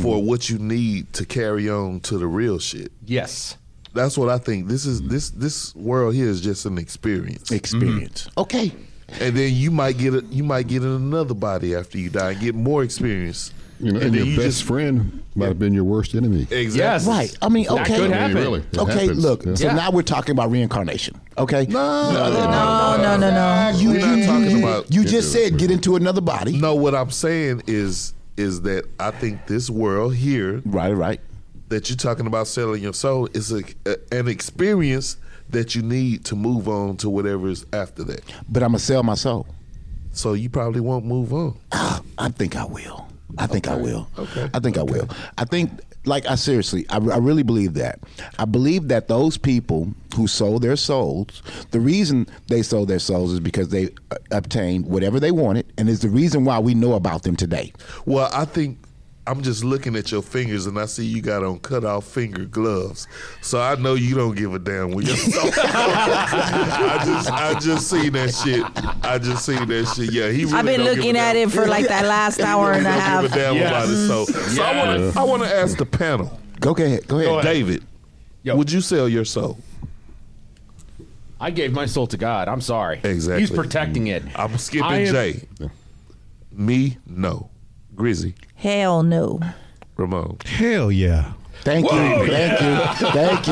Speaker 2: for what you need to carry on to the real shit.
Speaker 5: Yes.
Speaker 2: That's what I think. This is this this world here is just an experience.
Speaker 4: Experience. Okay.
Speaker 2: and then you might get a, you might get in another body after you die and get more experience.
Speaker 7: You know, and, your
Speaker 2: then
Speaker 7: best friend might have been your worst enemy.
Speaker 2: exactly
Speaker 5: Yes.
Speaker 4: Right. I mean,
Speaker 5: That
Speaker 4: okay.
Speaker 5: could
Speaker 7: I mean,
Speaker 5: happen.
Speaker 7: really, it
Speaker 4: Okay,
Speaker 7: happens.
Speaker 4: look.
Speaker 7: Yeah.
Speaker 4: So
Speaker 5: Yeah.
Speaker 4: now we're talking about reincarnation. Okay.
Speaker 2: No, no, no,
Speaker 8: No, no, no, no.
Speaker 2: You, are not talking about.
Speaker 4: You just said get into another body.
Speaker 2: no. What I'm saying is is that I think this world here
Speaker 4: Right, right.
Speaker 2: that you're talking about selling your soul is a, a, an experience that you need to move on to whatever's after that.
Speaker 4: But I'm gonna sell my soul.
Speaker 2: So you probably won't move on.
Speaker 4: [laughs] I think I will. I think I will.
Speaker 2: Okay.
Speaker 4: I think I will. I think, like, I seriously, I, I really believe that. I believe that those people who sold their souls, the reason they sold their souls is because they uh, obtained whatever they wanted, and is the reason why we know about them today.
Speaker 2: Well, I think I'm just looking at your fingers and I see you got on cut off finger gloves. So I know you don't give a damn when
Speaker 6: [laughs]
Speaker 2: you're I just I just seen that shit. I just seen that shit. Yeah, he really
Speaker 8: I've been
Speaker 2: don't give
Speaker 8: looking
Speaker 2: a
Speaker 8: at
Speaker 2: damn.
Speaker 8: it for like that last hour
Speaker 2: He
Speaker 8: and a
Speaker 2: don't
Speaker 8: half.
Speaker 2: give a damn about it. So, so I want to I want to ask the panel,
Speaker 4: Go ahead. Go ahead.
Speaker 2: David.
Speaker 5: Yo.
Speaker 2: Would you sell your soul?
Speaker 5: I gave my soul to God. I'm sorry.
Speaker 2: Exactly.
Speaker 5: He's protecting it.
Speaker 2: I'm skipping
Speaker 5: I am-
Speaker 2: Jay. Me, no. Grizzy,
Speaker 8: Hell no.
Speaker 2: Ramon.
Speaker 6: Hell yeah.
Speaker 4: Thank you. Thank
Speaker 2: [laughs]
Speaker 4: you. Thank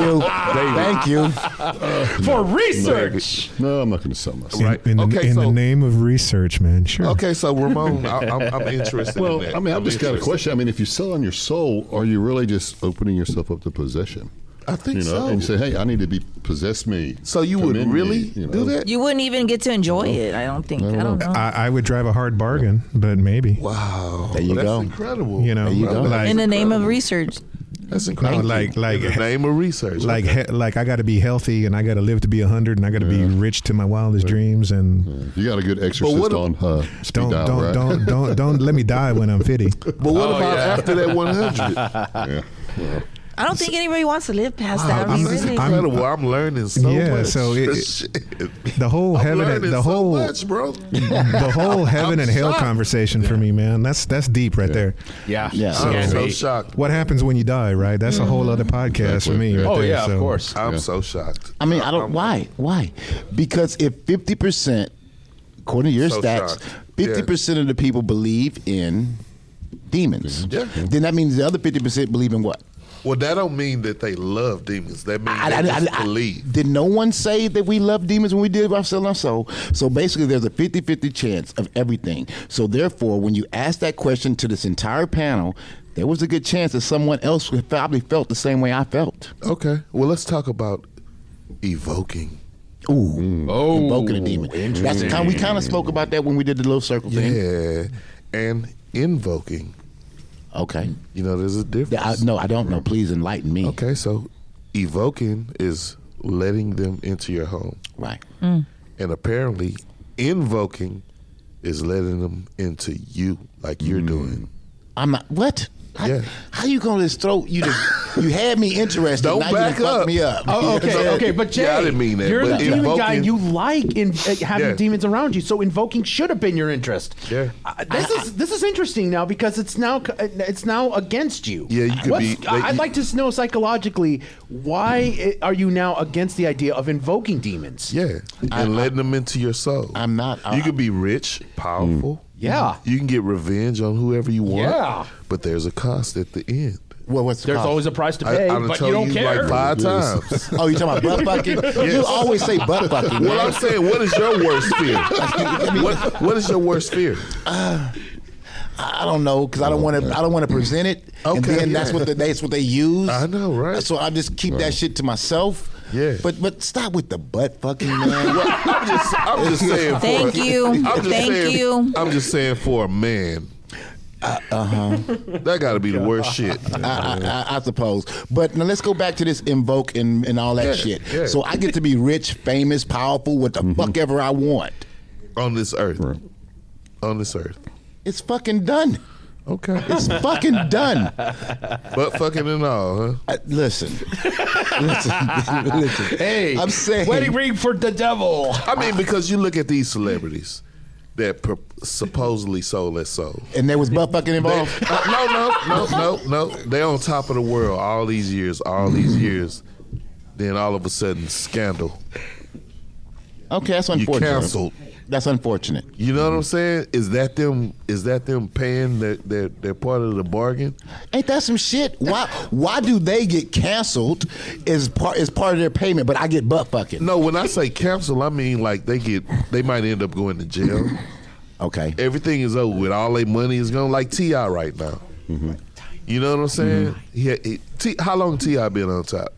Speaker 4: you. Thank
Speaker 6: [laughs]
Speaker 4: you.
Speaker 5: For research.
Speaker 7: No, I'm not going to sell myself.
Speaker 6: In,
Speaker 2: Right.
Speaker 6: in, the-
Speaker 2: Okay,
Speaker 6: in the
Speaker 2: so-
Speaker 6: name of research, man. Sure.
Speaker 2: Okay, so Ramon, I, I'm, I'm interested. in
Speaker 7: Well,
Speaker 2: that.
Speaker 7: I mean, I've
Speaker 2: I'm
Speaker 7: just got a
Speaker 2: interested.
Speaker 7: question. I mean, if you sell on your soul, are you really just opening yourself up to possession?
Speaker 2: I think
Speaker 7: You know,
Speaker 2: so.
Speaker 7: and you say, "Hey, I need to be possess me."
Speaker 2: So you would
Speaker 7: Commend me,"
Speaker 2: really
Speaker 7: you know.
Speaker 2: do that?
Speaker 8: You wouldn't even get to enjoy it. I don't think. I don't know.
Speaker 6: I, I would drive a hard bargain, but maybe.
Speaker 2: wow,
Speaker 4: There you
Speaker 2: that's
Speaker 4: go.
Speaker 2: incredible.
Speaker 6: You know,
Speaker 4: There you go.
Speaker 6: like
Speaker 8: In the name of research.
Speaker 2: that's incredible.
Speaker 6: No, like- like-
Speaker 2: In the name of research,
Speaker 6: like
Speaker 2: Okay.
Speaker 6: he, like I got to be healthy and I got to live to be 100 and I got to be rich to my wildest dreams and
Speaker 7: You got a good exorcist
Speaker 2: what-
Speaker 7: on uh, speed
Speaker 6: don't
Speaker 7: dial,
Speaker 6: don't,
Speaker 7: right?
Speaker 6: don't
Speaker 7: [laughs]
Speaker 6: don't don't let me die when I'm 50.
Speaker 2: [laughs] but what
Speaker 4: Oh,
Speaker 2: about after that [laughs] 100?
Speaker 7: yeah. yeah.
Speaker 8: I don't think anybody wants to live past that. I
Speaker 6: I'm
Speaker 8: mean,
Speaker 2: This is
Speaker 8: really.
Speaker 6: I'm-
Speaker 2: incredible. I'm, learning so
Speaker 6: Yeah,
Speaker 2: much.
Speaker 6: so it-
Speaker 2: Shit.
Speaker 6: The whole
Speaker 2: I'm
Speaker 6: heaven and
Speaker 2: learning
Speaker 6: the
Speaker 2: so
Speaker 6: whole [laughs]
Speaker 2: much, bro.
Speaker 6: the
Speaker 5: [laughs]
Speaker 6: whole heaven and hell
Speaker 2: shocked.
Speaker 6: conversation for me, man. That's that's deep right there.
Speaker 5: Yeah.
Speaker 4: Yeah.
Speaker 6: So-
Speaker 2: I'm
Speaker 5: Can
Speaker 2: so
Speaker 5: be.
Speaker 2: shocked.
Speaker 6: What happens when you die, right? That's a whole other
Speaker 2: Mm-hmm.
Speaker 6: podcast for me. Right
Speaker 5: Oh,
Speaker 6: there,
Speaker 5: yeah,
Speaker 6: so.
Speaker 5: of course.
Speaker 2: I'm so shocked.
Speaker 4: I mean, I don't.
Speaker 2: I'm-
Speaker 4: Why? Why? Because if fifty percent, according to your
Speaker 2: So
Speaker 4: stats,
Speaker 2: shocked.
Speaker 4: fifty percent of the people believe in demons,
Speaker 2: Yeah.
Speaker 4: then that means the other fifty percent believe in what?
Speaker 2: Well, that don't mean that they love demons. That means
Speaker 4: I- I-
Speaker 2: they
Speaker 4: I-
Speaker 2: just
Speaker 4: I-
Speaker 2: believe.
Speaker 4: Did no one say that we love demons when we did by selling our soul? So basically, there's a 50 50 chance of everything. So, therefore, when you ask that question to this entire panel, there was a good chance that someone else would probably felt the same way I felt.
Speaker 2: Okay. Well, let's talk about evoking.
Speaker 4: Ooh,
Speaker 5: Oh,
Speaker 4: invoking a demon. That's the kind we kind of spoke about that when we did the little circle thing.
Speaker 2: Yeah, and invoking.
Speaker 4: Okay.
Speaker 2: You know, there's a
Speaker 4: Yeah, I,
Speaker 2: difference.
Speaker 4: no, I don't know. Please enlighten me.
Speaker 2: Okay, so evoking is letting them into your home,
Speaker 4: Right.
Speaker 2: and apparently, invoking is letting them into you, like you're
Speaker 4: Mm.
Speaker 2: doing.
Speaker 4: I'm not. What? How,
Speaker 2: Yeah.
Speaker 4: how you gonna just throw you? Just, you had me interested.
Speaker 2: Don't
Speaker 4: now you done
Speaker 2: back
Speaker 4: fucked
Speaker 2: up.
Speaker 4: me up.
Speaker 5: Oh, okay,
Speaker 2: Yeah.
Speaker 5: okay, but Jay,
Speaker 2: Yeah, I didn't mean that,
Speaker 5: you're
Speaker 2: but
Speaker 5: the demon
Speaker 2: invoking-
Speaker 5: guy. You like in, uh, having
Speaker 2: Yeah.
Speaker 5: demons around you, so invoking should have been your interest.
Speaker 2: Yeah.
Speaker 5: Uh, this is this is interesting now because it's now c- uh, it's now against you.
Speaker 2: Yeah, you could
Speaker 5: What's-
Speaker 2: be-
Speaker 5: I-
Speaker 2: like,
Speaker 5: I'd
Speaker 2: you-
Speaker 5: like to know psychologically why i- are you now against the idea of invoking demons?
Speaker 2: Yeah, and letting them into your soul.
Speaker 4: I'm not- I- Mm.
Speaker 2: you could be rich, powerful.
Speaker 5: Yeah.
Speaker 2: you can get revenge on whoever you want.
Speaker 5: Yeah.
Speaker 2: but there's a cost at the end.
Speaker 4: Well, what's the
Speaker 5: There's
Speaker 4: cost?
Speaker 5: always a price to
Speaker 2: I,
Speaker 5: pay,
Speaker 2: I done
Speaker 5: but you
Speaker 2: told
Speaker 5: don't
Speaker 2: you
Speaker 5: care.
Speaker 2: like five
Speaker 7: Yes.
Speaker 2: times.
Speaker 4: [laughs] Oh, you talking
Speaker 2: [laughs]
Speaker 4: about butt fucking? You always say butt fucking.
Speaker 2: Well,
Speaker 4: man.
Speaker 2: I'm saying, what is your worst
Speaker 4: [laughs]
Speaker 2: fear? what, what is your worst fear?
Speaker 4: Uh, I don't know because I don't want to. I don't want to present it. and
Speaker 2: Okay,
Speaker 4: then that's
Speaker 2: yeah.
Speaker 4: what the, that's what they use.
Speaker 2: I know, right?
Speaker 4: So I just keep that shit to myself.
Speaker 2: Yeah.
Speaker 4: But but stop with the butt
Speaker 2: [laughs]
Speaker 4: fucking man.
Speaker 2: I'm just, I'm
Speaker 4: [laughs]
Speaker 2: just saying. for-
Speaker 8: Thank you.
Speaker 2: I'm just
Speaker 8: Thank
Speaker 2: saying,
Speaker 8: you.
Speaker 2: I'm just saying for a man. Uh huh. That got to be the worst shit.
Speaker 4: uh-huh. I, I, I suppose. But now let's go back to this invoke and, and all that
Speaker 2: Yeah,
Speaker 4: shit.
Speaker 2: yeah.
Speaker 4: So I get to be rich, famous, powerful, what the fuck ever I want.
Speaker 2: on this earth. On this earth.
Speaker 4: It's fucking done.
Speaker 2: Okay.
Speaker 4: It's fucking
Speaker 2: [laughs]
Speaker 4: done.
Speaker 2: But fucking and all, huh?
Speaker 4: Uh,
Speaker 2: [laughs]
Speaker 4: listen, listen, listen.
Speaker 5: Hey,
Speaker 4: I'm saying
Speaker 5: wedding ring for
Speaker 4: [laughs]
Speaker 5: the devil.
Speaker 2: I mean, because you look at these celebrities that pro- supposedly sold their
Speaker 4: [laughs]
Speaker 2: soul.
Speaker 4: and there was butt fucking
Speaker 2: They,
Speaker 4: involved.
Speaker 2: uh, no, no, no, no, no. They on top of the world all these years, all these years. Then all of a sudden, scandal.
Speaker 4: Okay, that's
Speaker 2: You
Speaker 4: unfortunate.
Speaker 2: canceled.
Speaker 4: That's unfortunate.
Speaker 2: You know what I'm saying? Is that them? Is that them paying their their, their part of the bargain?
Speaker 4: Ain't that some shit? Why why do they get canceled as part as part of their payment, but I get butt fucking?
Speaker 2: No, when I say cancel, I mean like they get they might end up going to jail.
Speaker 4: Okay.
Speaker 2: Everything is over with. All their money is gone. Like Ti right now.
Speaker 4: Mm-hmm.
Speaker 2: You know what I'm saying? Yeah. He, T, how long Ti been on top?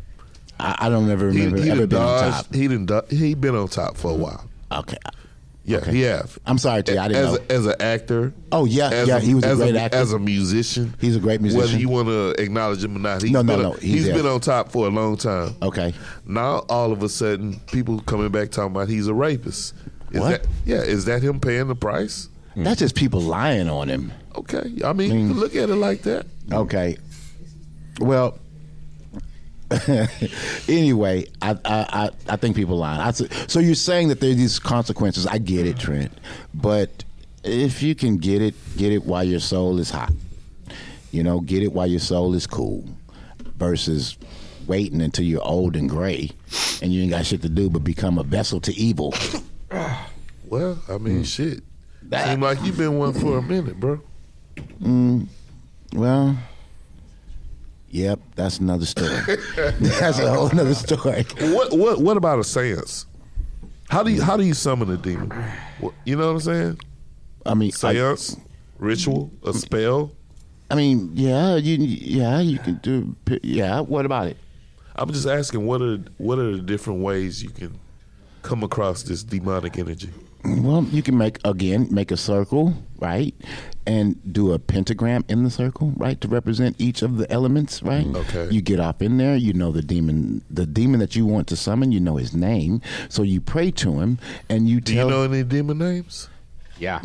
Speaker 4: I, I don't ever
Speaker 2: He,
Speaker 4: remember
Speaker 2: he
Speaker 4: ever
Speaker 2: done
Speaker 4: being on top.
Speaker 2: dodged- He done do- He been on top for a while.
Speaker 4: Okay.
Speaker 2: Yeah,
Speaker 4: Okay.
Speaker 2: he have.
Speaker 4: I'm sorry, T. I didn't
Speaker 2: as
Speaker 4: know.
Speaker 2: A, as an actor.
Speaker 4: Oh, yeah,
Speaker 2: as
Speaker 4: yeah, he was a
Speaker 2: as
Speaker 4: great actor.
Speaker 2: As a musician,
Speaker 4: He's a great
Speaker 2: Whether
Speaker 4: musician.
Speaker 2: you want to acknowledge him or not, he's
Speaker 4: No, no,
Speaker 2: been
Speaker 4: no,
Speaker 2: on-
Speaker 4: he's
Speaker 2: he's
Speaker 4: there.
Speaker 2: been on top for a long time.
Speaker 4: Okay.
Speaker 2: Now all of a sudden, people coming back talking about he's a rapist. Is
Speaker 4: What? Hmm.
Speaker 2: That, yeah, is that him paying the price?
Speaker 4: That's just people lying on him.
Speaker 2: Okay, I mean, you can look at it like that.
Speaker 4: Okay. Well, [laughs] anyway, I, I I I think people lying. I, s- so you're saying that there are these consequences. I get it, Trent, but if you can get it, get it while your soul is hot. You know, get it while your soul is cool, versus waiting until you're old and gray and you ain't got shit to do but become a vessel to evil.
Speaker 2: Well, I mean, shit.
Speaker 4: That-
Speaker 2: Seem like you've been one for a minute, bro.
Speaker 4: Mm, Well. Yep, that's another
Speaker 2: [coughs]
Speaker 4: story. [laughs] that's a whole another story.
Speaker 2: What what what about a seance? How do you how do you summon a demon? What, you know what I'm saying?
Speaker 4: I mean, I-
Speaker 2: Seance, ritual, a spell.
Speaker 4: I mean, yeah, you, yeah, you can do, yeah. What about it?
Speaker 2: I'm just asking what are what are the different ways you can come across this demonic energy?
Speaker 4: Well, you can make again, make a circle, right, and do a pentagram in the circle, right, to represent each of the elements, right.
Speaker 2: Mm. Okay.
Speaker 4: You get off in there. You know the demon, the demon that you want to summon. You know his name, so you pray to him, and you
Speaker 2: Do you
Speaker 4: tell.
Speaker 2: know any demon names?
Speaker 5: Yeah.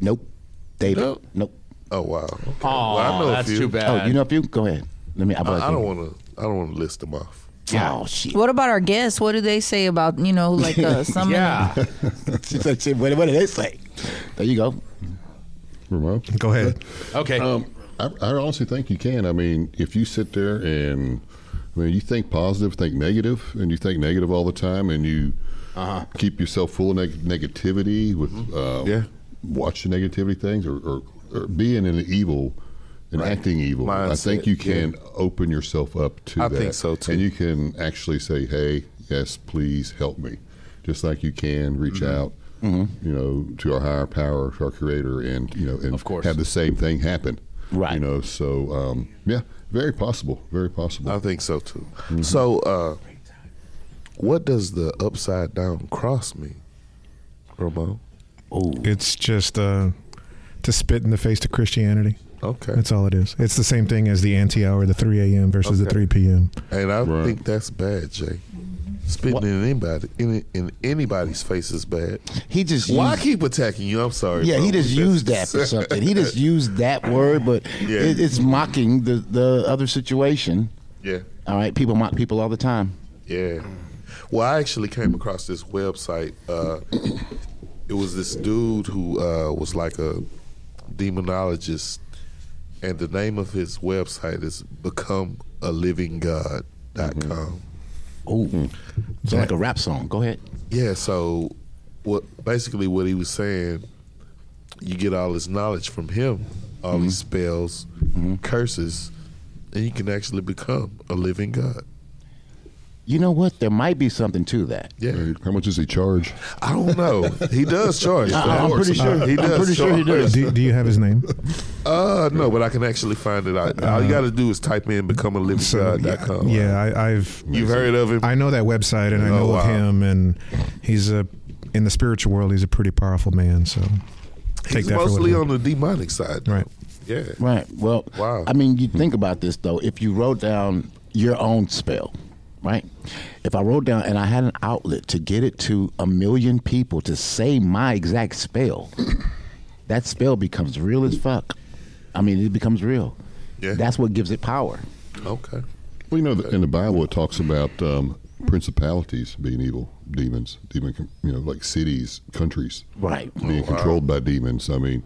Speaker 4: nope, David.
Speaker 2: Nope.
Speaker 4: Nope.
Speaker 2: Oh wow. Okay.
Speaker 5: Oh,
Speaker 2: Well, I know a
Speaker 5: that's
Speaker 2: few.
Speaker 5: too bad.
Speaker 4: oh, you know a few. Go ahead. Let me. I,
Speaker 2: I, I don't want to. I don't want to list them off.
Speaker 4: Oh shit.
Speaker 8: What about our guests? What do they say about you know like
Speaker 4: [laughs]
Speaker 8: uh, some?
Speaker 2: [laughs]
Speaker 5: Yeah.
Speaker 4: She said, shit, what, what did they say? There you go.
Speaker 7: Ramon?
Speaker 6: Go ahead.
Speaker 5: Okay.
Speaker 7: Um, I, I honestly think you can. I mean, if you sit there and I mean, you think positive, think negative, and you think negative all the time, and you keep yourself full of neg- negativity with uh,
Speaker 2: Uh-huh. Mm-hmm. Yeah.
Speaker 7: watch the negativity things or, or, or being in the evil and acting evil. I
Speaker 2: Mindset,
Speaker 7: think you can open yourself up to
Speaker 2: I
Speaker 7: that.
Speaker 2: think so, too.
Speaker 7: And you can actually say, "Hey, yes, please help me," just like you can reach
Speaker 2: Mm-hmm.
Speaker 7: out. You know, to our higher power, to our creator, and you know, and
Speaker 5: Of course.
Speaker 7: have the same thing happen.
Speaker 4: Right.
Speaker 7: You know, so um, yeah, very possible. Very possible. Mm-hmm.
Speaker 2: I think so too. So, uh, what does the upside down cross mean, Ramon?
Speaker 6: It's just uh, to spit in the face to Christianity.
Speaker 2: Okay.
Speaker 6: That's all it is. It's the same thing as the anti hour, the 3 a.m. versus the
Speaker 2: Okay.
Speaker 6: 3 p.m.
Speaker 2: And I
Speaker 7: Right.
Speaker 2: think that's bad, Jay. Spitting in anybody in, in anybody's face is bad.
Speaker 4: He just
Speaker 2: Why I
Speaker 4: used-
Speaker 2: keep attacking you? I'm sorry.
Speaker 4: Yeah,
Speaker 2: bro.
Speaker 4: he just
Speaker 2: That's-
Speaker 4: used
Speaker 2: [laughs]
Speaker 4: that for something. He just used that word, but
Speaker 2: Yeah.
Speaker 4: it, it's mocking the, the other situation.
Speaker 2: yeah,
Speaker 4: All right, people mock people all the time.
Speaker 2: yeah. Well, I actually came across this website. Uh, it was this dude who uh, was like a demonologist, and the name of his website is becomealiving.god.com.
Speaker 4: Oh, so like a rap song. Go ahead.
Speaker 2: Yeah, so what basically what he was saying, you get all this knowledge from him, all these spells, curses, and you can actually become a living god.
Speaker 4: You know what? There might be something to that.
Speaker 2: Yeah.
Speaker 7: How much does he charge?
Speaker 2: I don't know. he does
Speaker 6: [laughs]
Speaker 2: charge.
Speaker 4: I-
Speaker 2: though.
Speaker 4: I'm pretty sure-
Speaker 2: he
Speaker 4: I'm
Speaker 2: does.
Speaker 4: pretty sure he
Speaker 2: charge.
Speaker 4: does.
Speaker 6: Do, do you have his name?
Speaker 2: Uh no, but I can actually find it out. All you got to do is type in become a living god.com.
Speaker 6: yeah, I, I've.
Speaker 2: Oh, You've heard of him?
Speaker 6: I know that website, and I
Speaker 2: Oh,
Speaker 6: know of
Speaker 2: wow.
Speaker 6: him, and he's a in the spiritual world. He's a pretty powerful man. So take
Speaker 2: He's
Speaker 6: that for what it
Speaker 2: mostly
Speaker 6: is.
Speaker 2: on the demonic side.
Speaker 6: right.
Speaker 2: Yeah.
Speaker 4: Right. Well,
Speaker 2: Wow.
Speaker 4: I mean, you think about this though. If you wrote down your own spell, right? If I wrote down and I had an outlet to get it to a million people to say my exact spell, [coughs] that spell becomes real as fuck. I mean, it becomes real.
Speaker 2: Yeah.
Speaker 4: That's what gives it power.
Speaker 2: Okay.
Speaker 7: Well, you know, the, in the Bible it talks about um, principalities being evil, demons, demon, com- you know, like cities, countries
Speaker 4: Right.
Speaker 2: Oh,
Speaker 7: being controlled by demons. I mean,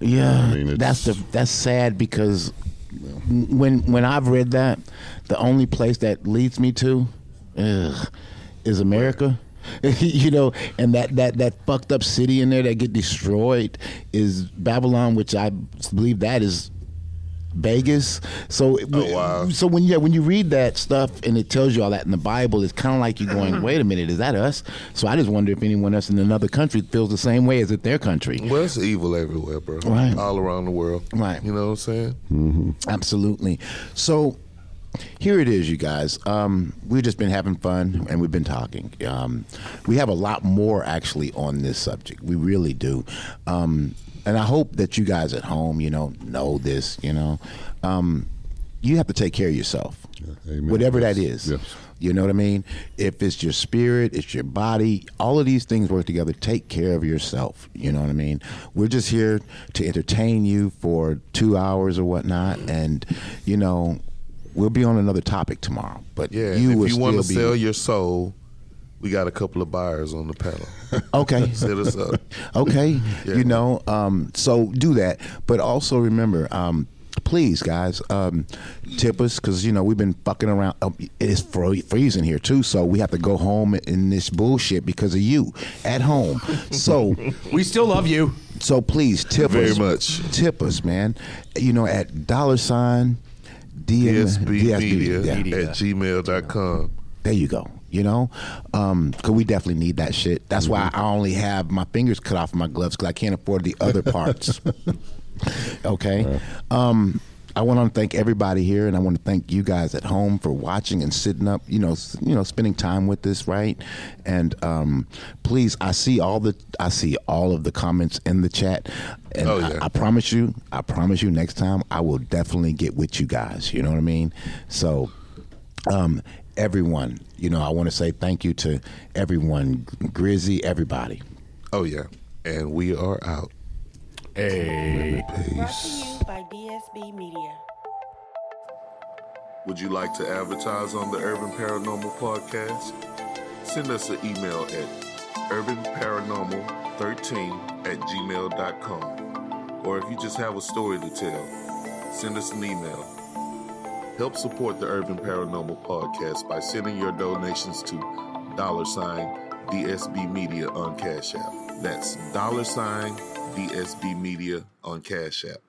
Speaker 4: Yeah,
Speaker 7: I mean,
Speaker 4: that's the
Speaker 7: it's-
Speaker 4: that's sad because when when I've read that, the only place that leads me to ugh, is America. [laughs] you know, and that, that, that fucked up city in there that get destroyed is Babylon, which I believe that is Vegas.
Speaker 2: Oh,
Speaker 4: So, so when yeah, when you read that stuff and it tells you all that in the Bible, it's kind of like you're going, wait a minute, is that us? So I just wonder if anyone else in another country feels the same way as it their country.
Speaker 2: Well, it's evil everywhere, bro.
Speaker 4: Right.
Speaker 2: All around the world.
Speaker 4: Right. Mm-hmm.
Speaker 2: You know what I'm saying?
Speaker 4: Absolutely. So here it is, you guys. Um, we've just been having fun and we've been talking. Um, we have a lot more actually on this subject. We really do. Um, and I hope that you guys at home, you know, know this, you know. Um, you have to take care of yourself,
Speaker 7: amen.
Speaker 4: whatever that
Speaker 7: Yes.
Speaker 4: is.
Speaker 7: Yes.
Speaker 4: You know what I mean? If it's your spirit, it's your body, all of these things work together. Take care of yourself. You know what I mean? We're just here to entertain you for two hours or whatnot. And, you know, we'll be on another topic tomorrow. But
Speaker 2: Yeah.
Speaker 4: you will
Speaker 2: if you want to
Speaker 4: still be.
Speaker 2: sell your soul, we got a couple of buyers on the panel.
Speaker 4: [laughs] okay.
Speaker 2: Set us up.
Speaker 4: [laughs] okay
Speaker 2: Yeah.
Speaker 4: you know um, so do that but also remember um, please guys um, tip us because you know we've been fucking around um, it's fro- freezing here too so we have to go home in this bullshit because of you
Speaker 2: [laughs]
Speaker 4: at home so
Speaker 5: We still love you.
Speaker 4: so please tip
Speaker 2: Very
Speaker 4: us
Speaker 2: much.
Speaker 4: tip us man you know at dollar sign DM,
Speaker 2: DSB, Media,
Speaker 4: yeah.
Speaker 2: at gmail.com.
Speaker 4: There you go. You know, um, 'cause we definitely need that shit. That's why I only have my fingers cut off my gloves because I can't afford the other parts. [laughs] okay. Um, I want to thank everybody here, and I want to thank you guys at home for watching and sitting up. You know, s- you know, spending time with us, right? And um, please, I see all the, I see all of the comments in the chat, and
Speaker 2: Oh,
Speaker 4: I-
Speaker 2: yeah.
Speaker 4: I, promise you, I promise you, next time I will definitely get with you guys. You know what I mean? So um, everyone. You know, I want to say thank you to everyone, Grizzy, everybody.
Speaker 2: Oh, yeah. And we are out.
Speaker 5: Hey.
Speaker 12: Brought to you by DSB Media.
Speaker 2: Would you like to advertise on the Urban Paranormal Podcast? Send us an email at urbanparanormal13 at gmail.com. Or if you just have a story to tell, send us an email. Help support the Urban Paranormal Podcast by sending your donations to dollar sign DSB Media on Cash App. That's dollar sign DSB Media on Cash App.